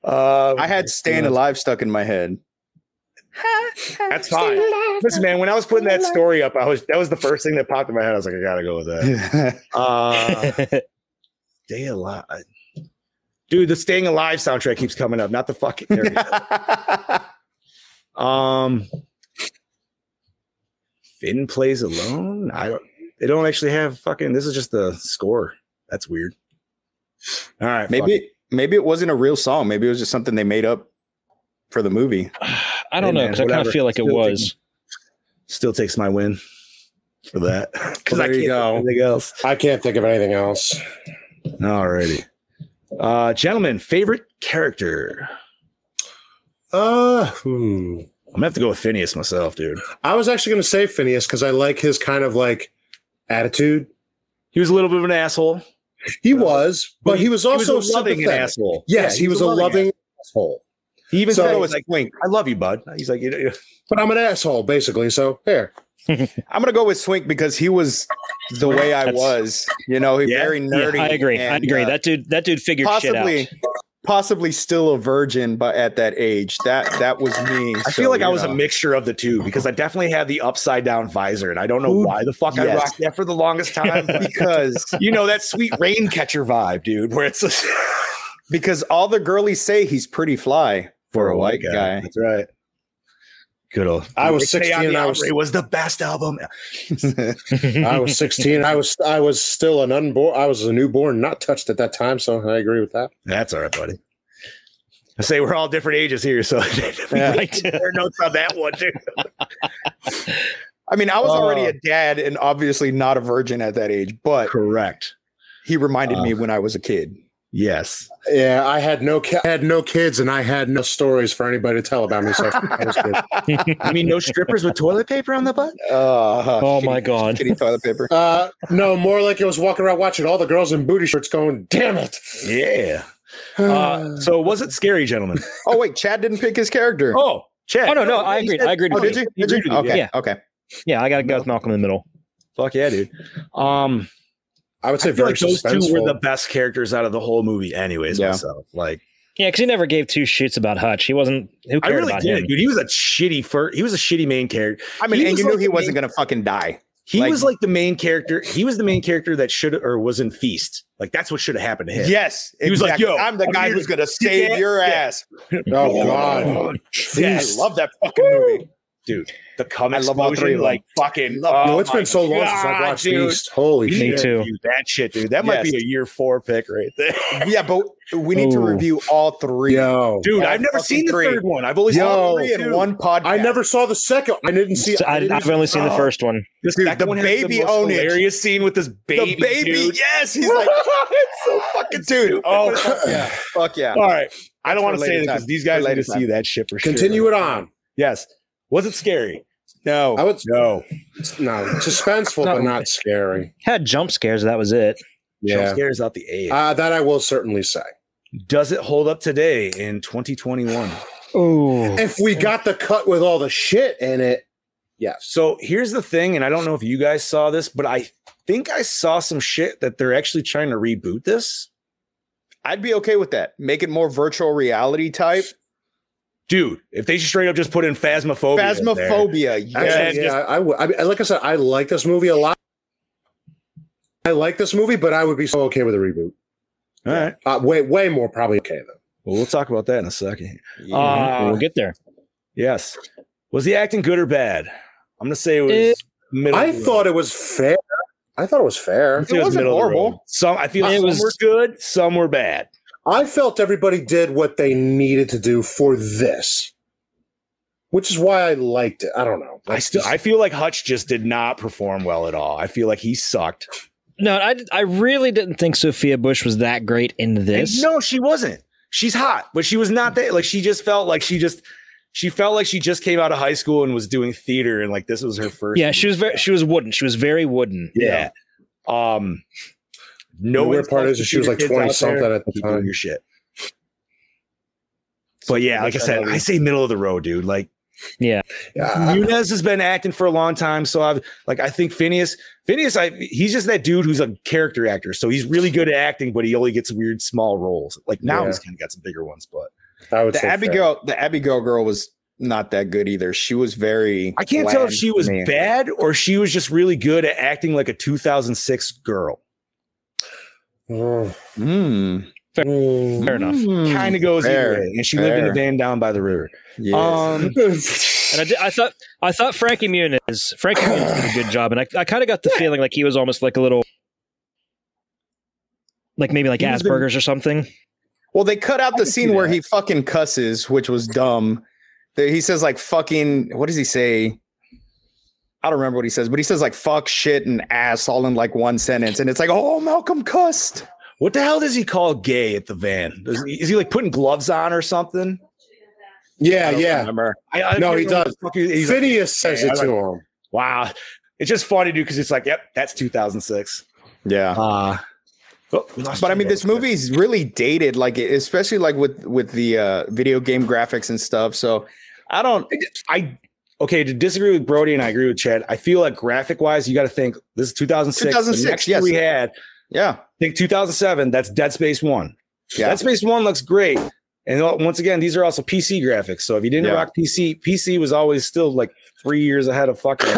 D: Uh,
F: i had staying alive stuck in my head
D: That's fine. Listen, man, when I was putting that story up, I was that was the first thing that popped in my head. I was like, I Uh, gotta go with that. Uh, Day Alive, Dude, the Staying Alive soundtrack keeps coming up, not the fucking. There we go. um, Finn plays alone. I don't. They don't actually have fucking. This is just the score. That's weird. All right, fuck
F: Maybe maybe it wasn't a real song. Maybe it was just something they made up for the movie.
E: I don't know
D: man,
E: because I kind
D: whatever.
E: of feel like it
D: Still
E: was.
D: Still takes my win for that because
G: Well,
D: I
G: there
D: can't
G: you
D: go.
G: go.
D: anything else.
G: I can't think of anything else.
D: Alrighty, uh, gentlemen, favorite character.
G: Uh, hmm.
D: I'm gonna have to go with Phineas myself, dude.
G: I was actually going to say Phineas because I like his kind of like attitude.
D: He was a little bit of an asshole,
G: He was, but he was also
D: Uh, a loving an
G: sympathetic.
D: asshole.
G: Yes,
D: Yeah,
G: he was a loving asshole.
D: He even
G: So-
D: said it was like, "Wink, I love you, bud." He's like, you know,
G: But I'm an asshole, basically. So here,
F: I'm gonna go with Swink because he was the way I
E: That's-
F: was. You know, he
D: Yeah.
F: very
E: Yeah,
F: nerdy.
E: I agree. I
F: and,
E: agree.
F: uh,
E: that dude. That dude figured
F: possibly
E: shit
F: possibly still a virgin, but at that age, that that was me.
D: I feel like I was a mixture of the two because I definitely had the upside down visor, and I don't know
F: Who-
D: why the fuck I
F: yes.
D: rocked that for the longest time. but-
F: because
D: you know that sweet rain catcher vibe, dude, where it's just
F: because all the girlies say he's pretty fly for
D: Oh,
F: a white guy.
D: That's right. Good old.
G: I was
D: They say
G: 16 and I
D: Omni
G: was-
D: Omri was the best album.
G: I was 16. I was I was still an unborn. I was a newborn, not touched at that time. So I agree with that.
D: That's all right, buddy. I say we're all different ages here, so we
E: out.
D: can
E: Right?
D: compare notes on that one too.
F: I mean, I was already
D: Uh,
F: a dad and obviously not a virgin at that age, but
D: Correct.
F: he reminded me when I was a kid.
D: Yes.
G: Yeah, I had no ki- I had no kids, and I had no stories for anybody to tell about me. So I was good.
D: I mean, no strippers with toilet paper on the butt.
F: Uh,
E: oh my god.
F: shitty toilet paper.
G: Uh, no, more like it was walking around watching all the girls in booty shorts, going, "Damn it!"
D: Yeah. Uh, so was it scary, gentlemen?
F: Oh wait, Chad didn't pick his character. Oh,
D: Oh, Chad.
E: Oh no, no, I agreed. I agreed. With
F: did
E: you.
F: you? Did you? Okay,
E: Yeah.
F: okay.
E: Yeah, I got to go with Malcolm in the Middle.
D: Fuck yeah, dude. Um,
G: I would say
D: I feel
G: very
D: like those
G: suspenseful.
D: two were the best characters out of the whole movie, anyways.
F: Yeah.
D: Myself, like
E: Yeah, because he never gave two shits about Hutch. He wasn't. Who
D: I
E: cared
D: really
E: about
D: did,
E: him?
D: dude. He was a shitty first. He was a shitty main character.
F: I mean,
D: He
F: and
D: was
F: you knew
D: like
F: he
D: the
F: wasn't
D: main-
F: gonna fucking die.
D: He
F: Like-
D: was like the main character. He was the main character that should or was in Feast. Like that's what should have happened to him.
F: Yes,
D: He was like, "Yo,
F: I'm the
D: I'm
F: guy
D: here
F: who's
D: to-
F: gonna save
D: can't-
F: your
D: yeah.
F: ass."
G: Oh God!
D: Yeah, I
G: Feast.
D: love that fucking movie, dude. The cum
F: I love all
D: explosion,
F: three of them.
D: like fucking.
G: no,
D: oh
G: it's been
D: my
G: so long since I've
D: God,
G: watched
D: dude.
G: Feast. Holy
D: You should
E: Me
G: shit!
E: too.
D: review That shit, dude. That might
F: Yes.
D: be a year four pick right there,
F: yeah, but we need to
E: Ooh.
F: review all three.
G: Yo,
D: dude.
F: Yeah,
D: I've never
F: fucking
D: seen the
F: three.
D: third one. I've only
G: Yo,
D: seen
F: Three
D: three
F: in
D: and
F: one podcast.
G: I never saw the second. I didn't see.
E: I,
G: didn't
E: I've
G: even-
E: only seen the first one.
F: Dude,
D: Second
F: the
D: one has the
F: baby
D: most
F: owned it.
D: hilarious scene with this baby.
F: the baby.
D: dude.
F: Yes, he's like,
D: it's so fucking
F: dude. Oh, fuck yeah, fuck yeah.
D: All right. I don't
F: for
D: want to
F: later
D: say that because
F: time.
D: these
F: For
D: guys need
F: later
D: to see
F: time.
D: that shit for sure.
G: Continue it on.
D: Yes. Was it scary? No.
G: I would
D: no.
G: no suspenseful,
E: No.
G: but not scary.
E: Had jump scares. That was it.
D: Jump
G: Yeah,
D: scares out the age.
G: uh, that I will certainly say.
D: Does it hold up today in 2021?
E: Oh,
G: If we got the cut with all the shit in it, yes.
D: So here's the thing, and I don't know if you guys saw this, but I think I saw some shit that they're actually trying to reboot this.
F: I'd be okay with that. Make it more virtual reality type.
D: Dude, if they straight up just put in Phasmophobia. in there.
F: Phasmophobia.
D: Yeah,
G: Actually, yeah, I would. I mean, like I said, I like this movie a lot. I like this movie, but I would be so okay with a reboot.
D: All right.
G: Uh, way, way more probably okay though.
D: Well, we'll talk about that in a second.
F: Yeah.
D: Uh,
E: we'll get there.
D: yes. Was the acting good or bad? I'm gonna say it was
E: It-
D: middle.
G: I
D: of the road.
G: thought it was fair. I thought it was fair.
D: It, was
F: wasn't
D: middle of the road.
F: horrible.
D: Some I feel
E: It
D: some
E: was-
D: were good, some were bad.
G: I felt everybody did what they needed to do for this, which is why I liked it. I don't know.
D: I still I feel like Hutch just did not perform well at all. I feel like he sucked.
E: No, I, I really didn't think Sophia Bush was that great in
D: And
E: this.
D: no, she wasn't. She's hot, but she was not that. Like she just felt like she just she felt like she just came out of high school and was doing theater and like this was her first.
E: yeah, she was very. She was wooden. She was very wooden.
D: yeah. Um no
G: The weird part
D: insult
G: is
D: to
G: that she was, like,
D: theater kids out
G: 20-something
D: there.
G: at the
D: Keep doing
G: time.
D: Your shit. But yeah, like I said, I say middle of the road, dude. Like
G: Yeah,
D: Nunez has been acting for a long time, so I've like I think Phineas, Phineas, I he's just that dude who's a character actor, so he's really good at acting, but he only gets weird small roles. Like now
G: Yeah.
D: he's kind of got some bigger ones, but
G: I would
F: the
G: say
F: Abigail, the Abigail girl was not that good either. She was very.
D: I can't tell if
F: bland
D: she was
F: to me.
D: bad or she was just really good at acting like a 2006 girl.
G: fair. Mm.
F: Mm.
E: Fair, fair enough.
G: Hmm,
D: Kind of goes
F: Fair.
D: either way. And she lived in a
F: Fair.
D: van down by the river.
F: Yes.
D: Um,
E: And I, did, I thought I thought Frankie Muniz Frankie Muniz did a good job, and I, I kind of got the feeling like he was almost like a little, like maybe like
D: He's been-
E: Asperger's or something.
F: Well, they cut out the
D: see
F: scene where
D: that.
F: he fucking cusses, which was dumb. That He says like fucking. What does he say? I don't remember what he says, but he says like fuck, shit, and ass all in like one sentence, and it's like, oh, Malcolm cussed.
D: what the hell does he call gay at the van? Does he- is he like putting gloves on or something?
G: Yeah, yeah.
D: Remember? I, I
G: No,
D: can't
G: he
D: remember
G: does.
D: what the fuck he- he's like,
G: Phineas says
D: Yeah,
G: it
D: I
G: to him.
D: wow. It's just funny, dude, because it's like, yep, that's 2006.
F: Yeah.
D: Uh, oh, we lost
F: but I
D: Jay
F: mean,
D: there.
F: this movie's really dated, like e, especially like with with the uh, video game graphics and stuff. So I don't.
D: I okay to disagree with Brody and I agree with Chad. I feel like graphic wise, you got to think this is 2006. The
F: 2006,
D: next year
F: yes.
D: we had
F: Yeah,
D: think 2007. That's Dead Space One.
F: Yeah.
D: Dead Space One looks great. And o- once again, these are also PC graphics. So if you didn't
F: Yeah.
D: rock PC, PC was always still like three years ahead of fucking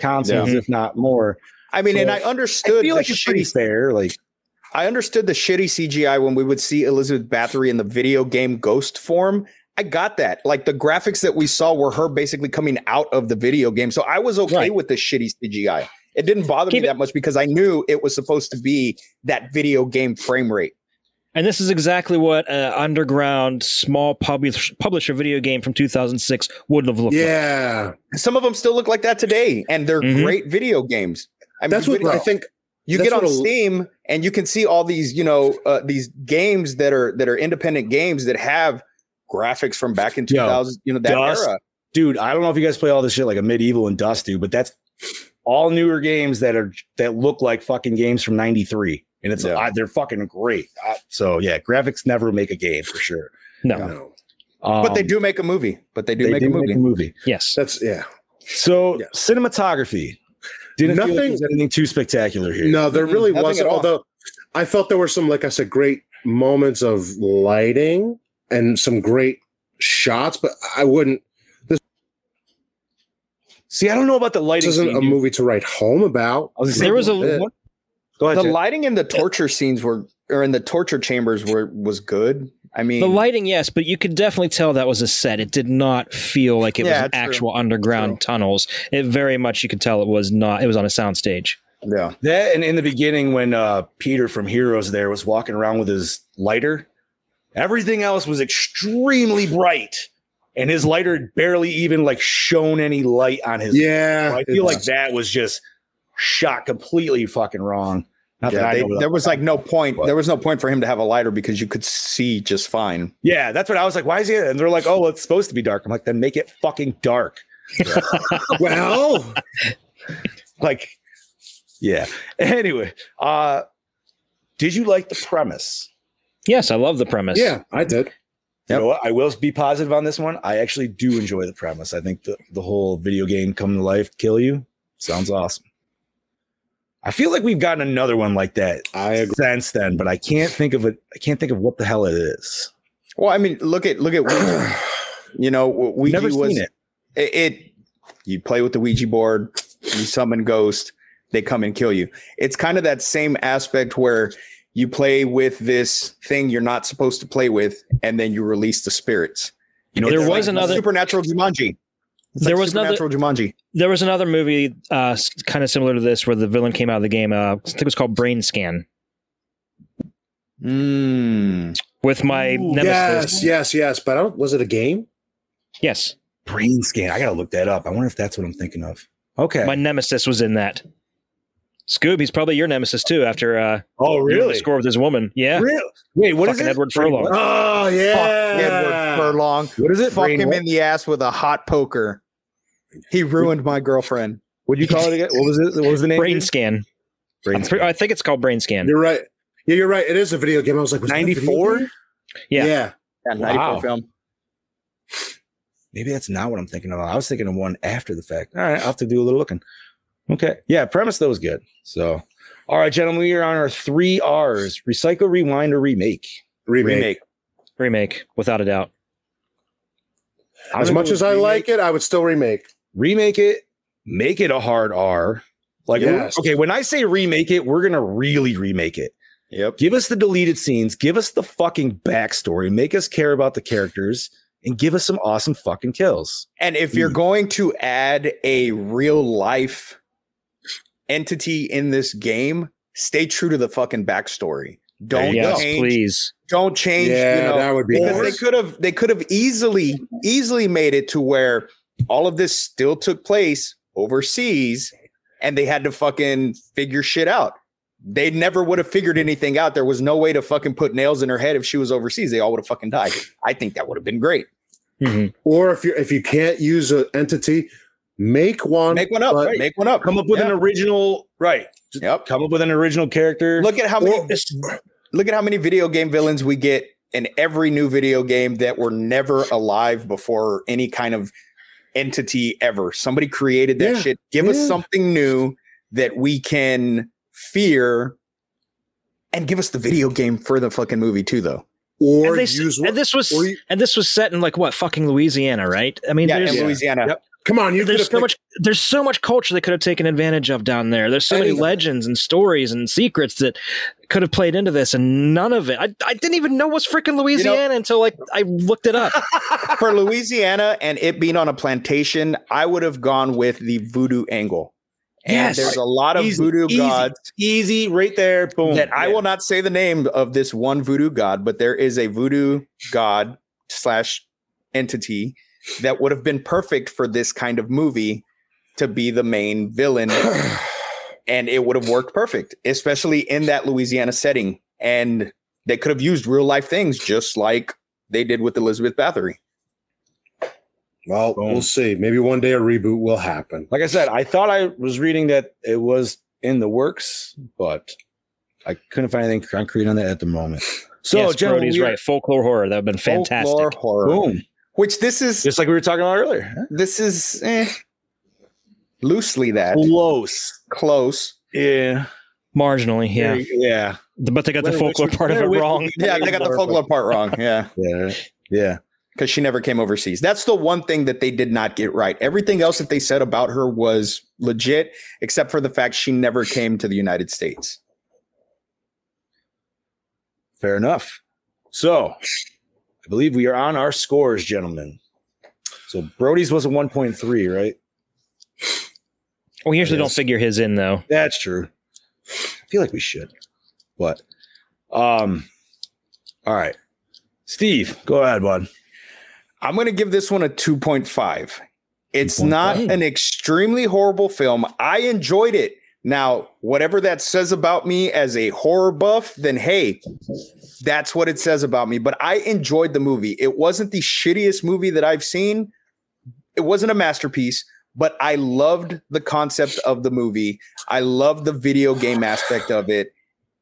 D: consoles, if not more.
F: I mean, and
D: So,
F: I understood
D: I feel
F: the
D: like it's pretty
F: shitty.
D: fair. Like
F: I understood the shitty CGI when we would see Elizabeth Bathory in the video game ghost form. I got that. Like the graphics that we saw were her basically coming out of the video game. So I was okay
E: Right.
F: with the shitty CGI. It didn't bother
E: Keep
F: me
E: it-
F: that much because I knew it was supposed to be that video game frame rate.
E: And this is exactly what an underground small publish, publisher video game from 2006 would have looked like.
G: Yeah,
F: Some of them still look like that today, and they're
E: Mhm.
F: great video games. I mean,
G: Mm-hmm. that's what
F: video-
G: I think.
F: you
G: That's
F: get on
G: what a-
F: steam and you can see all these you know uh, these games that are that are independent games that have graphics from back in
D: Yo,
F: 2000 you know that
D: Dust.
F: era
D: dude, I don't know if you guys play all this shit like a medieval and dust do, but that's all newer games that are that look like fucking games from '93, and it's
F: Yeah.
D: uh, they're fucking great. Uh, so yeah, graphics never make a game for sure,
E: No.
G: No,
F: but they
D: Um,
F: do make a movie but they do
D: they
F: make a movie
E: Yes.
G: that's yeah.
D: So
G: Yeah.
D: cinematography didn't feel like
G: Nothing-
D: there was anything too spectacular here.
G: No, there
F: Mm-mm,
G: really
F: nothing
G: wasn't.
F: at all.
G: Although I felt there were some, like I said, great moments of lighting and some great shots, but I wouldn't.
D: See, I don't know about the lighting.
G: This isn't a
D: scene.
G: movie to write home about.
D: I was gonna say,
E: There was a
G: Bit.
D: go ahead.
F: the
D: Jay.
F: lighting in the torture scenes were or in the torture chambers were was good i mean
E: The lighting, yes, but you could definitely tell that was a set. It did not feel like it
F: Yeah,
E: was an
F: true.
E: actual underground tunnels. It very much you could tell it was not. It was on a soundstage.
F: yeah
D: that and in the beginning when uh, Peter from Heroes there was walking around with his lighter, everything else was extremely bright, and his lighter barely even like shone any light on his.
G: Yeah,
D: I feel like
G: it's-
D: that was just shot completely fucking wrong. Not that
F: yeah,
D: I
F: they,
D: know
F: there was like no point.
D: What?
F: There was no point for him to have a lighter because you could see just fine.
D: Yeah, that's what I was like. Why is he? And they're like, oh, well, it's supposed to be dark. I'm like, then make it fucking dark.
G: well,
D: Like, yeah. Anyway, uh, did you like the premise?
E: Yes, I love the premise.
G: yeah, I did.
D: You know what? I will be positive on this one. I actually do enjoy the premise. I think the, the whole video game come to life, kill you, sounds awesome. I feel like we've gotten another one like that
G: I agree.
D: since then, but I can't think of it. I can't think of what the hell it is.
F: Well, I mean, look at look at Ouija. you know, Ouija
D: Never
F: was
D: seen it.
F: it, it you play with the ouija board you summon ghosts they come and kill you it's kind of that same aspect where you play with this thing you're not supposed to play with and then you release the spirits
D: You know,
E: There
D: it's
E: was
D: like-
E: another-
F: supernatural jumanji It's
E: There
F: like
E: was another-
F: supernatural jumanji
E: There was another movie uh, kind of similar to this where the villain came out of the game. Uh, I think it was called Brain Scan Hmm.
F: mm.
E: with my
D: Ooh,
E: nemesis.
G: Yes, yes, yes. But I don't, was it a game?
E: Yes,
D: brain scan. I gotta look that up. I wonder if that's what I'm thinking of. Okay.
E: my nemesis was in that. Scoob, he's probably your nemesis too. After uh,
D: oh,
E: doing the score with his woman, yeah,
D: Really? Wait, what is
E: Fucking
D: it?
E: Edward
D: Brain
E: Furlong.
D: what?
G: Oh
F: Edward Furlong
D: What is it?
F: fuck
D: Brain
F: him
D: what?
F: in the ass with a hot poker he ruined my girlfriend
D: What'd you call it again? What was it? What was the name?
E: Brain Scan.
D: Brain
E: I'm pre- I think it's called Brain Scan.
G: You're right. Yeah, you're right. It is a video game. I was like, was that a video
D: 94?
G: game?
E: Yeah.
G: yeah.
F: yeah,
D: Wow.
F: 94 film
D: Maybe that's not what I'm thinking of. I was thinking of one after the fact. All right, I'll have to do a little looking. Okay. Yeah, premise though was good. So, all right, gentlemen, we are on our three R's recycle, rewind, or remake.
G: Remake.
E: Remake, without a doubt.
D: I'm
G: As
D: gonna
G: much
D: go
G: as I
D: remake.
G: like it, I would still remake.
D: remake it, make it a hard R. Like,
G: Yes.
D: okay, when I say remake it, we're going to really remake it.
F: Yep.
D: Give us the deleted scenes. Give us the fucking backstory. Make us care about the characters and give us some awesome fucking kills.
F: And if you're going to add a real life entity in this game, stay true to the fucking backstory. Don't
E: yes,
F: change.
E: please.
F: Don't change.
G: Yeah,
F: you know,
G: that would be
F: because
G: nice.
F: they could have they could have easily easily made it to where all of this still took place overseas, and they had to fucking figure shit out. They never would have figured anything out. There was no way to fucking put nails in her head if she was overseas. They all would have fucking died. I think that would have been great.
E: Mhm.
G: Or if you if you can't use an entity, make one.
F: Make one up.
G: Um, but-
F: Make one up.
D: Come up with an original, right?
F: Yep.
D: Come up with an original character.
F: Look at how many
G: Or-
F: look at how many video game villains we get in every new video game that were never alive before any kind of entity ever. Somebody created that
G: Yeah,
F: shit. Give us
G: yeah.
F: something new that we can fear and give us the video game for the fucking movie too though.
G: or
E: and, they,
G: use
E: and this was
G: or you-
E: and this was set in like what fucking Louisiana, right? I mean,
F: Yeah,
E: there's
F: in Louisiana.
G: Come on, you could
E: there's
G: have
E: so much there's so much culture they could have taken advantage of down there. There's so many
F: Anything.
E: legends and stories and secrets that could have played into this, and none of it. I, I didn't even know was freaking Louisiana until like I looked it up.
F: for Louisiana and it being on a plantation, I would have gone with the voodoo angle. And
E: Yes.
F: there's a lot of
D: Easy,
F: voodoo
D: easy.
F: gods
D: Easy, right there. Boom.
F: that I will not say the name of this one voodoo god, but there is a voodoo god slash entity that would have been perfect for this kind of movie to be the main villain. and it would have worked perfect, especially in that Louisiana setting. And they could have used real life things just like they did with Elizabeth Bathory.
G: Well, we'll see. Maybe one day a reboot will happen.
D: Like I said, I thought I was reading that it was in the works, but I couldn't find anything concrete on that at the moment. So,
E: yes,
D: gentlemen,
E: Brody's
D: we are-
E: right. Folklore horror that would have been fantastic.
F: Folklore horror.
D: Boom.
F: Which this is
D: Just like we were talking about earlier.
F: this is eh, loosely that
D: Close.
F: close.
D: Yeah.
E: Marginally, yeah.
D: Yeah.
E: But they got the
D: Blair Witch
E: folklore
D: was-
E: part of it
D: Blair Witch
E: wrong.
F: Yeah, they got the folklore part wrong. Yeah.
D: Yeah. Yeah.
F: because she never came overseas. That's the one thing that they did not get right. Everything else that they said about her was legit, except for the fact she never came to the United States.
D: Fair enough. So I believe we are on our scores, gentlemen. So Brody's was a 1.3, right?
E: We usually
D: Yes.
E: don't figure his in though.
D: That's true. I feel like we should. But um all right. Steve, go ahead, bud.
F: I'm going to give this one a 2.5. It's
D: 2.5.
F: not an extremely horrible film. I enjoyed it. Now, whatever that says about me as a horror buff, then hey, that's what it says about me. But I enjoyed the movie. It wasn't the shittiest movie that I've seen, it wasn't a masterpiece, but I loved the concept of the movie. I loved the video game aspect of it.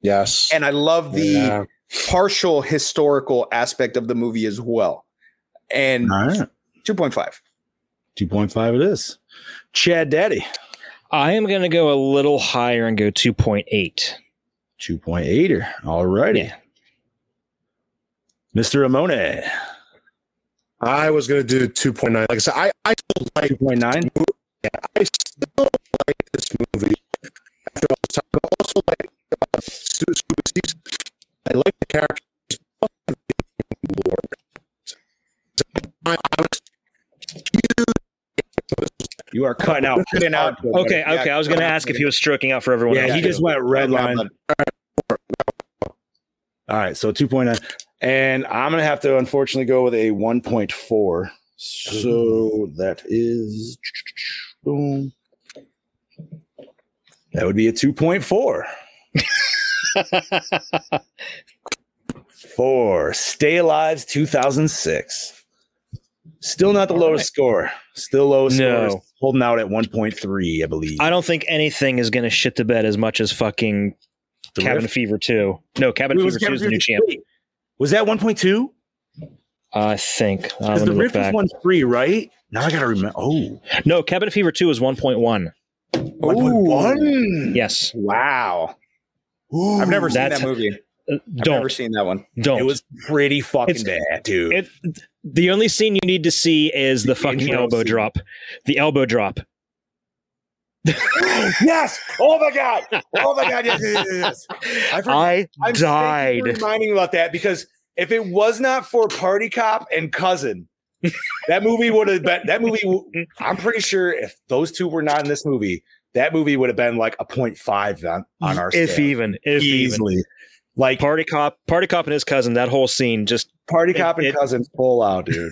G: Yes.
F: And I love the
G: Yeah.
F: partial historical aspect of the movie as well. And
D: All right.
F: 2.5.
D: 2.5 it is. Chad Daddy.
E: I am going to go a little higher and go 2.8.
D: 2.8er. er. All righty.
E: Yeah.
D: Mr. Amone.
G: I was gonna do two point nine. Like I said, I, I still like
D: 2.9.
G: I still like this movie after all this time. I also like uh, Sue- Sue Steve's- I like the characters. of the Lord. I, I was
D: You are cutting out.
F: Cutting out.
E: Okay, okay. I was going to ask if he was stroking out for everyone.
D: Yeah,
E: else,
D: he
E: too.
D: just went red
F: Yeah,
D: line.
F: but-
D: All right, so 2.9. And I'm going to have to unfortunately go with a 1.4. So
E: Mm-hmm.
D: that is. boom. That would be a 2.4. Four. Stay Alive 2006. Still not the lowest score. Still lowest
E: No.
D: score. Holding out at 1.3, I believe.
E: I don't think anything is going to shit the bed as much as fucking
D: The
E: Cabin
D: Rift?
E: Fever 2. No, Cabin
D: Wait, was
E: Fever 2 is the
D: Cabin
E: new
D: Fever
E: champ.
D: three? Was that 1.2?
E: I think. Uh,
D: Because
E: let
D: the
E: me look
D: Rift was
E: back.
D: 1 3, right? Now I got to remember. Oh.
E: No, Cabin Fever 2 is 1.1. Yes.
F: Wow. I've never seen
E: That's-
F: that movie. I've
E: Uh,
F: never
E: Don't.
F: seen that one.
E: Don't.
D: It was pretty fucking
E: It's-
D: bad, dude.
E: It, the only scene you need to see is the, fucking
D: intro
E: elbow
D: scene.
E: drop. The elbow drop.
D: yes. Oh my god. Oh my god. Yes. yes, yes, yes. I, forgot-
E: I
D: I'm thank you for
E: died.
D: Reminding about that because if it was not for Party Cop and Cousin, that movie would have been. That movie. w- I'm pretty sure if those two were not in this movie, that movie would have been like a 0.5 on, on our
E: if
D: scale.
E: even if even
D: easily. Like
E: party cop party cop and his cousin that whole scene just
D: Party Cop and
E: it-
D: Cousin pull out, dude.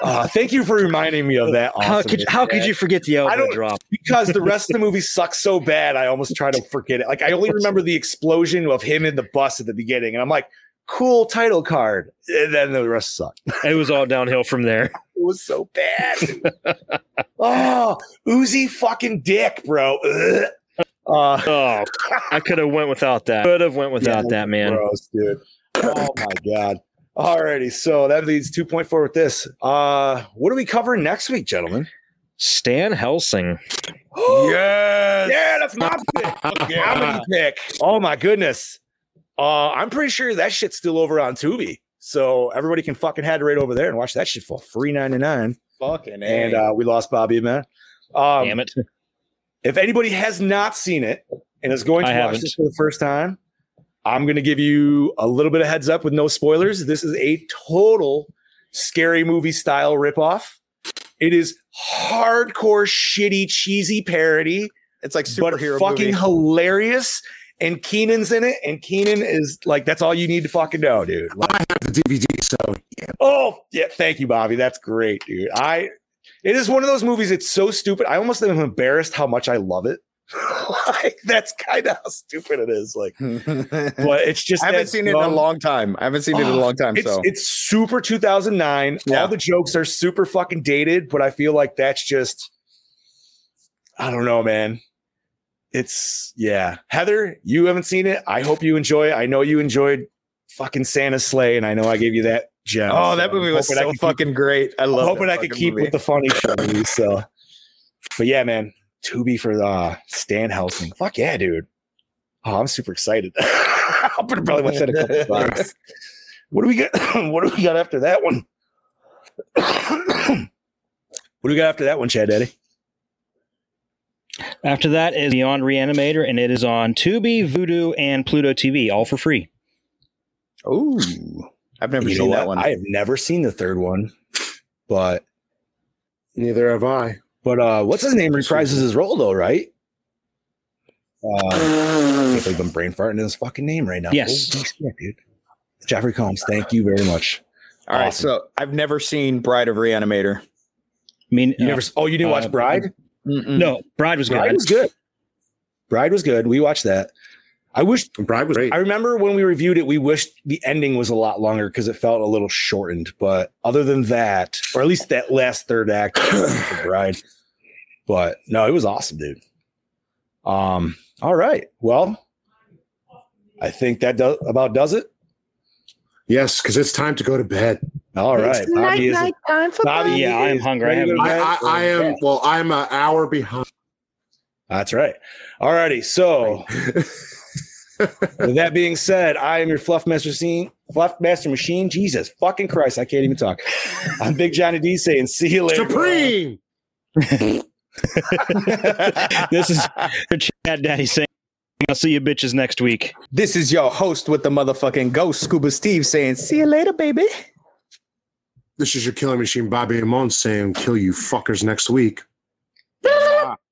D: Uh, thank you for reminding me of that.
E: how
D: Austin.
E: could how could you forget the
D: I
E: elbow
D: don't-
E: drop
D: because the rest of the movie sucks so bad, I almost try to forget it. Like I only remember the explosion of him in the bus at the beginning, and I'm like, cool title card. And then the rest sucked. It
E: it was all downhill from there
D: was so bad. oh, Uzi fucking dick, bro. Ugh. Uh,
E: oh I could have went without that could have went without that man
D: gross, dude. Oh my god. Alrighty, so that leads 2.4 with this. Uh, what do we cover next week, gentlemen?
E: Stan Helsing
D: yes. Yeah, that's my pick. Comedy pick. Oh my goodness. Uh, I'm pretty sure that shit's still over on Tubi. So everybody can fucking head right over there and watch that shit for free ninety nine.
F: Fucking
D: And uh, we lost Bobby, man. Um,
E: damn it
D: if anybody has not seen it and is going to
E: I
D: watch
E: haven't.
D: this for the first time, I'm going to give you a little bit of heads up with no spoilers. This is a total scary movie style ripoff. It is hardcore, shitty, cheesy parody,
F: it's like
D: but
F: superhero
D: fucking
F: movie.
D: hilarious. And Keenan's in it, and Keenan is like, that's all you need to fucking know, dude. Like,
G: The DVD, so
D: Oh, yeah. Thank you, Bobby. That's great, dude. I it is one of those movies. It's so stupid. I almost am embarrassed how much I love it. like that's kind of how stupid it is. Like, but it's just
F: Eh, I haven't
D: that
F: seen it in a
D: dumb-
F: long time. I haven't seen it in a
D: Oh,
F: long time.
D: It's
F: So
D: it's super 2009.
F: Yeah.
D: All the jokes are super fucking dated, but I feel like that's just I don't know, man. It's yeah. Heather, you haven't seen it. I hope you enjoy. it. I know you enjoyed fucking Santa's sleigh, and I know I gave you that gem.
F: oh,
D: So
F: that
D: I'm
F: movie was
D: hoping I
F: so
D: can keep
F: fucking great. I love.
D: I'm hoping
F: that
D: I could
F: fucking
D: keep
F: movie.
D: with the funny show. movies, So, but yeah, man, Tubi for uh, Stan Helsing. Fuck yeah, dude. Oh, I'm super excited. I'm gonna probably watch that a couple times. What do we got? what do we got after that one? what do we got after that one, Chad Daddy?
E: After that is Beyond Reanimator, and it is on Tubi, Vudu, and Pluto TV, all for free.
F: Ooh, I've never
D: You know
F: seen that
D: what?
F: one.
D: I have never seen the third one, but
G: neither have I.
D: but uh, what's his name reprises his role though, right? Uh, I can't believe I'm brain farting his fucking name right now.
E: Yes.
D: Holy shit, dude. Jeffrey Combs, thank you very much.
F: All right,
D: Awesome.
F: so I've never seen Bride of Reanimator.
E: I mean,
D: You
E: uh,
D: never? Oh, you didn't watch
E: uh,
D: Bride?
F: Mm-mm.
E: no, Bride was
D: Bride
E: good.
D: was good. Bride was good. We watched that. I wish.
G: Bride was great.
D: I remember when we reviewed it, we wished the ending was a lot longer because it felt a little shortened. But other than that, or at least that last third act, of Bride. But no, it was awesome, dude. Um. All right. Well, I think that do- about does it.
G: Yes, because it's time to go to bed.
D: All right. Bobby is- Bobby
E: Yeah, I am
D: is
E: hungry. I
D: ready to
E: haven't
D: go to
G: I,
D: bed.
G: I, I am. Well, I'm an hour behind.
D: That's right. All righty. So, with that being said, I am your Fluff Master Machine. Fluff Master Machine. Jesus fucking Christ. I can't even talk. I'm Big Johnny D saying, see you later.
G: Supreme.
E: this is Chad Daddy saying, I'll see you bitches next week.
F: This is your host with the motherfucking ghost, Scuba Steve, saying, "See you later, baby."
G: This is your killing machine, Bobby Amon, saying, "Kill you fuckers next week."